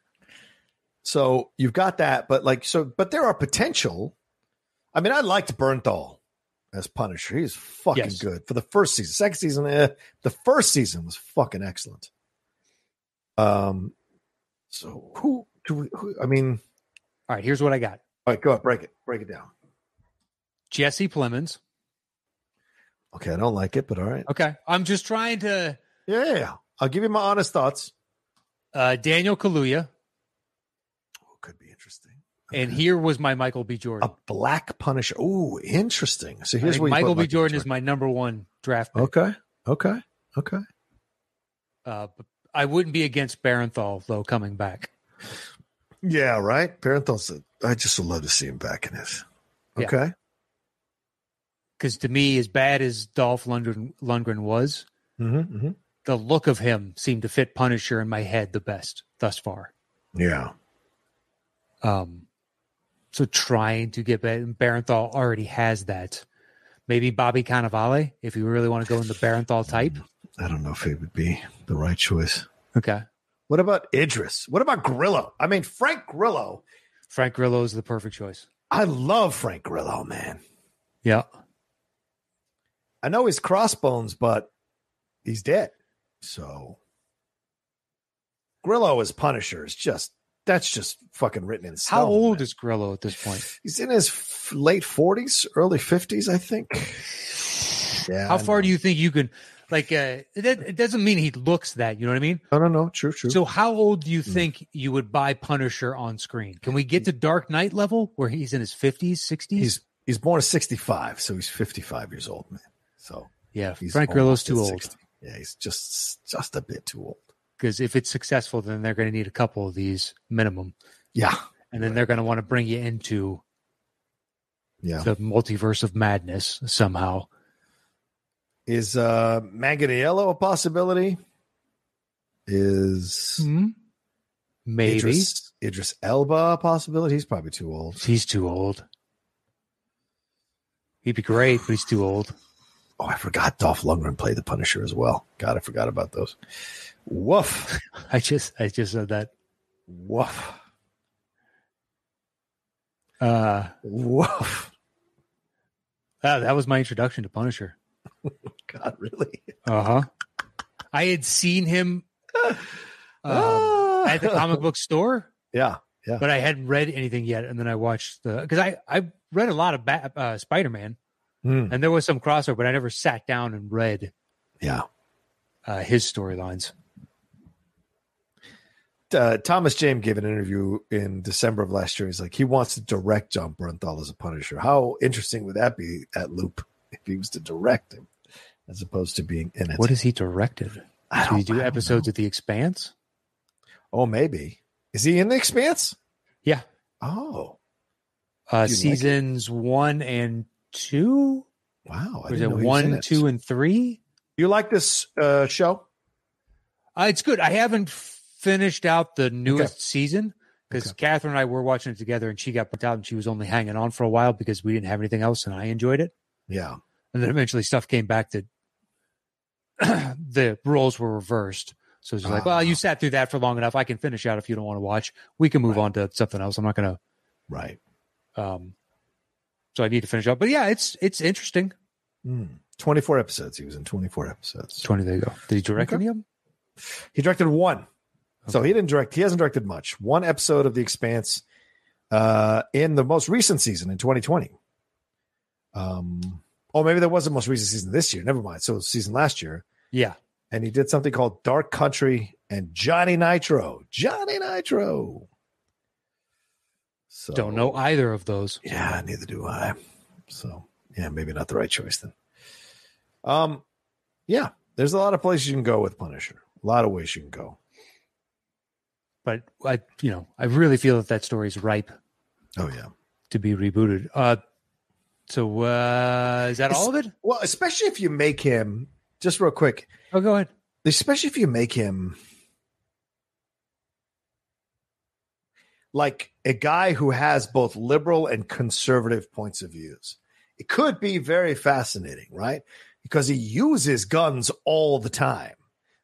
[SPEAKER 1] So you've got that, but like, so, but there are potential. I mean, I liked Bernthal as Punisher. He's fucking
[SPEAKER 2] Yes.
[SPEAKER 1] good for the first season. Second season, eh, the first season was fucking excellent. Um, so who do we? Who, I mean,
[SPEAKER 2] All right, here's what I got:
[SPEAKER 1] all right, go up, break it, break it down.
[SPEAKER 2] Jesse Plemons.
[SPEAKER 1] Okay, I don't like it, but all right.
[SPEAKER 2] Okay, I'm just trying to.
[SPEAKER 1] Yeah, yeah, yeah. I'll give you my honest thoughts.
[SPEAKER 2] Uh, Daniel Kaluuya,
[SPEAKER 1] Oh, could be interesting.
[SPEAKER 2] and here was my Michael B. Jordan.
[SPEAKER 1] A black Punisher. Oh, interesting. So Oh,
[SPEAKER 2] I
[SPEAKER 1] here's
[SPEAKER 2] think
[SPEAKER 1] where you put
[SPEAKER 2] Michael B. Jordan is my number one draft pick.
[SPEAKER 1] Okay, okay, okay.
[SPEAKER 2] Uh, but I wouldn't be against Barenthal though coming back.
[SPEAKER 1] Yeah, right. Parenthal's. I just would love to see him back in this.
[SPEAKER 2] Yeah.
[SPEAKER 1] Okay.
[SPEAKER 2] because to me, as bad as Dolph Lundgren, Lundgren was,
[SPEAKER 1] Mm-hmm,
[SPEAKER 2] the look of him seemed to fit Punisher in my head the best thus far.
[SPEAKER 1] Yeah.
[SPEAKER 2] Um, so trying to get back, and Barenthal already has that. Maybe Bobby Cannavale, if you really want to go in the Barenthal type.
[SPEAKER 1] I don't know if it would be the right choice.
[SPEAKER 2] Okay.
[SPEAKER 1] What about Idris? What about Grillo? I mean, Frank Grillo.
[SPEAKER 2] Frank Grillo is the perfect choice.
[SPEAKER 1] I love Frank Grillo, man.
[SPEAKER 2] Yeah.
[SPEAKER 1] I know he's crossbones, but he's dead. So Grillo as Punisher is just that's just fucking written in stone.
[SPEAKER 2] How old
[SPEAKER 1] man.
[SPEAKER 2] is Grillo at this point?
[SPEAKER 1] he's in his f- late forties, early fifties, I think. Yeah.
[SPEAKER 2] How far do you think you can, like, uh, it, it doesn't mean he looks that, you know what I mean?
[SPEAKER 1] No, no, no. True, true.
[SPEAKER 2] So, how old do you
[SPEAKER 1] Hmm.
[SPEAKER 2] think you would buy Punisher on screen? Can we get to Dark Knight level where he's in his 50s, 60s?
[SPEAKER 1] he's he's born at 65 so he's 55 years old man so
[SPEAKER 2] yeah,
[SPEAKER 1] he's
[SPEAKER 2] Frank
[SPEAKER 1] almost
[SPEAKER 2] Grillo's
[SPEAKER 1] at
[SPEAKER 2] too old
[SPEAKER 1] 60. yeah he's just just a bit too old
[SPEAKER 2] because if it's successful, then they're going to need a couple of these minimum.
[SPEAKER 1] yeah
[SPEAKER 2] And then they're going to want to bring you into
[SPEAKER 1] yeah
[SPEAKER 2] the multiverse of madness somehow.
[SPEAKER 1] is uh manganiello a possibility is
[SPEAKER 2] Hmm? Maybe
[SPEAKER 1] idris, idris elba a possibility he's probably too old
[SPEAKER 2] he's too old. He'd be great, but he's too old.
[SPEAKER 1] oh i forgot dolph lundgren played the punisher as well god i forgot about those woof
[SPEAKER 2] I just, I just said that.
[SPEAKER 1] woof
[SPEAKER 2] Uh,
[SPEAKER 1] woof
[SPEAKER 2] that, that was my introduction to Punisher.
[SPEAKER 1] god really
[SPEAKER 2] Uh huh. I had seen him um, at the comic book store,
[SPEAKER 1] yeah yeah
[SPEAKER 2] but I hadn't read anything yet. And then I watched the because I I read a lot of ba- uh, Spider Man,
[SPEAKER 1] Hmm.
[SPEAKER 2] and there was some crossover, but I never sat down and read
[SPEAKER 1] yeah
[SPEAKER 2] uh, his storylines.
[SPEAKER 1] uh, Thomas James gave an interview in December of last year. He's like, he wants to direct John Bernthal as a Punisher. How interesting would that be at Loop if he was to direct him as opposed to being in it?
[SPEAKER 2] What is he directed?
[SPEAKER 1] I
[SPEAKER 2] Did
[SPEAKER 1] don't, I
[SPEAKER 2] he do
[SPEAKER 1] don't
[SPEAKER 2] episodes of The Expanse?
[SPEAKER 1] know. Oh, maybe. Is he in the Expanse?
[SPEAKER 2] Yeah.
[SPEAKER 1] Oh,
[SPEAKER 2] Uh,
[SPEAKER 1] Do you like
[SPEAKER 2] seasons one and two.
[SPEAKER 1] wow. I
[SPEAKER 2] Or is
[SPEAKER 1] didn't know
[SPEAKER 2] it
[SPEAKER 1] he was in
[SPEAKER 2] one,
[SPEAKER 1] it.
[SPEAKER 2] two, and three?
[SPEAKER 1] You like this uh, show?
[SPEAKER 2] Uh, it's good. I haven't finished out the newest season because
[SPEAKER 1] Okay.
[SPEAKER 2] Catherine and I were watching it together, and she got burnt out, and she was only hanging on for a while because we didn't have anything else, and I enjoyed it.
[SPEAKER 1] Yeah.
[SPEAKER 2] And then eventually, stuff came back that the roles were reversed. So it's just like, well, you
[SPEAKER 1] Ah.
[SPEAKER 2] sat through that for long enough. I can finish out if you don't want to watch. We can move
[SPEAKER 1] Right.
[SPEAKER 2] on to something else. I'm not going to
[SPEAKER 1] Right.
[SPEAKER 2] um, So I need to finish up. But yeah, it's it's interesting.
[SPEAKER 1] Mm. 24 episodes. He was in 24 episodes.
[SPEAKER 2] Twenty. There you go. Did he direct
[SPEAKER 1] Okay.
[SPEAKER 2] any of them?
[SPEAKER 1] He directed one. So
[SPEAKER 2] Okay.
[SPEAKER 1] he didn't direct, he hasn't directed much. One episode of The Expanse uh, in the most recent season in 2020. Um, oh, maybe that was the most recent season this year. Never mind. So it was season last year.
[SPEAKER 2] yeah.
[SPEAKER 1] And he did something called Dark Country and Johnny Nitro. Johnny Nitro. So
[SPEAKER 2] Don't know either of those.
[SPEAKER 1] yeah, neither do I. So yeah, maybe not the right choice then. Um, yeah, there's a lot of places you can go with Punisher. A lot of ways you can go.
[SPEAKER 2] But I, you know, I really feel that that story is ripe
[SPEAKER 1] Oh yeah.
[SPEAKER 2] to be rebooted. Uh, so uh, is that
[SPEAKER 1] It's-
[SPEAKER 2] all of it?
[SPEAKER 1] Well, especially if you make him just real quick.
[SPEAKER 2] Oh, go ahead.
[SPEAKER 1] Especially if you make him like a guy who has both liberal and conservative points of views. It could be very fascinating, right? Because he uses guns all the time.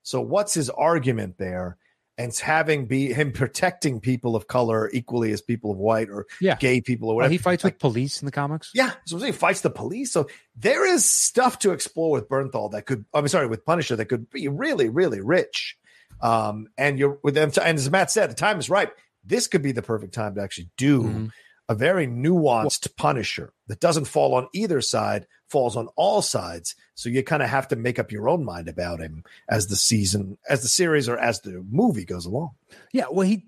[SPEAKER 1] So what's his argument there? And it's having be him protecting people of color equally as people of white or
[SPEAKER 2] Yeah.
[SPEAKER 1] gay people or
[SPEAKER 2] Well,
[SPEAKER 1] whatever.
[SPEAKER 2] he fights
[SPEAKER 1] Like,
[SPEAKER 2] with police in the comics.
[SPEAKER 1] yeah, so he fights the police. So there is stuff to explore with Bernthal that could, I'm sorry, with Punisher that could be really, really rich. Um, and you're with them, and as Matt said, the time is ripe. This could be the perfect time to actually do
[SPEAKER 2] Mhm.
[SPEAKER 1] a very nuanced Punisher that doesn't fall on either side, falls on all sides. So you kind of have to make up your own mind about him as the season, as the series, or as the movie goes along.
[SPEAKER 2] Yeah. Well, he.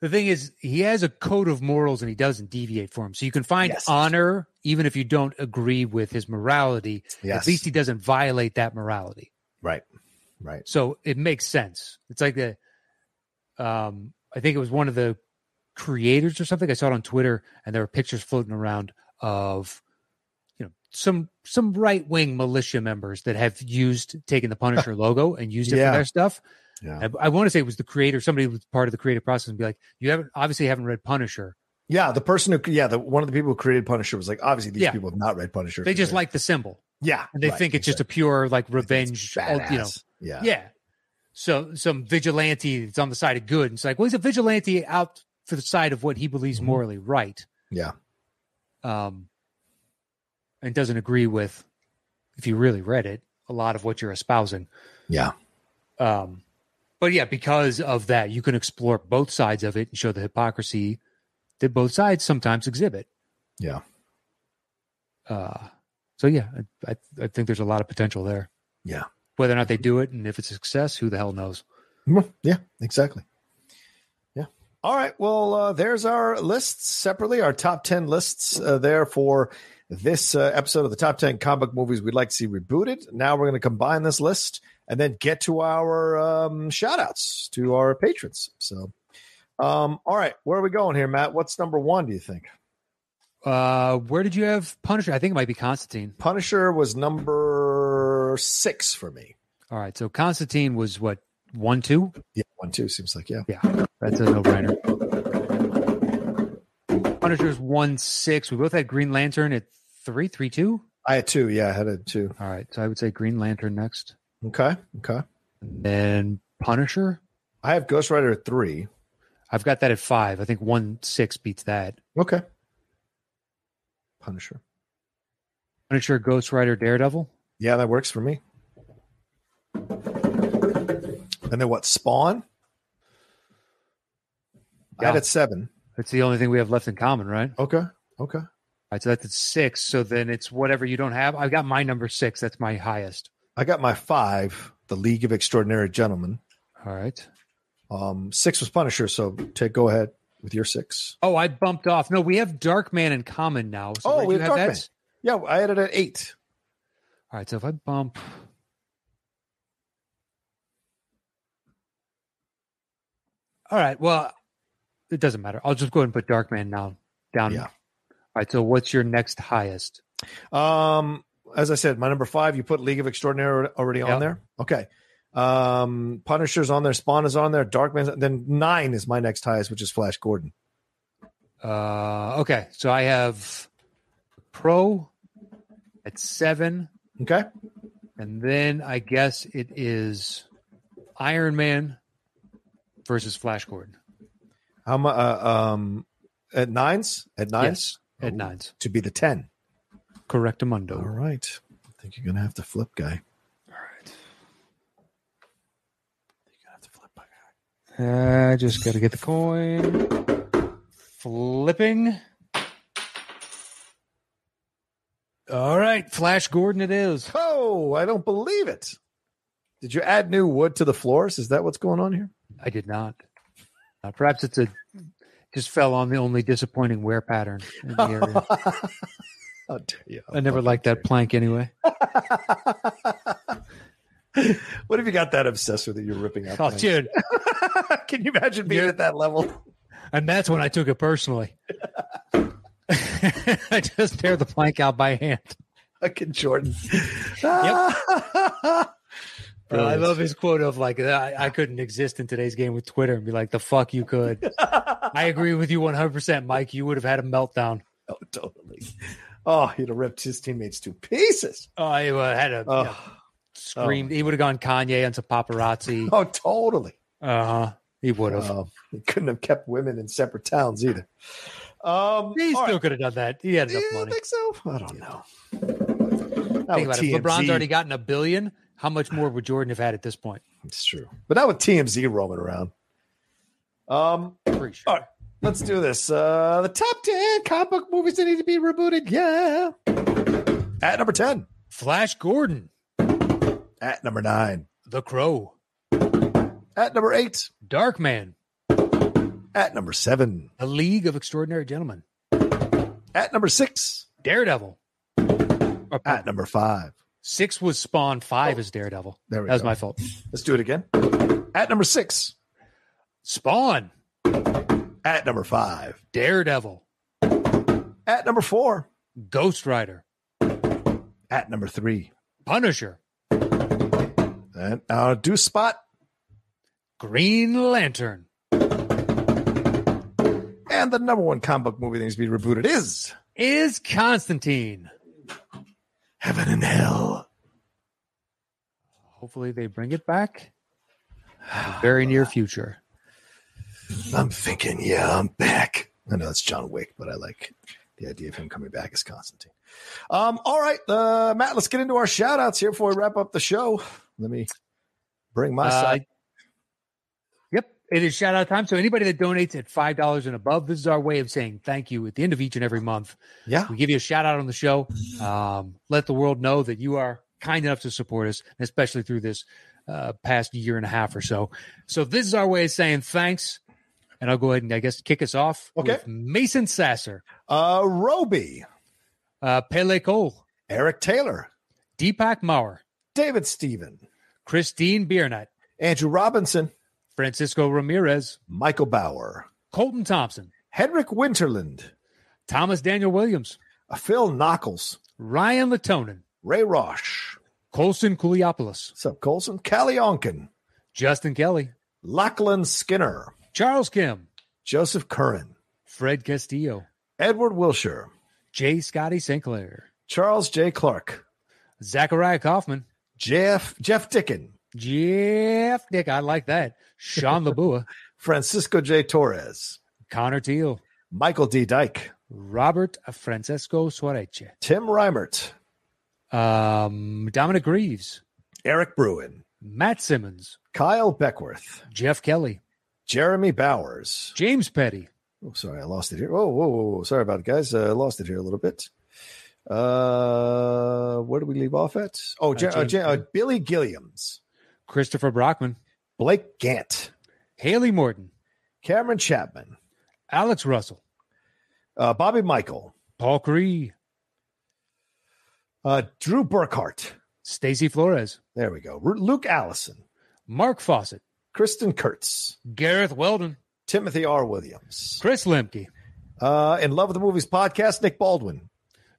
[SPEAKER 2] The thing is, he has a code of morals and he doesn't deviate from. 'em. So you can find
[SPEAKER 1] Yes.
[SPEAKER 2] honor even if you don't agree with his morality.
[SPEAKER 1] Yes,
[SPEAKER 2] At least he doesn't violate that morality.
[SPEAKER 1] right, right.
[SPEAKER 2] So it makes sense. It's like the, um, I think it was one of the creators or something. I saw it on Twitter, and there were pictures floating around of, you know, some some right wing militia members that have used taken the Punisher logo and used it
[SPEAKER 1] Yeah.
[SPEAKER 2] for their stuff.
[SPEAKER 1] Yeah.
[SPEAKER 2] I, I want to say it was the creator, somebody was part of the creative process, and be like, you haven't obviously haven't read Punisher.
[SPEAKER 1] Yeah, the person who, yeah, the one of the people who created Punisher was like, obviously these
[SPEAKER 2] Yeah.
[SPEAKER 1] people have not read Punisher.
[SPEAKER 2] They just like the symbol,
[SPEAKER 1] yeah,
[SPEAKER 2] and they think it's just a pure like revenge, all- you know,
[SPEAKER 1] yeah,
[SPEAKER 2] Yeah. So some vigilante that's on the side of good. And it's like, well, he's a vigilante out for the side of what he believes
[SPEAKER 1] Mhm.
[SPEAKER 2] morally right.
[SPEAKER 1] Yeah.
[SPEAKER 2] Um, and doesn't agree with, if you really read it, a lot of what you're espousing.
[SPEAKER 1] yeah,
[SPEAKER 2] Um, but yeah, because of that, you can explore both sides of it and show the hypocrisy that both sides sometimes exhibit.
[SPEAKER 1] Yeah.
[SPEAKER 2] Uh, so yeah, I, I, I think there's a lot of potential there.
[SPEAKER 1] Yeah.
[SPEAKER 2] Whether or not they do it and if it's a success, who the hell knows?
[SPEAKER 1] Mm, yeah, exactly. Yeah. All right. Well, uh, there's our lists separately, our top ten lists uh, there for this uh, episode of the top ten comic movies we'd like to see rebooted. Now we're going to combine this list and then get to our um, shout outs to our patrons. So. Um, all right, where are we going here, Matt? What's number one, do you think?
[SPEAKER 2] Uh, where did you have Punisher? I think it might be Constantine.
[SPEAKER 1] Punisher was number six for me.
[SPEAKER 2] All right, so Constantine was what one two?
[SPEAKER 1] Yeah, one two seems like yeah.
[SPEAKER 2] That's a no brainer. Punisher's one six. We both had Green Lantern at three three two.
[SPEAKER 1] I had two. Yeah, I had a two.
[SPEAKER 2] All right, so I would say Green Lantern next,
[SPEAKER 1] Okay, okay.
[SPEAKER 2] and then Punisher.
[SPEAKER 1] I have Ghost Rider at three.
[SPEAKER 2] I've got that at five. I think one six beats that.
[SPEAKER 1] Okay. Punisher.
[SPEAKER 2] Punisher, Ghost Rider, Daredevil.
[SPEAKER 1] Yeah, that works for me. And then what? Spawn. I had
[SPEAKER 2] Yeah.
[SPEAKER 1] at seven.
[SPEAKER 2] That's the only thing we have left in common, right? All
[SPEAKER 1] Okay. Okay.
[SPEAKER 2] right, so that's at six. So then it's whatever you don't have. I've got my number six. That's my highest.
[SPEAKER 1] I got my five. The League of Extraordinary Gentlemen.
[SPEAKER 2] All right.
[SPEAKER 1] Um, six was Punisher. So take go ahead with your six.
[SPEAKER 2] Oh, I bumped off. No, we have Darkman in common now. So
[SPEAKER 1] Oh,
[SPEAKER 2] wait,
[SPEAKER 1] we
[SPEAKER 2] you
[SPEAKER 1] have Darkman. Yeah, I had it at eight.
[SPEAKER 2] All right, so if I bump. All right, well, it doesn't matter. I'll just go ahead and put Darkman now down.
[SPEAKER 1] Yeah.
[SPEAKER 2] All right, so what's your next highest?
[SPEAKER 1] Um, as I said, my number five, you put League of Extraordinary already
[SPEAKER 2] Yeah.
[SPEAKER 1] on there. Okay. Um, Punisher's on there, Spawn is on there, Darkman's then nine is my next highest, which is Flash Gordon.
[SPEAKER 2] Uh, okay, so I have Pro at seven,
[SPEAKER 1] Okay.
[SPEAKER 2] and then I guess it is Iron Man versus Flash Gordon.
[SPEAKER 1] How much? Uh, um, at nines, at nines.
[SPEAKER 2] Yes. Head nods.
[SPEAKER 1] to be the 10. All
[SPEAKER 2] Correctamundo.
[SPEAKER 1] right. I think you're going to have to flip, guy.
[SPEAKER 2] I Uh, just got to get the coin. Flipping. All right, Flash Gordon it is.
[SPEAKER 1] Oh, I don't believe it. Did you add new wood to the floors? Is that what's going on here?
[SPEAKER 2] I did not. Uh, perhaps it's a just fell on the only disappointing wear pattern in the area.
[SPEAKER 1] How dare you?
[SPEAKER 2] I never liked that plank anyway.
[SPEAKER 1] What have you got that obsessed with that you're ripping up?
[SPEAKER 2] Oh, dude.
[SPEAKER 1] Can you imagine being
[SPEAKER 2] Yeah.
[SPEAKER 1] at that level?
[SPEAKER 2] And that's when I took it personally. I just tear the plank out by hand.
[SPEAKER 1] Fucking Jordan. Oh,
[SPEAKER 2] Bro, I
[SPEAKER 1] Brilliant.
[SPEAKER 2] love his quote of like, I, I couldn't exist in today's game with Twitter and be like, the fuck you could. I agree with you 100%, Mike. You would have had a meltdown.
[SPEAKER 1] Oh, totally. Oh, he'd have ripped his teammates to pieces.
[SPEAKER 2] I uh, had a
[SPEAKER 1] Oh,
[SPEAKER 2] you know, screamed. He would have gone Kanye onto paparazzi.
[SPEAKER 1] oh totally.
[SPEAKER 2] Uh huh. He would have.
[SPEAKER 1] Oh, he couldn't have kept women in separate towns either. Um,
[SPEAKER 2] he
[SPEAKER 1] all
[SPEAKER 2] still
[SPEAKER 1] right.
[SPEAKER 2] could have done that. He had
[SPEAKER 1] Do
[SPEAKER 2] enough
[SPEAKER 1] you
[SPEAKER 2] money.
[SPEAKER 1] think so? I don't know. Not
[SPEAKER 2] Think
[SPEAKER 1] with
[SPEAKER 2] about it. If LeBron's
[SPEAKER 1] TMZ.
[SPEAKER 2] already gotten a billion. How much more would Jordan have had at this point?
[SPEAKER 1] It's true. But not with TMZ roaming around. Um,
[SPEAKER 2] Pretty sure.
[SPEAKER 1] All right. let's do this. Uh, the top 10 comic book movies that need to be rebooted. Yeah. At number 10,
[SPEAKER 2] Flash Gordon,
[SPEAKER 1] at number 9,
[SPEAKER 2] The Crow,
[SPEAKER 1] at number 8,
[SPEAKER 2] Dark Man,
[SPEAKER 1] at number 7,
[SPEAKER 2] A League of Extraordinary Gentlemen,
[SPEAKER 1] at number 6,
[SPEAKER 2] Daredevil. Or-
[SPEAKER 1] at number 5.
[SPEAKER 2] Six was Spawn. Five is Daredevil.
[SPEAKER 1] There we
[SPEAKER 2] That was
[SPEAKER 1] go.
[SPEAKER 2] my fault.
[SPEAKER 1] Let's do it again. At number 6,
[SPEAKER 2] Spawn,
[SPEAKER 1] at number 5,
[SPEAKER 2] Daredevil,
[SPEAKER 1] at number 4,
[SPEAKER 2] Ghost Rider,
[SPEAKER 1] at number 3.
[SPEAKER 2] Punisher,
[SPEAKER 1] And our do spot
[SPEAKER 2] Green Lantern,
[SPEAKER 1] and the number one comic book movie that needs to be rebooted is
[SPEAKER 2] is Constantine.
[SPEAKER 1] Heaven and Hell.
[SPEAKER 2] Hopefully they bring it back. in the Very near future.
[SPEAKER 1] I'm thinking, yeah, I'm back. I know that's John Wick, but I like the idea of him coming back as Constantine. Um, all right, uh, Matt, let's get into our shout outs here before we wrap up the show. Let me bring my
[SPEAKER 2] Uh,
[SPEAKER 1] side.
[SPEAKER 2] Yep, it is shout out time. So anybody that donates at five dollars and above, this is our way of saying thank you at the end of each and every month.
[SPEAKER 1] Yeah.
[SPEAKER 2] We give you a shout out on the show. Um, let the world know that you are kind enough to support us, and especially through this uh, past year and a half or so. So this is our way of saying thanks. And I'll go ahead and I guess kick us off
[SPEAKER 1] Okay.
[SPEAKER 2] with Mason Sasser,
[SPEAKER 1] Uh, Roby,
[SPEAKER 2] uh, Pele Cole,
[SPEAKER 1] Eric Taylor,
[SPEAKER 2] Deepak Mauer,
[SPEAKER 1] David Steven,
[SPEAKER 2] Christine Biernut,
[SPEAKER 1] Andrew Robinson,
[SPEAKER 2] Francisco Ramirez,
[SPEAKER 1] Michael Bauer,
[SPEAKER 2] Colton Thompson,
[SPEAKER 1] Henrik Winterland,
[SPEAKER 2] Thomas Daniel Williams,
[SPEAKER 1] Phil Knuckles,
[SPEAKER 2] Ryan Latonin,
[SPEAKER 1] Ray Rosh,
[SPEAKER 2] Colson Kouliopoulos,
[SPEAKER 1] What's up, Colson? Callie Onken,
[SPEAKER 2] Justin Kelly,
[SPEAKER 1] Lachlan Skinner,
[SPEAKER 2] Charles Kim,
[SPEAKER 1] Joseph Curran,
[SPEAKER 2] Fred Castillo,
[SPEAKER 1] Edward Wilshire,
[SPEAKER 2] J. Scotty Sinclair,
[SPEAKER 1] Charles J. Clark,
[SPEAKER 2] Zachariah Kaufman,
[SPEAKER 1] Jeff Jeff Dickin,
[SPEAKER 2] Jeff Dick, I like that. Sean Labua,
[SPEAKER 1] Francisco J. Torres,
[SPEAKER 2] Connor Teal,
[SPEAKER 1] Michael D. Dyke, Robert,
[SPEAKER 2] Francesco Suarez,
[SPEAKER 1] Tim Reimert,
[SPEAKER 2] um, Dominic Greaves,
[SPEAKER 1] Eric Bruin,
[SPEAKER 2] Matt Simmons,
[SPEAKER 1] Kyle Beckworth,
[SPEAKER 2] Jeff Kelly,
[SPEAKER 1] Jeremy Bowers.
[SPEAKER 2] James Petty,
[SPEAKER 1] Oh, sorry, I lost it here. Oh, whoa, whoa, whoa. sorry about it, guys. Uh, I lost it here a little bit. Uh, where do we leave off at? Oh, Jer- uh,
[SPEAKER 2] James
[SPEAKER 1] Jer- uh,
[SPEAKER 2] Brown.
[SPEAKER 1] Billy Gilliams,
[SPEAKER 2] Christopher Brockman,
[SPEAKER 1] Blake Gant,
[SPEAKER 2] Haley Morton,
[SPEAKER 1] Cameron Chapman,
[SPEAKER 2] Alex Russell,
[SPEAKER 1] uh, Bobby Michael,
[SPEAKER 2] Paul Cree,
[SPEAKER 1] uh, Drew Burkhart.
[SPEAKER 2] Stacy Flores,
[SPEAKER 1] There we go. Ru- Luke Allison,
[SPEAKER 2] Mark Fawcett,
[SPEAKER 1] Kristen Kurtz,
[SPEAKER 2] Gareth Weldon,
[SPEAKER 1] Timothy R. Williams.
[SPEAKER 2] Chris Lemke,
[SPEAKER 1] Uh, in Love of the Movies podcast, Nick Baldwin,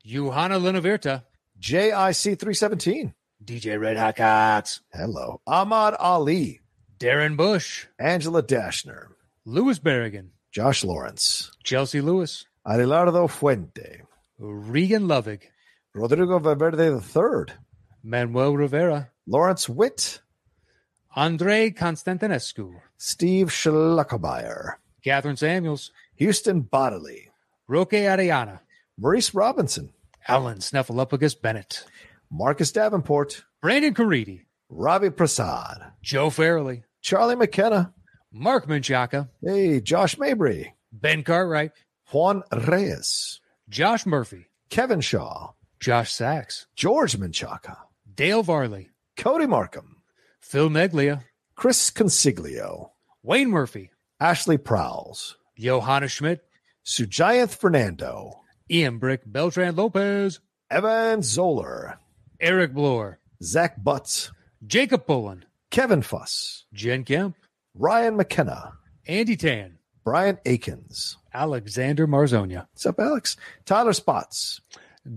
[SPEAKER 2] Johanna Linavirta,
[SPEAKER 1] JIC317.
[SPEAKER 2] DJ Red Hot Cox,
[SPEAKER 1] Hello. Ahmad Ali,
[SPEAKER 2] Darren Bush,
[SPEAKER 1] Angela Dashner,
[SPEAKER 2] Louis Berrigan,
[SPEAKER 1] Josh Lawrence,
[SPEAKER 2] Chelsea Lewis,
[SPEAKER 1] Adelardo Fuente,
[SPEAKER 2] Regan Lovig,
[SPEAKER 1] Rodrigo Valverde III,
[SPEAKER 2] Manuel Rivera,
[SPEAKER 1] Lawrence Witt,
[SPEAKER 2] Andre Constantinescu,
[SPEAKER 1] Steve Schluckemeyer,
[SPEAKER 2] Catherine Samuels,
[SPEAKER 1] Houston Bodily,
[SPEAKER 2] Roque Arellana,
[SPEAKER 1] Maurice Robinson,
[SPEAKER 2] Alan Snuffleupagus Bennett,
[SPEAKER 1] Marcus Davenport,
[SPEAKER 2] Brandon Caridi,
[SPEAKER 1] Ravi Prasad,
[SPEAKER 2] Joe Farrelly,
[SPEAKER 1] Charlie McKenna,
[SPEAKER 2] Mark Menchaca,
[SPEAKER 1] hey, Josh Mabry,
[SPEAKER 2] Ben Cartwright,
[SPEAKER 1] Juan Reyes,
[SPEAKER 2] Josh Murphy,
[SPEAKER 1] Kevin Shaw,
[SPEAKER 2] Josh Sachs,
[SPEAKER 1] George Menchaca,
[SPEAKER 2] Dale Varley,
[SPEAKER 1] Cody Markham,
[SPEAKER 2] Phil Meglia,
[SPEAKER 1] Chris Consiglio,
[SPEAKER 2] Wayne Murphy,
[SPEAKER 1] Ashley Prowls,
[SPEAKER 2] Johanna Schmidt,
[SPEAKER 1] Sujayanth Fernando,
[SPEAKER 2] Ian Brick Beltran Lopez,
[SPEAKER 1] Evan Zoller,
[SPEAKER 2] Eric Bloor,
[SPEAKER 1] Zach Butts,
[SPEAKER 2] Jacob Bullen,
[SPEAKER 1] Kevin Fuss,
[SPEAKER 2] Jen Kemp,
[SPEAKER 1] Ryan McKenna,
[SPEAKER 2] Andy Tan,
[SPEAKER 1] Brian Akins.
[SPEAKER 2] Alexander Marzonia,
[SPEAKER 1] What's up, Alex? Tyler Spots,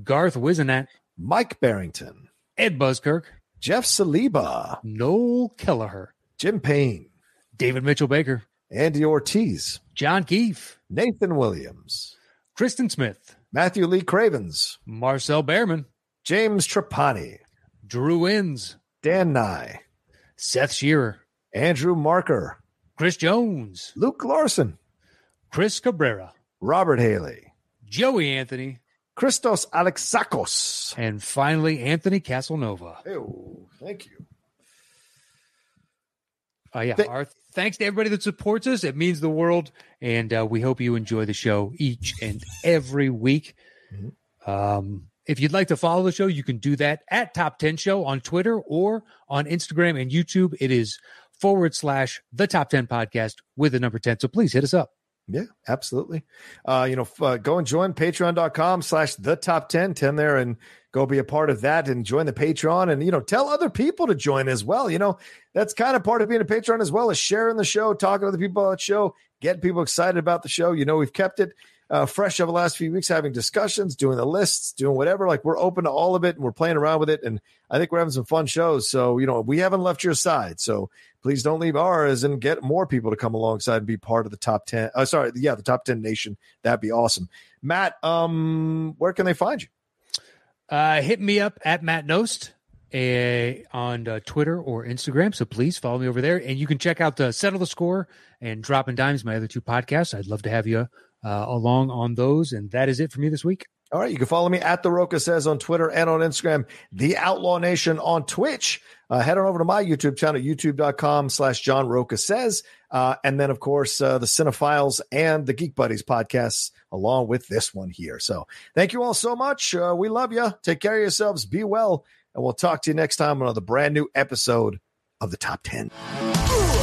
[SPEAKER 2] Garth Wizenat,
[SPEAKER 1] Mike Barrington,
[SPEAKER 2] Ed Buskirk,
[SPEAKER 1] Jeff Saliba,
[SPEAKER 2] Noel Kelleher,
[SPEAKER 1] Jim Payne,
[SPEAKER 2] David Mitchell Baker,
[SPEAKER 1] Andy Ortiz,
[SPEAKER 2] John Keefe,
[SPEAKER 1] Nathan Williams,
[SPEAKER 2] Kristen Smith,
[SPEAKER 1] Matthew Lee Cravens,
[SPEAKER 2] Marcel Behrman,
[SPEAKER 1] James Trapani,
[SPEAKER 2] Drew Inns,
[SPEAKER 1] Dan Nye,
[SPEAKER 2] Seth Shearer,
[SPEAKER 1] Andrew Marker,
[SPEAKER 2] Chris Jones,
[SPEAKER 1] Luke Larson,
[SPEAKER 2] Chris Cabrera,
[SPEAKER 1] Robert Haley,
[SPEAKER 2] Joey Anthony,
[SPEAKER 1] Christos Alexakos.
[SPEAKER 2] and finally Anthony Casanova.
[SPEAKER 1] Oh, thank you.
[SPEAKER 2] Uh, yeah.
[SPEAKER 1] Th-
[SPEAKER 2] our thanks to everybody that supports us. It means the world. And uh, we hope you enjoy the show each and every week.
[SPEAKER 1] Mhm.
[SPEAKER 2] Um, if you'd like to follow the show, you can do that at Top 10 Show on Twitter or on Instagram and YouTube. It is forward slash the Top 10 Podcast with the number 10. So please hit us up.
[SPEAKER 1] Yeah, absolutely. Uh, you know, f- uh, go and join patreon.com slash the top 10, 10 there and go be a part of that and join the Patreon and, you know, tell other people to join as well. You know, that's kind of part of being a Patreon as well as sharing the show, talking to other people about the show, getting people excited about the show. You know, we've kept it uh, fresh over the last few weeks, having discussions, doing the lists, doing whatever. Like we're open to all of it and we're playing around with it. And I think we're having some fun shows. So, you know, we haven't left your side. So, please don't leave ours and get more people to come alongside and be part of the top 10 uh, sorry yeah the top 10 nation that'd be awesome matt um where can they find you
[SPEAKER 2] Uh, hit me up at Matt Nost uh, on uh, Twitter or Instagram. So please follow me over there. And you can check out the Settle the Score and Drop and Dimes, my other two podcasts. I'd love to have you uh, along on those. And that is it for me this week.
[SPEAKER 1] all right you can follow me at the roca says on twitter and on instagram the outlaw nation on twitch uh, head on over to my youtube channel youtube.com slash john roca says uh, and then of course uh, the cinephiles and the geek buddies podcasts along with this one here so thank you all so much uh, we love you take care of yourselves be well and we'll talk to you next time on another brand new episode of the top 10
[SPEAKER 3] Ooh.